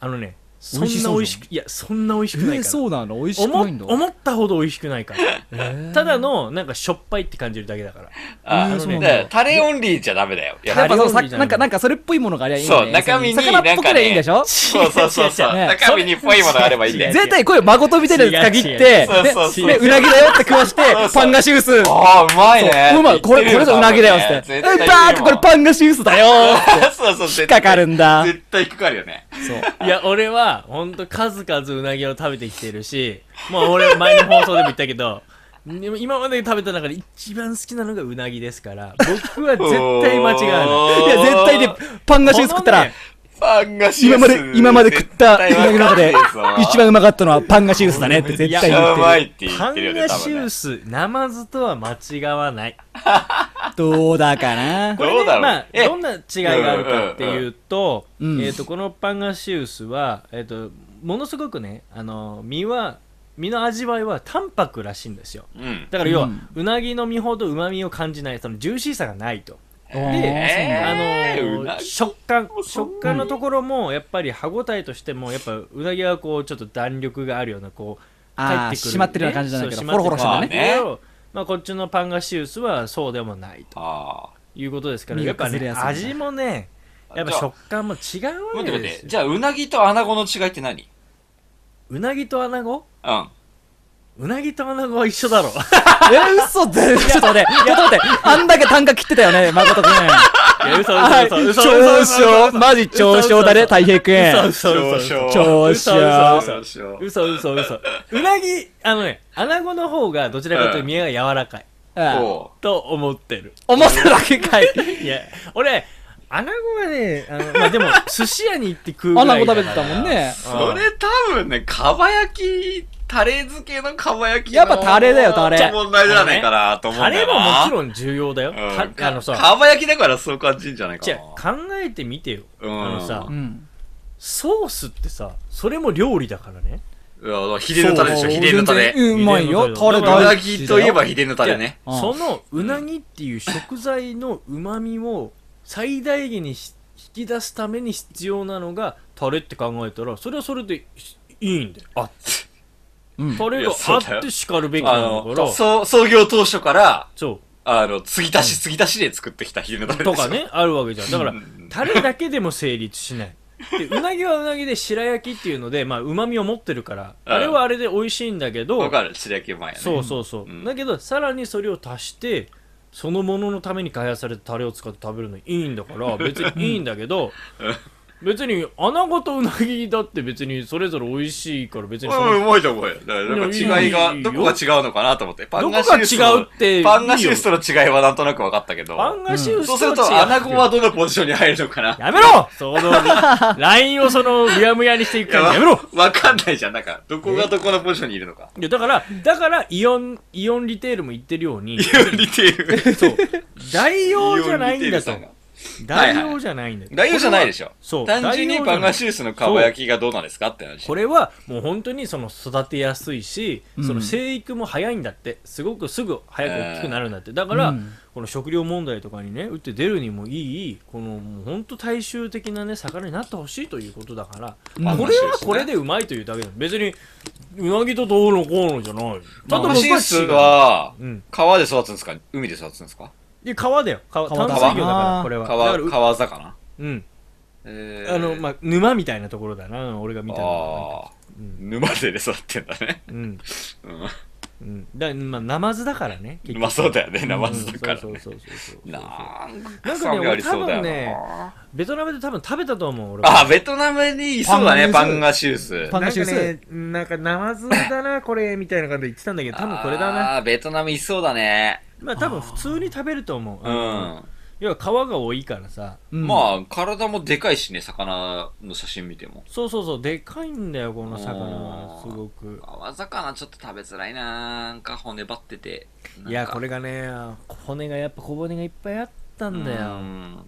C: あのねそん
B: 美味し
C: な
B: そう
C: 美
B: じゃん
C: 味しくいやそんな美味し
B: え
C: くない
B: ー、
C: から、
B: そうなの美味しく
C: 思
B: ないん
C: っ
B: だ。
C: 思ったほど美味しくないからただ
B: の
C: のなんかしょっぱいって感じるだけだから
A: あ
B: うん
A: あの
B: そうな
A: ね
B: ん
A: だ
B: だ
A: からタレオンリーじゃダメだよ。やっ
B: や
A: ぱ
B: っぱその
C: タ
B: さ
C: レ料理じゃな
B: な
C: い
B: んか、なんかそれっぽいものがありゃいいんだよ
A: そう中身に
B: 魚っぽく
A: なんか
B: で
A: ね
B: いいんでしょ
A: そうそうそうそう。
C: 違う違う違う
A: 中身にぽいものがあればいいんだよ。
B: 絶対こういう誠みたいなやつ限っ
C: 違う違う
B: て、
A: そう
B: で
A: そうそう
B: でうなぎだよって食わして
A: う、そう
B: パンガシウス。
A: ああ、うまいね。
B: うまい、これ、これぞうなぎだよっ
A: 言っ
B: つってて。
A: る
B: え、
A: よ多分
B: バ
A: ね
B: ーってこれパンガシウスだよーって。
A: そうそう、
B: 引
A: 絶
B: っかかるんだ。
A: 絶対引っかかるよね。
B: そう。
C: いや俺はほんと数々うなぎを食べてきてるしもう俺前の放送でも言ったけどでも今まで食べた中で一番好きなのがうなぎですから僕は絶対間違いない
B: いや、絶対で、パンガシウス食った
C: この
B: ら
C: ね、
A: パンが
B: 今まで、今まで食ったうなぎの中で、一番うまかったのはパンガシウスだねって絶
A: めっち
B: 対言
A: ゃう
B: っ
A: まい
B: てる。
A: って言
C: パ
A: ってるよ
C: ン
A: ね、
C: ガ
A: 多
C: シ
A: 分
C: ウ
A: ね。
C: ス、ナマズとは間違わない。
B: どうだかな
C: これ
A: どうだろ
C: ね、
A: う
C: まあ、
A: え
C: どんな違いがあるかっていうと、
B: うんうんうんうん
C: えっ、と、このパンガシウスは、えっ、と、ものすごくね、あの、身は、身の味わいは淡白らしいんですよ。
A: うん。
C: だから要は、う
B: うん
C: なぎの身ほど旨味を感じない、そのジューシーさがないと。
B: で
A: えー
C: あの
A: うなぎ
C: 食感、食感のところも、やっぱり歯ごたえとしても、やっぱうなぎはこう、ちょっと弾力があるような、こう、
B: あ
C: 入
B: あ、
C: ってくる、
B: 閉まってるような感じじゃないけど、
C: そう
B: ホロホロして
A: た
B: るね
C: 閉まっ。てるけどまあ、こっちのパンガシウスはそうでもないと
A: あ
C: いうことですから
B: 身
C: やっ
B: が
C: ぱ
B: 崩れ
C: ね
B: やすいんだ
C: 味もね
A: あ。
C: やっぱ
A: じゃあ
C: 食感も違う
A: 待
C: わけ
A: って待
C: で
A: っ
C: す
A: て。
C: よ
A: じゃあ、うなぎとアナゴの違いって何
C: うなぎとアナゴ
A: うん。
C: うなぎとアナゴは一緒だろ
B: え、嘘だよちょっと待って、ちょっと待って、あんだけ単価切ってたよね、誠くん。
C: いや嘘嘘嘘嘘嘘
B: 長
C: 嘘
B: 小、マジ長小だね、太平くん。
C: 嘘嘘嘘嘘
B: 長小。
C: 嘘
A: 嘘
C: 嘘嘘嘘うなぎあのねアナゴの方がどちらかというと身が柔らかい
B: うん
A: おう
C: と思っ てる
B: 思っただけかい。
C: いや俺アナゴはねあのまあでも寿司屋に行って食うぐ
B: ア
C: ら
B: ナ
C: い
B: ゴ
C: だ
B: 食
C: から
B: べてたもんね。
A: それ多分ね、かば焼き、タレ漬けのかば焼きの
B: やっぱタレだよタレ
A: 問題じゃないかなと思うん
C: タ
A: だ
C: レ
A: よ
C: も
A: な。
C: もちろん重要だよ、
A: うん
C: たあのさ
A: かば焼きだからそう感じんじゃないか
C: じゃ
A: な。
C: 考えてみてよ
A: うん
C: あのさ
B: うん。
C: ソースってさそれも料理だからね
A: いや、秘伝のタレでしょ、秘伝のタレ。
B: うんうまいよ。タレ
A: かば
B: 大
A: 焼
B: 事
A: き
B: だよ
A: といえば秘伝のタレね。
B: うん
C: そのうなぎっていう食材のうまみを最大限にし引き出すために必要なのがタレって考えたらそれはそれでいいんだよあって
B: うん
C: タレ
A: い
C: が
A: やそうだよ
C: あってしかるべき
A: あ
C: なんだか
A: の、
C: ら
A: そう創業当初から、
C: そう
A: あの、継ぎ足し継ぎ足しで作ってきた秘伝のタレで
C: と
A: しょ
C: か。ねあるわけじゃんだから
A: うん
C: タレだけでも成立しないでうなぎはうなぎで白焼きっていうのでまあうまみを持ってるから
A: うん
C: あれはあれで美味しいんだけど
A: わかる、白焼きうまいよね。
C: そうそうそう、
A: うん
C: だけどさらにそれを足してそのもののために開発されたタレを使って食べるのいいんだ から別にいいんだけど別に穴子とうなぎだって別にそれぞれ美味しいから別にその
A: うん、うまいと思うよ。だからなんか違いが
C: いやいい、よ
A: どこが違うのかなと思って。パ
C: ど
A: ン
C: こが
A: ガシウス
C: 違う
A: の
C: っ、ていいよ
A: パンガシウスとの違いはなんとなく分かったけど。
C: パン菓子
A: そうすると、アナゴはどのポジションに入るのかな
C: やめろそのラインをそのうやむやにしていくからやめろ
A: わかんないじゃん。なんか、どこがどこのポジションにいるのか。
C: いやだからだからイオンイオンリテールも言ってるように
A: ユニテール。
C: そう代用じゃない
A: ユニテー
C: んだと
A: ルさが
C: 代用じゃないんだよ
A: 代用じゃないでしょ。
C: そう
A: 単純に
C: 代用じゃな
A: パ
C: い
A: ンガシウスのかば焼きがどうなんですかって話。
C: これはもう本当にその育てやすいし、
B: うん
C: その生育も早いんだってすごくすぐ早く大きくなるんだってだから、
B: うん
C: この食料問題とかにね打って出るにもいいこのもう本当大衆的なね魚になってほしいということだから、
B: ん
C: これはこれでうまいというだけだ別にうなぎとどうのこうのじゃない
A: パンガシウス
C: 僕は
A: は
C: 違う、うん
A: 川で育つんですか海で育つんですか
C: いや川だよ川
B: 川
C: 淡
B: だ
C: 水魚だからこれはだから
A: 川、
C: う
A: 川魚
C: うん
A: えー
C: あのまあ沼みたいなところだな俺が見たのはなん
A: あ
C: か
A: ー沼で育ってんだね。
C: うん
A: うん。
C: うんだまあナマズだからね結局
A: まあそうだよね、ナマズだから
C: うん
A: ね。
C: そうそうそうそう
A: なん
C: な
A: か
C: んかね
A: 臭みありそうだよ
C: 俺多分ね
A: な。
C: ベトナムで多分食べたと思う俺
A: あ、ベトナムにいそうだね、
B: パ
A: パ
B: ン
A: ンガシウス。
B: パンガシウス
C: なんかねなんかナマズ だなこれみたいな感じで言ってたんだけど多分これだな
A: あー、ベトナムいそうだね。
C: まあ多分普通に食べると思う
A: う
C: あの
A: ん。
C: 要は皮が多いから
B: あ、
C: さ
A: まあ、体もでかいしね、魚の写真見ても。
C: そうそうそうでかいんだよこの魚は
A: あ
C: す
A: ー
C: ごく
A: 泡魚ちょっと食べづらいななんか骨張ってて。
C: いやこれがね骨がやっぱ小骨がいっぱいあったんだよ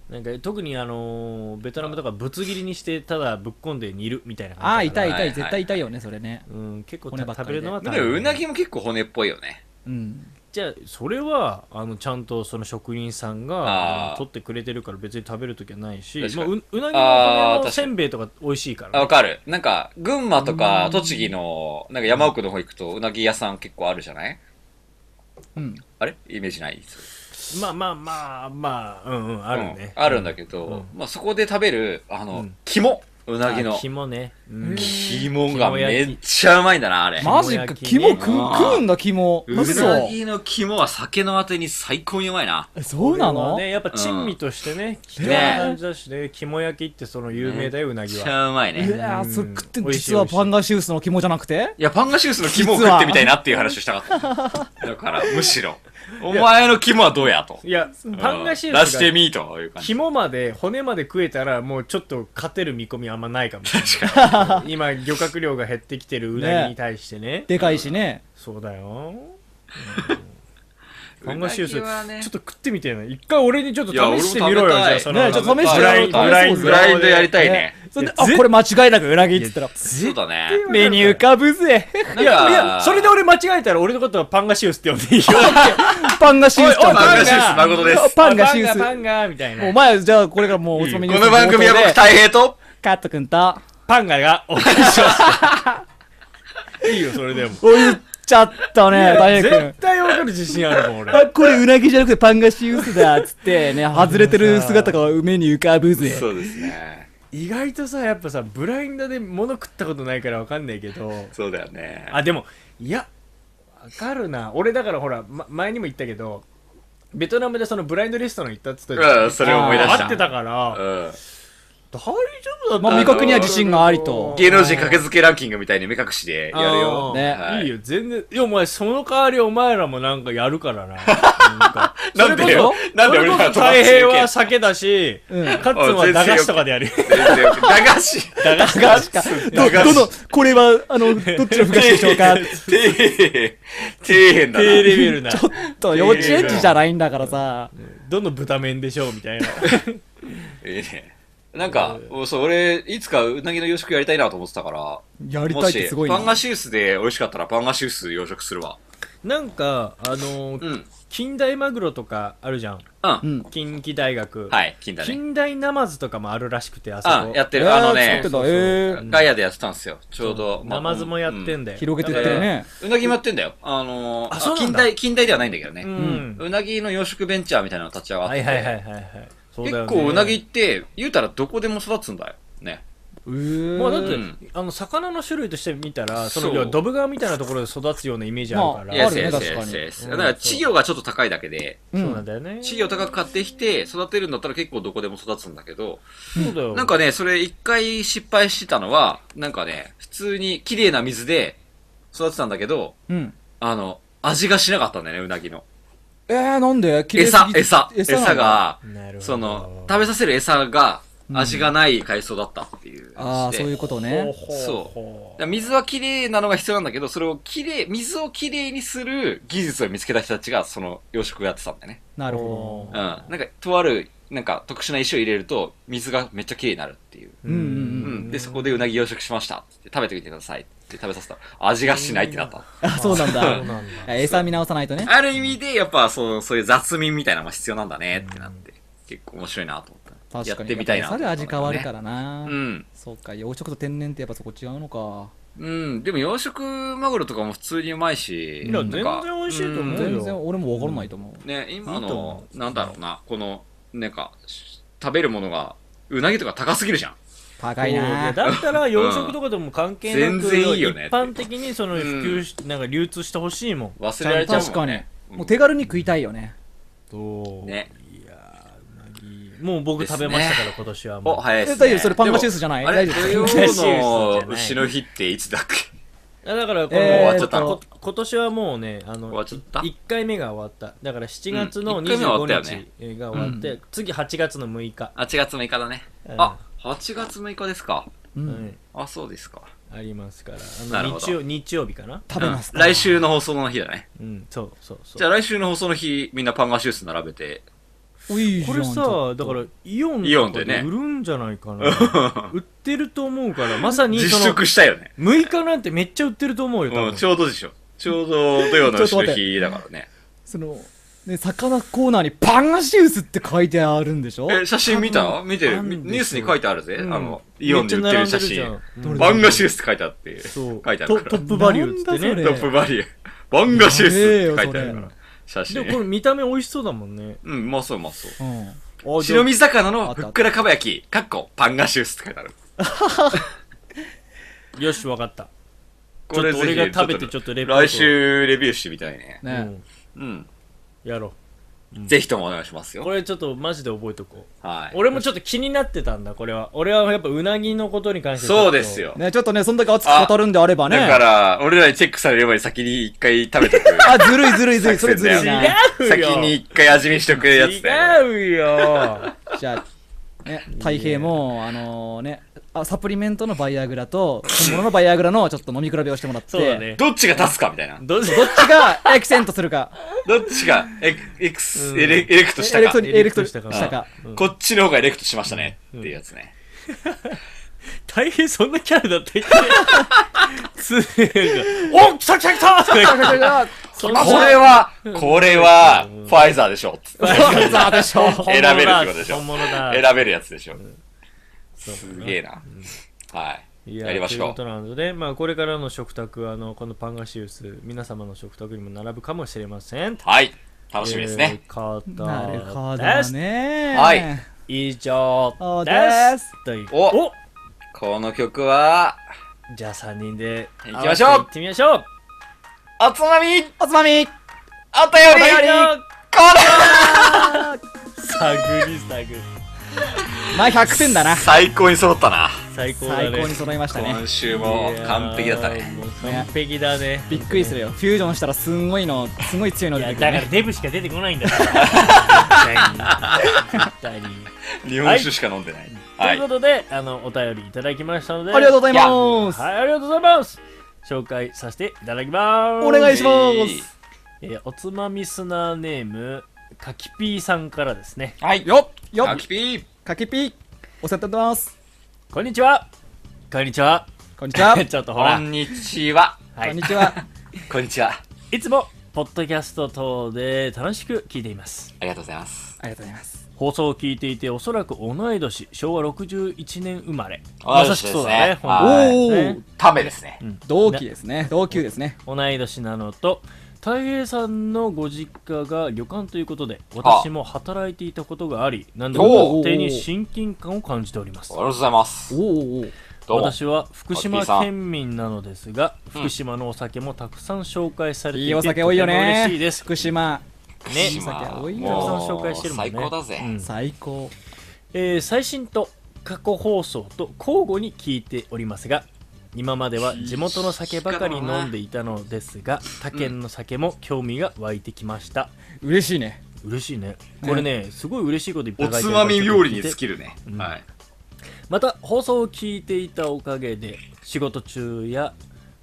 C: なんか特にあのーベトナムとかぶつ切りにしてただぶっこんで煮るみたいな感じ
B: あー、
C: だか
A: はいは
B: 痛い痛
C: ら
A: い
B: い、絶対痛いよね、それね。
C: うん結構
B: 骨ばっか
C: 食
B: り
C: べ
B: で
C: るのは
A: で
C: 大変
A: も、うなぎも結構骨っぽいよね。
B: うん。
C: じゃあそれはあのちゃんとその職員さん
A: あ
C: が
A: ー
C: 取ってくれてるから別に食べるときはないし、
A: 確
C: ま
A: か
C: あ、
A: に
C: ううなぎの
A: あー確か
C: 骨の
A: に
C: せんべいとか美味しいか
A: あ
C: ら
A: わ
C: ね
A: かる。なんか、群馬とか栃木の、なんか山奥の方行くと、うなぎ屋さん結構あるじゃない
B: うん。
A: あれイメージない
C: まあまあまあまあうんうんあるね、
A: うんあるんだけど、まあそこで食べる、あ
C: う
A: の
C: ん、
A: 肝。うなぎの
C: あ。肝ね、うん
B: うん
A: 肝がめっちゃうまいんだな、あれ。
B: マジか、
C: 焼きね
B: 肝食う食うんだ、肝。
A: う
B: 嘘。
A: なぎの肝は酒のあてに最高にうまいな。
B: えそうな
C: これは
B: の
C: ねやっぱ珍味としてね貴重
A: ね
C: な感じだしね肝焼きってその有名だようなぎ
A: めっち
C: は
A: ゃうまい
B: い
A: ね。
B: やー、それ食って
C: 美、味しい
B: 実はパンガシウスの肝じゃなくて
A: いや、パンガシウスの肝を食ってみたいなっていう話をしたかった。だから、むしろ。お前の肝はどうやと。
C: いやパンガシウス
A: 出して
C: が
A: みーという感じ。
C: 肝まで骨まで食えたらもうちょっと勝てる見込みあんまないかもしれない
A: 確か
C: 今漁獲量が減ってきてるうなぎに対してね
B: でかいしね。
C: そうだよ
A: に。
C: パンガシウス、
A: うなぎはね
C: ちょっと食ってみてよな一回俺にちょっと
A: いや俺も
C: 試してみろよ
A: 食べたい
C: じゃあその
B: ねちょっと試
A: して
C: ブライ
A: やろう
C: ブラ
B: 試
C: イ
B: そうぜ
A: ブラインドやりたいね。
B: そんで、
C: いや
B: あ、
C: ぜ
B: これ間違いなくうなぎっつったら、
A: そうだね。
B: 目に浮かぶぜ。
A: ないん
C: や
A: か
C: いやそれで俺間違えたら俺のことはパンガシウスって呼んでいいよ
B: パンガシウスちゃん
A: パンガシウ
C: おいお
A: ス
C: い
A: 誠です。
B: パンガシウス
C: パン。ガパンガみたいな
B: お前、じゃあこれからもうおつまみニュ
A: こ
B: ース
A: の番組は
B: 冒頭
A: 僕、太
B: で
A: 平と、
B: カット君と、
C: パンガがお送りしましたいいよそれでも
B: お言っちゃったね、大平
C: 絶
B: 君。
C: 対わかる自信あるもん俺
B: あ、これうなぎじゃなくてパンガシウスだ、つってね、外れてる姿が目に浮かぶぜ。
A: そうですね。
C: 意外とさやっぱさブラインドで物食ったことないからわかんないけど
A: そうだよね。
C: あでもいやわかるな俺だからほら、ま前にも言ったけどベトナムでそのブラインドレストラン行ったっつってたじゃん
A: うん、それを思い出し
C: 合
A: た。
C: ってたから、
A: うん。
C: 大丈夫だった
B: まあ、味覚には自信がありと。
A: 芸能人格付けランキングみたいに目隠しでやるよ。
C: あー
B: ね
A: はい
C: いよ、全然。いや、お前、その代わりお前らもなんかやるから な。なんか
A: なんでよ
C: それこそ
A: なんで俺ら
C: それこ
A: 友達
C: そ太
A: に
C: 平は酒だし、
B: うん
C: カッツンは駄菓子とかでやるよ。
A: 全然駄菓子
C: 駄菓子
B: 駄菓子か。ど、どの、これは、あ の、どっちの不可でしょうか。ち
A: 底辺底辺だ
C: 低
A: な
C: レベ ルな。
B: ょっと幼稚園児じゃないんだからさ。
C: どの豚麺でしょうみたいな。
A: いいねなんか、もうそう俺いつかうなぎの養殖やりたいなと思ってたから
B: やり
A: も
B: たいっ
A: して
B: すごいな
A: パン。ガシウスで美味しかったらパンガシウス養殖するわ
C: なんか、あのー
A: うん
C: 近代マグロとかあるじゃん。
A: う
B: うんん。
C: 近畿大学。
A: はい金だね
C: 近代ナマズとかもあるらしくて、あそ
A: あ
C: こ。
A: やって
B: え
A: る
B: ー
A: あのね
B: 作ってた。えー
A: ガイアでやってたんですよちょうどまあ
C: ナマズもやってんだよ。
B: 広げて
A: う
B: やってるね。
A: うなぎもやってんだよあのー
C: あそうなんだ
A: 近代近代ではないんだけど
C: う
A: ね
C: ん。
A: うなぎの養殖ベンチャーみたいなの立ち上がっ
C: は
A: て
C: い
A: て
C: はいはいはいはい。そうだよ
A: 結
C: ね
A: 構うなぎって言うたらどこでも育つんだよね
B: うー
C: まあだって、
A: うん
C: あの魚の種類として見たらそ
A: そ
C: の
A: う
C: 要はドブ川みたいなところで育つようなイメージあるから、
B: い
A: い
B: や
A: や
B: あるね
A: せや
B: 確
A: せ
B: か
A: や
B: に
A: せやせ
C: う
A: や
C: ん
A: だから稚魚がちょっと高いだけで
B: うん
C: そうなんだよね
A: 稚魚高く買ってきて育てるんだったら結構どこでも育つんだけど
C: そうだよ
A: なんかねそれ一回失敗してたのはなんかね普通に綺麗な水で育てたんだけど
B: うん。
A: あの味がしなかったんだよねうなぎの
B: えー、なんで綺麗す
A: 餌
B: ぎて
A: 餌
B: 餌なんだ
A: 餌が
C: なるほど
A: その食べさせる餌が味がない海藻だったっていう
B: あ
A: 話
B: あ、
A: で
B: そういうことね。
A: そうだから水は綺麗なのが必要なんだけどそれを綺麗水を綺麗にする技術を見つけた人たちがその養殖をやってたんだよね
B: なるほ
A: うん
C: おー
A: なんかとあるなんか特殊な石を入れると水がめっちゃ綺麗になるっていう、
B: ど。うんう
A: う
B: ん
A: ん
B: うん。
A: でそこでうなぎ養殖しましたって食べてみてくださいって食べさせたら味がしないってなった、
B: あ、そうなん
C: そう
B: だ。
C: なんだ
B: 餌見直さないとね。
A: ある意味でやっぱそうそういう雑味みたいなのも必要なんだねってなって、結構面白いなと思った
B: 確かに。
A: やってみたいな
B: 餌で味変わるかららな。
A: うん
B: そうか、養殖と天然ってやっぱそこ違うのか。
A: うん、でも養殖マグロとかも普通にうまいし
C: いや
A: なんか
C: 全然美味しいと思うよ
A: ん
B: 全然俺も分からないと思う。
A: ね今
C: いいと思
A: の
C: う
A: なんだろうなこのなんか食べるものがうなぎとか高すぎるじゃん
B: 高い
C: いや
B: な。
C: だったら養殖とかでも関係なく、
A: 全然いいよね
C: 一般的にその普及し、なんか流通してほしいもん
A: 忘れられちゃうもん
B: 確かに
A: ね。
B: もう手軽に食いたいよね。
C: そう
A: ね
C: いやーうなぎもう僕食べましたから、今年はも
A: お、
C: う
A: 早いです、ね。
B: え大丈夫それパンガシウスじゃない
A: でもあれ、
B: 大丈夫
A: 土曜
C: パンガシウスじゃ
A: の
C: ない
A: 牛の日っていつだっ け
C: あだからこの、
B: え
A: ーっと
C: こ今年はもうねあ
A: 終わ
C: の
A: っちゃった
C: 1回目が終わっただから7月の
A: うん一回目は終わったよ
C: 25
A: ね
C: 日が終わって、次8月の6日、
A: ?8 月6日だね。
C: うん
A: あ、8月6日ですか。
B: う。
C: うんん、
A: あ、そうですか。
C: ありますから
A: な
C: あ
A: る
C: の
A: ほど
C: 日曜日曜日かな
B: 食べます
A: う
B: か。
A: ん来週の放送の日だね。
C: うんそうそうそう
A: じゃあ来週の放送の日、みんなパンガシウス並べ て。
B: お。いいじ
C: こ
B: ゃん
C: れ
B: ちょ
C: さ
B: っ
C: だ
B: と
C: からイオン
A: イオン
C: とか
A: で
C: で
A: ね
C: 売るんじゃないか な売ってると思うからまさに
A: 実
C: その
A: 食したよね。
C: 6日なんてめっちゃ売ってると思うよ多
A: う
C: 分
A: ん、ちょうどでしょ。ちょうど土曜の
B: ちょっ
A: 牛の
B: と待って
A: 日だからね。
B: その、ね、魚コーナーにパンガシウスって書いてあるんでしょ
A: え、写真見た
C: あ
A: 見て
C: あ
A: る。
C: ん
A: み
C: ですよ
A: ニュースに書いてあるぜ。
C: うん
A: あの、イオンで売ってる写真。
C: めっちゃ並んでるじゃん
B: どれ
A: パンガシウスって書いてあって。
C: そ
A: 書
C: う
A: いてあ
C: ト
A: る
C: ト
A: から。
C: ップバリューっつって
B: なんだそ
C: ね
B: れ
A: トップバリュー。パンガシウスって書いてあるから。写
C: で
A: 真
C: も。これ見た目美味しそうだもんね
A: うん、うまそううまそう。
B: うん。
C: あじゃあ
A: 白身魚の
B: あった
A: ふっくらかば焼き、かっこパンガシウスって書いてある。
C: よしわかった
A: これ
C: ちょっと
A: ぜひ
C: 俺が食べてちょっとレポート
A: 来週レビューしてみたいね。
C: う
B: ね
C: ん
A: うん。
C: やろ
A: ぜひともお願いします
C: う
A: よ
C: こ。れちょっとマジで覚えとこう
A: はい。
C: 俺もちょっと気になってたんだこれは俺はやっぱうなぎのことに関してちょっと
A: そうですよ。
B: ね、ちょっとね、そんだけ熱く語るんであればね。
A: だから、俺らにチェックされる前に先に一回食べ とく。
B: あ、ずるいずるいずるい、それずるい
C: 違
B: な。
C: う
A: 先
C: よ
A: に一回味見しとくやつだよ。
C: 違うよ
B: じゃあ、ね、太平も、あのね、あサプリメントのバイアグラと、本物のバイアグラのちょっと飲み比べをしてもらって、
C: そうだね
A: どっちが立つかみたいな。
C: どうぞ
B: どっちがエクセントするか、
A: どっちがエクエクス、
C: うん
A: エレエレクトし
B: エ
A: た
B: レ
A: か
B: クト。にエレクト
C: エレクト
B: し
C: した
B: か
C: たかうん
A: こっちの方がエレクトしましたね。っていうやつね。
C: 大変そんなキャラだったっ けつーがお来た来た来たとか言ってそん
A: こ
C: な
A: れは、これは、ファイザーでしょ。つって
B: そうそうでしょ。
C: 本
A: 選
C: 物だ
A: べるってことでしょ
C: 本物だ
A: 選べるやつでしょ。す
C: そう
A: げえな。はい。
C: いや
A: やりましょう
C: ということなので、まあ、これからの食卓あのこのパンガシウス皆様の食卓にも並ぶかもしれません
A: はい。楽しみですね。
C: えーこと
B: なるほ
C: で
B: ど
C: す
B: ね。
A: はい
C: 以上
B: そう
C: で
B: です
C: という
A: おこの曲は、
C: じゃあ3人で
A: 行きましょう
C: 合わせていってみましょう
A: おつまみ
B: おつまみ
A: お便り
C: はい探り探り
B: まあ100点だな
A: 最高に揃ったな。
C: 最高だ
B: 最
C: ね
B: 高に揃いましたね
A: 今週も完璧だった
C: いやー
A: ね。
C: もう完璧だね
B: びっくりするよフュージョンしたらすんごいのすごい強いの
C: い
B: 出
C: や
B: てく
C: だ
B: る
C: か
B: ね
C: らデブしか出てこないんだよ絶対に絶
A: 日本酒しか飲んでない。は
C: 対
A: いう
C: にとい。ことであのお便りいただきましたので
B: ありがとうございます
C: はいありがとうございます紹介させていただきます
B: お願いします
C: えーおつまみスナーネームかきぴーさんからですね
A: はい。
B: よっよ
A: あ
B: っ
A: きぴー。
B: かきぴお世話になってます
C: こんにちはこんにちは
B: こんにちは
C: ちょっとほ
A: こ
C: ら、
A: んにちは。
C: は
B: こん
C: い
B: に、ちは
A: こんにちは。
C: いつもポッドキャスト等で楽しく聞いています
A: ありがとうございます。
B: ありがとうございます
C: 放送を聞いていておそらく同い年昭和61年生まれ
A: あ
C: まさしくそうだね
A: そうですねは
C: 本当に
A: い
B: お
C: ね
B: お
A: ためですね。
B: 同期ですね同級ですね
C: 同い年なのとたい平さんのご実家が旅館ということで私も働いていたことがあり何で
A: お
C: も
B: う
C: 家庭に親近感を感じておりま
A: あ
C: す
A: りがとうございます
B: お。おー
A: どうも。
C: 私は福島
A: ハッピーさん
C: 県民なのですが
A: うん
C: 福島のお酒もたくさん紹介されていて
B: いいお酒多いよね
C: とても嬉しいです
B: 福島
A: 福
C: ね
A: 島
B: お酒多いよ
A: もう
C: たくさん紹介してるもんね
A: 最高だぜ。
C: うん
B: 最高
C: えー最新と過去放送と交互に聞いておりますが今までは地元の酒ばかり飲んでいたのですが他県の酒も興味が湧いてきました、
B: 嬉しいね
C: 嬉しいねこれねすごい嬉しいこといっぱい
A: お
C: 書いてあ
A: つ
C: る
A: まみ料理に尽
C: き
A: きるね
C: う。ん
A: はい。
C: また放送を聞いていたおかげで仕事中や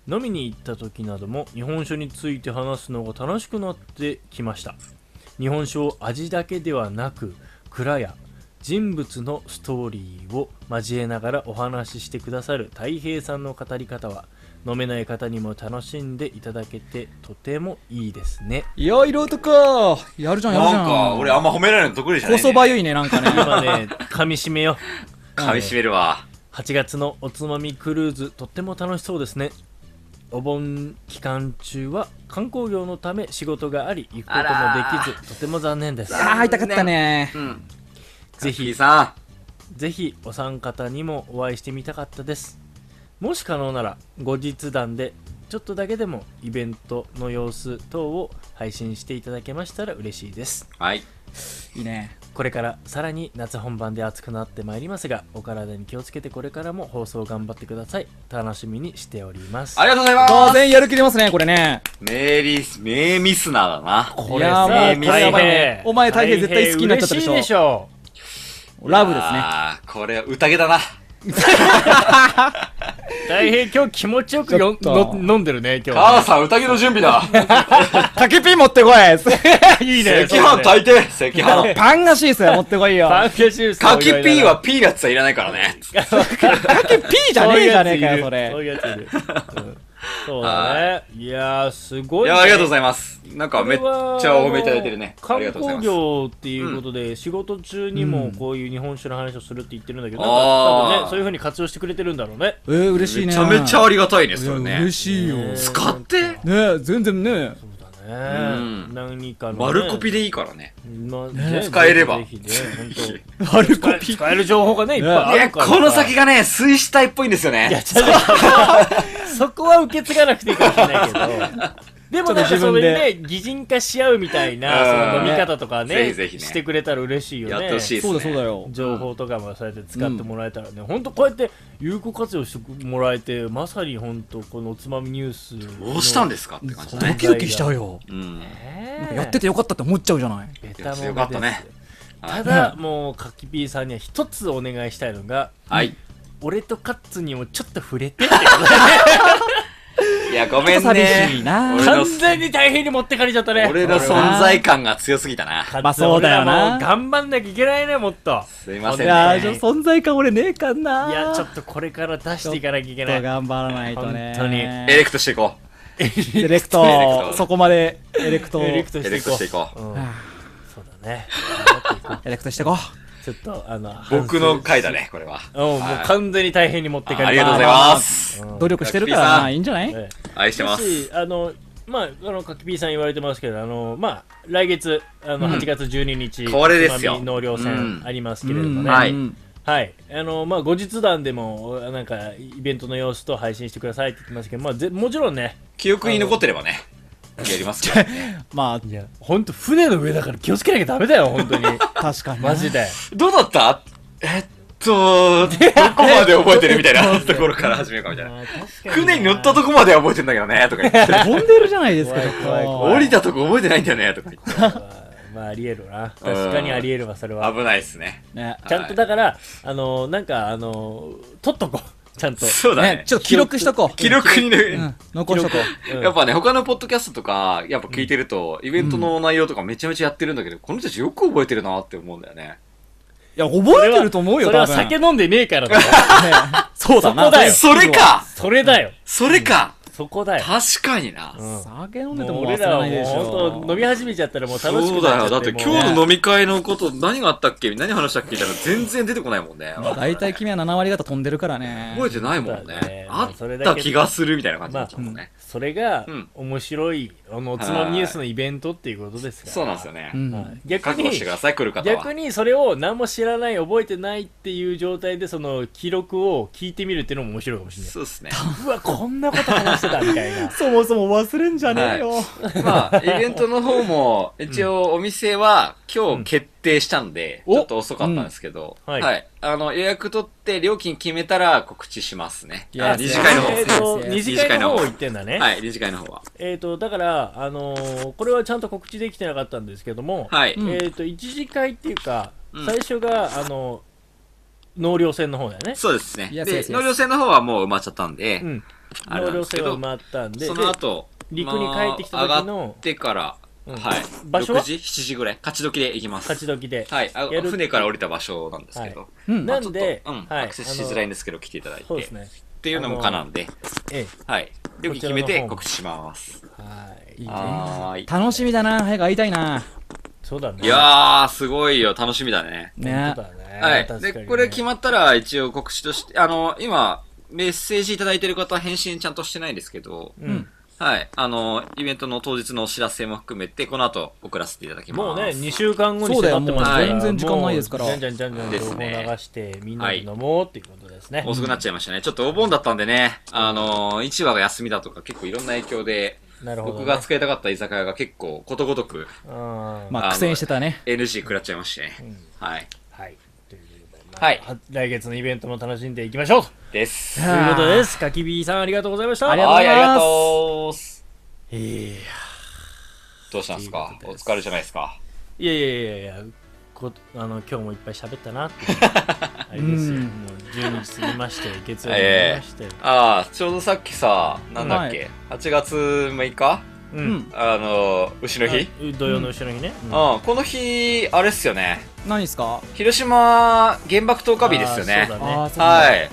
C: 飲みに行った時なども日本酒について話すのが楽しくなってきました日本酒を味だけではなく蔵や人物のストーリーを交えながらお話ししてくださるたい平さんの語り方は飲めない方にも楽しんでいただけてとてもいいですね
B: いやいろいろとかやるじゃんやる
A: な
B: じゃん
A: んか、俺あんま褒められるの得意じゃな
B: こ
A: いね。
B: そばゆいねなんかね
C: 今 ね噛み締めよ
A: 噛み締めるわ。
C: 8月のおつまみクルーズとっても楽しそうですねお盆期間中は観光業のため仕事があり行くこともできずとても残念です
B: あー会いたかったね
A: うん。
C: ぜ
A: ひ
C: ひ
A: さ
C: ぜひお三方にもお会いしてみたかったですもし可能なら後日談でちょっとだけでもイベントの様子等を配信していただけましたら嬉しいです
A: ん。はい。
B: いいね
C: これからさらに夏本番で暑くなってまいりますがお体に気をつけてこれからも放送頑張ってください楽しみにしております
A: ありがとうございます。
B: 当然やる気出ますねこれね
A: 名リス、名ミスナーだな。
C: こ
B: い
A: も
B: やー
A: う
C: 大変
A: これやばい
B: ねお前大変絶対好きになっちゃったでしょ
C: 大変嬉いょ
B: ラブですね
A: ああ、これは宴だな。
C: 大変今日気持ちよくよん
B: ちょっと
C: の飲んでるね今
A: 母
C: 日
A: さん、宴の準備だ。
B: かけピン持ってこい
C: いい
A: 赤飯炊いて、赤 飯。
B: パンがしいっすよ持ってこいよ
C: パ
B: か
C: ンケシウス
A: かきピーはピーナッツはいらないからね。
B: けピーじゃねえじゃねえかよそ
C: そう
B: れ
C: いうやついるうんそうだねいやーす
A: い
C: ごい
A: や、ありがとうご
C: い
A: ざいます。なんかめっちゃお褒めいただいてるね。あ
C: 観
A: りがとうござい
C: 光
A: ます。
C: 業っていうことで仕事中にもこういう日本酒の話をするって言ってるんだけどなんか多
A: あー
C: 分ねそういうふうに活用してくれてるんだろうね
B: えー嬉しいね
A: めちゃめちゃありがたいね、
B: い
A: そ
B: や
A: れね
B: 嬉。しいよね
A: 使って、
B: え全然ね
C: そうだね
A: うん
C: 何かのね
A: 丸コピでいいからね。
C: ま
B: ね
A: 使えれば
C: ぜひね本当
B: アルコ
C: 使え
B: ピー
C: 使える情報がね、いっぱいあ
A: いや、
C: るからさ。
A: この先がね、水死体っぽいんですよね。
C: ちょっとそこは受け継がなくていいかもしれない けど。でもなんか
B: ちょっと自
C: そ
B: 分で
C: れにね、擬人化し合うみたいな、
A: うん
C: その飲み方とかね
A: ぜひぜひね
C: してくれたら嬉しいよね。
A: やってほしいです
B: そう
A: ね。
B: だそうだよ
C: 情報とかもそうやって使ってもらえたらね、ほんとこうやって有効活用してもらえて、まさにほんとこのおつまみニュースの。
A: どうしたんですかって感じ
B: ド
A: だね。
B: キドキしちゃうよ
A: うん。
C: ねえ
B: やっててよかったって思っちゃうじゃない
C: ベタもんです
A: よかったね
C: ただ、もう、かきぴーさんには一つお願いしたいのが、
A: はい。
C: 俺とカッツにもちょっと触れて
A: いや、ごめん
B: ちょっと寂し
A: ね
B: い。な
A: 俺
C: 完
A: の
C: 全に大変に持ってかれちゃったね
A: 俺の存在感が強すぎたな。
B: まあそうだよな
C: 俺らも頑張んなきゃいけないねもっと
A: すいませ
B: い
A: ん
B: や
A: ね
B: ー。ちょっと存在感俺ねえかないい
C: やちょっとこれから出していかなきゃいけない
B: 頑張らないとね
C: 本当に
A: エレクトしていこ
B: エレク
A: エレク
B: ト
A: ト
B: そこまでエレクトを
C: エレ
B: エ
C: クト
A: う。
C: し
A: エ
C: て
A: レ
C: い
A: クト
C: こ
A: していこ
C: う、うん、そうだね
B: レクトしてこ
C: ちょっとあの
A: う。 僕の回だね、これは。
C: うんもう完全に大変に持ってかれた
A: ありがとうございます。
B: う努力してるから
A: ラッキーさん
B: まあいいんじゃない
C: え
A: 愛
C: え
A: してま
C: も
A: す
C: し。あのまああのかきぴーさん言われてますけどあのまあ来月あの8月12日、
A: これですよ
C: 津波納
A: う
C: 涼
A: ん
C: 船ありますけれどもね、
A: んはい
B: うん
C: はい、あのまあ後日談でもなんかイベントの様子と配信してくださいって言ってましたけど、まあ、ぜもちろんね
A: 記憶に残ってればね。やりますからね。
B: ま
C: いやほん と船の上だから気をつけなきゃダメだよ本当に
B: あ、確かにな。
C: マジ で
A: どうだったえっ と、どこまで覚えてるみたいなところから始めるかみたいな。船に乗ったとこまでは覚えてんだけどね、とか言 って。
B: 飛んでるじゃないですか、ちょっ
C: 怖い怖
B: と。
A: 降りたとこ覚えてないんだよね、とか言って。
C: まあありえるな確かにありえるわそれは
A: 危ないですね。
B: ね。
C: ちゃんとだからあのーなんかあのー取っとこうち ゃんと
A: そうだね
B: ね、。ちょっと記録しとこう。
A: 記録にね、
B: うん、残しとこう。
C: うん
A: やっぱね、他のポッドキャストとか、やっぱ聞いてると、イベントの内容とかめちゃめちゃやってるんだけど、この人たちよく覚えてるなって思うんだよね。
B: いや、覚えてると思うよ、
C: それは
B: 多分
C: 酒飲んでねえからだよ
B: そうだな。
C: そこだよ
A: それか
C: それだよ
A: それか
C: そこだよ
A: 確かにな。
C: うん
B: 酒飲んでて
C: もう
B: も
C: 俺
B: 忘れ
C: らは
B: な
C: も
B: いでし
C: う
B: ょ
C: 本。当飲み始めちゃったらもう楽し
A: そ
C: く
A: うだ
C: な
A: よ。
C: っちゃ
A: だ
C: っ
A: ってて
C: もう
A: 今日の飲み会のこと、何があったっけ何話したっけみたいな全然出てこないもんね。
B: 大体君は7割方飛んでるからね
A: 覚。えてないもん
C: そう
A: ね
C: だね。まあ
A: あ
C: それ
A: っ
C: だ
A: た
C: け
A: 気がするみたいな感じになっちゃうもん
B: ま
A: ね。
C: それが
A: うん
C: 面白いあのおつまみニュースのイベントっていうことですから
A: そうなんですよね
B: う。ん。
C: はい逆
A: 覚
C: に
A: 悟してください、来る方は
C: 逆。にそれを何も知らない覚えてないっていう状態でその記録を聞いてみるっていうのも面白いかもしれない
A: そう ですね。
C: うわこんなこと話してたみたい な
B: そもそも忘れんじゃねえよ。
A: まあ、イベントの方も、一応お店は今
C: うん
A: 日決定したんで、
C: お
A: ちょっと遅かったんですけど、
C: うんはい
A: はい。あの、予約取って料金決めたら告知しますね。
B: いや
A: あ二次会の方
C: え
A: で
C: っ、
A: すね。
C: と二次会の方行ってんだね、
A: はい、二次会の方は。
C: えっ、とだからあのーこれはちゃんと告知できてなかったんですけども、
A: はい。
B: うん
C: えっ、と一次会っていうか、
A: うん
C: 最初があの納涼船の方だよね
A: そうですね。
B: Yes,
A: で、
B: yes, yes.
A: 納涼船の方はもう埋まっちゃったんで、
C: うん
A: あれな
C: 納
A: ん
C: 涼
A: ですけ
C: 船が
A: ど
C: 埋、まったんで
A: その後、
C: で陸に帰ってきた
A: まあ
C: 時
A: 上が
C: の
A: ってから、
C: うん
A: はい。
C: 場所は
A: 6時 ?7 時ぐらい勝ち時で行きます。
C: 勝ち時で、
A: はい。あ
C: やる
A: 船から降りた場所なんですけど。
B: うん
C: な。
A: まあちょっと
C: んで
A: うん。
C: はい
A: アクセスしづらいんですけど、来ていただいて。
C: そうですね
A: っていうのも可なんで、
C: ええ
A: はい。料金決めて告知します。
C: はい
A: はーい。
B: 楽しみだな。早く会いたいな。
C: そうだね
A: いやー、すごいよ。楽しみだね。
B: ね
C: 本。当だね
A: はい。
C: 確かにね
A: で、これ決まったら、一応告知として、あの、今、メッセージいただいてる方、返信ちゃんとしてないんですけど、
C: うん
A: はい。あの、イベントの当日のお知らせも含めて、この後送らせていただきます。
C: もうね2週間後に
B: そうだよ
C: 迫ってま
A: も
C: す
A: う
C: から
A: 全
B: 然時間ないですから
C: もうじゃんじゃんじゃんじゃん
A: ですね
C: 情報流してみんなで飲もうっていうことですね
A: 遅くなっちゃいましたね。ちょっとお盆だったんでね、あの、市場が休みだとか結構いろんな影響で、
C: なるほどね
A: 僕が作りたかった居酒屋が結構ことごとく
C: うん
B: まあ、苦戦してたね。
A: NG 食らっちゃいましてね。はい。
C: はいということでまあ
A: はい
C: 来月のイベントも楽しんでいきましょう
A: です。
C: ということですかきびさんありがとうございました
B: ありがとうございま
A: は
B: す
A: ありがとうございます。
C: いや
A: どうしたんです
C: とい
A: か
C: うこと
A: お
C: です
A: 疲れじゃないですか。
C: いやいやいやいやこあの今日もいっぱい喋っ たなっていうあれですよ
B: うん
C: もう12日過ぎまして月曜
A: え
C: 日に
A: え
C: なりまして、
A: ああ、ちょうどさっきさ、なんだっけ、
B: は
A: 8月6日
C: う
B: うんん。
A: あの、牛の日、
C: あ土曜の後ろにね、うん
A: うん、この日、あれっすよね。
B: 何ですか
A: 広島原爆投下日ですよね。
C: あーそうだね
B: ああ、そうなんだ
A: はい。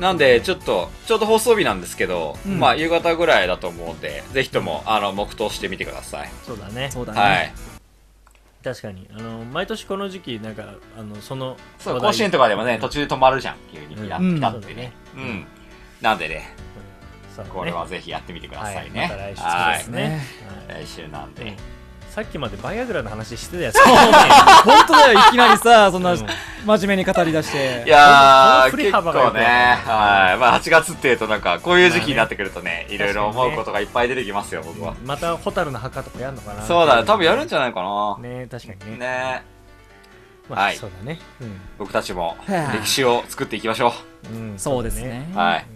A: なんで、ちょっと、ちょうど放送日なんですけど、
B: うん
A: まあ、夕方ぐらいだと思うんで、ぜひとも、あの、黙祷してみてください。
C: そうだね
B: そうだ
A: は
B: ね。
A: い。
C: 確かにあの毎年この時期なんかあのその
A: そう、
C: 話題
A: 甲子園とかでもね、途中で止まるじゃん、急に。ピタ
B: うん
A: ッピタッてね。う。
C: うんん
A: なんでね、
C: うんそうだね
A: これはぜひやってみてくださいね。
C: はいまた来週そうですね、はい
A: 来週なんで。
C: さっきまでバイアグラの話してたや つ
B: 本当だよ、いきなりさ、そんな
C: うん
B: 真面目に語り出して。
A: いやー、
C: この振
A: 結
C: り幅が
A: 構ね、
C: やっぱ
A: はい。まあ、8月っていうとなんか、こういう時期になってくるとね、いろいろ思うことがいっぱい出てきますよ、僕は。
C: また蛍の墓とかやるのかな
A: そうだね、多分やるんじ
C: ゃ
A: ゃないかな。
C: ね確かにね
A: ね
C: まあ、
A: はい
C: そうだね
A: 僕たちも
B: はあ
A: 歴史を作っていきましょ
C: うん、うん
B: そうですね
A: う。。はい。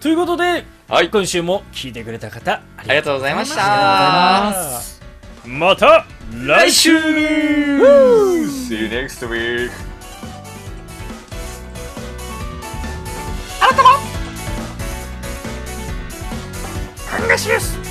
C: ということで
A: はい。
C: 今週も聞いてくれた方あ
A: ありがとうございまし
B: ありがとうござい
A: た。
B: ます。
C: また来週
A: See you next week.
E: 看護師です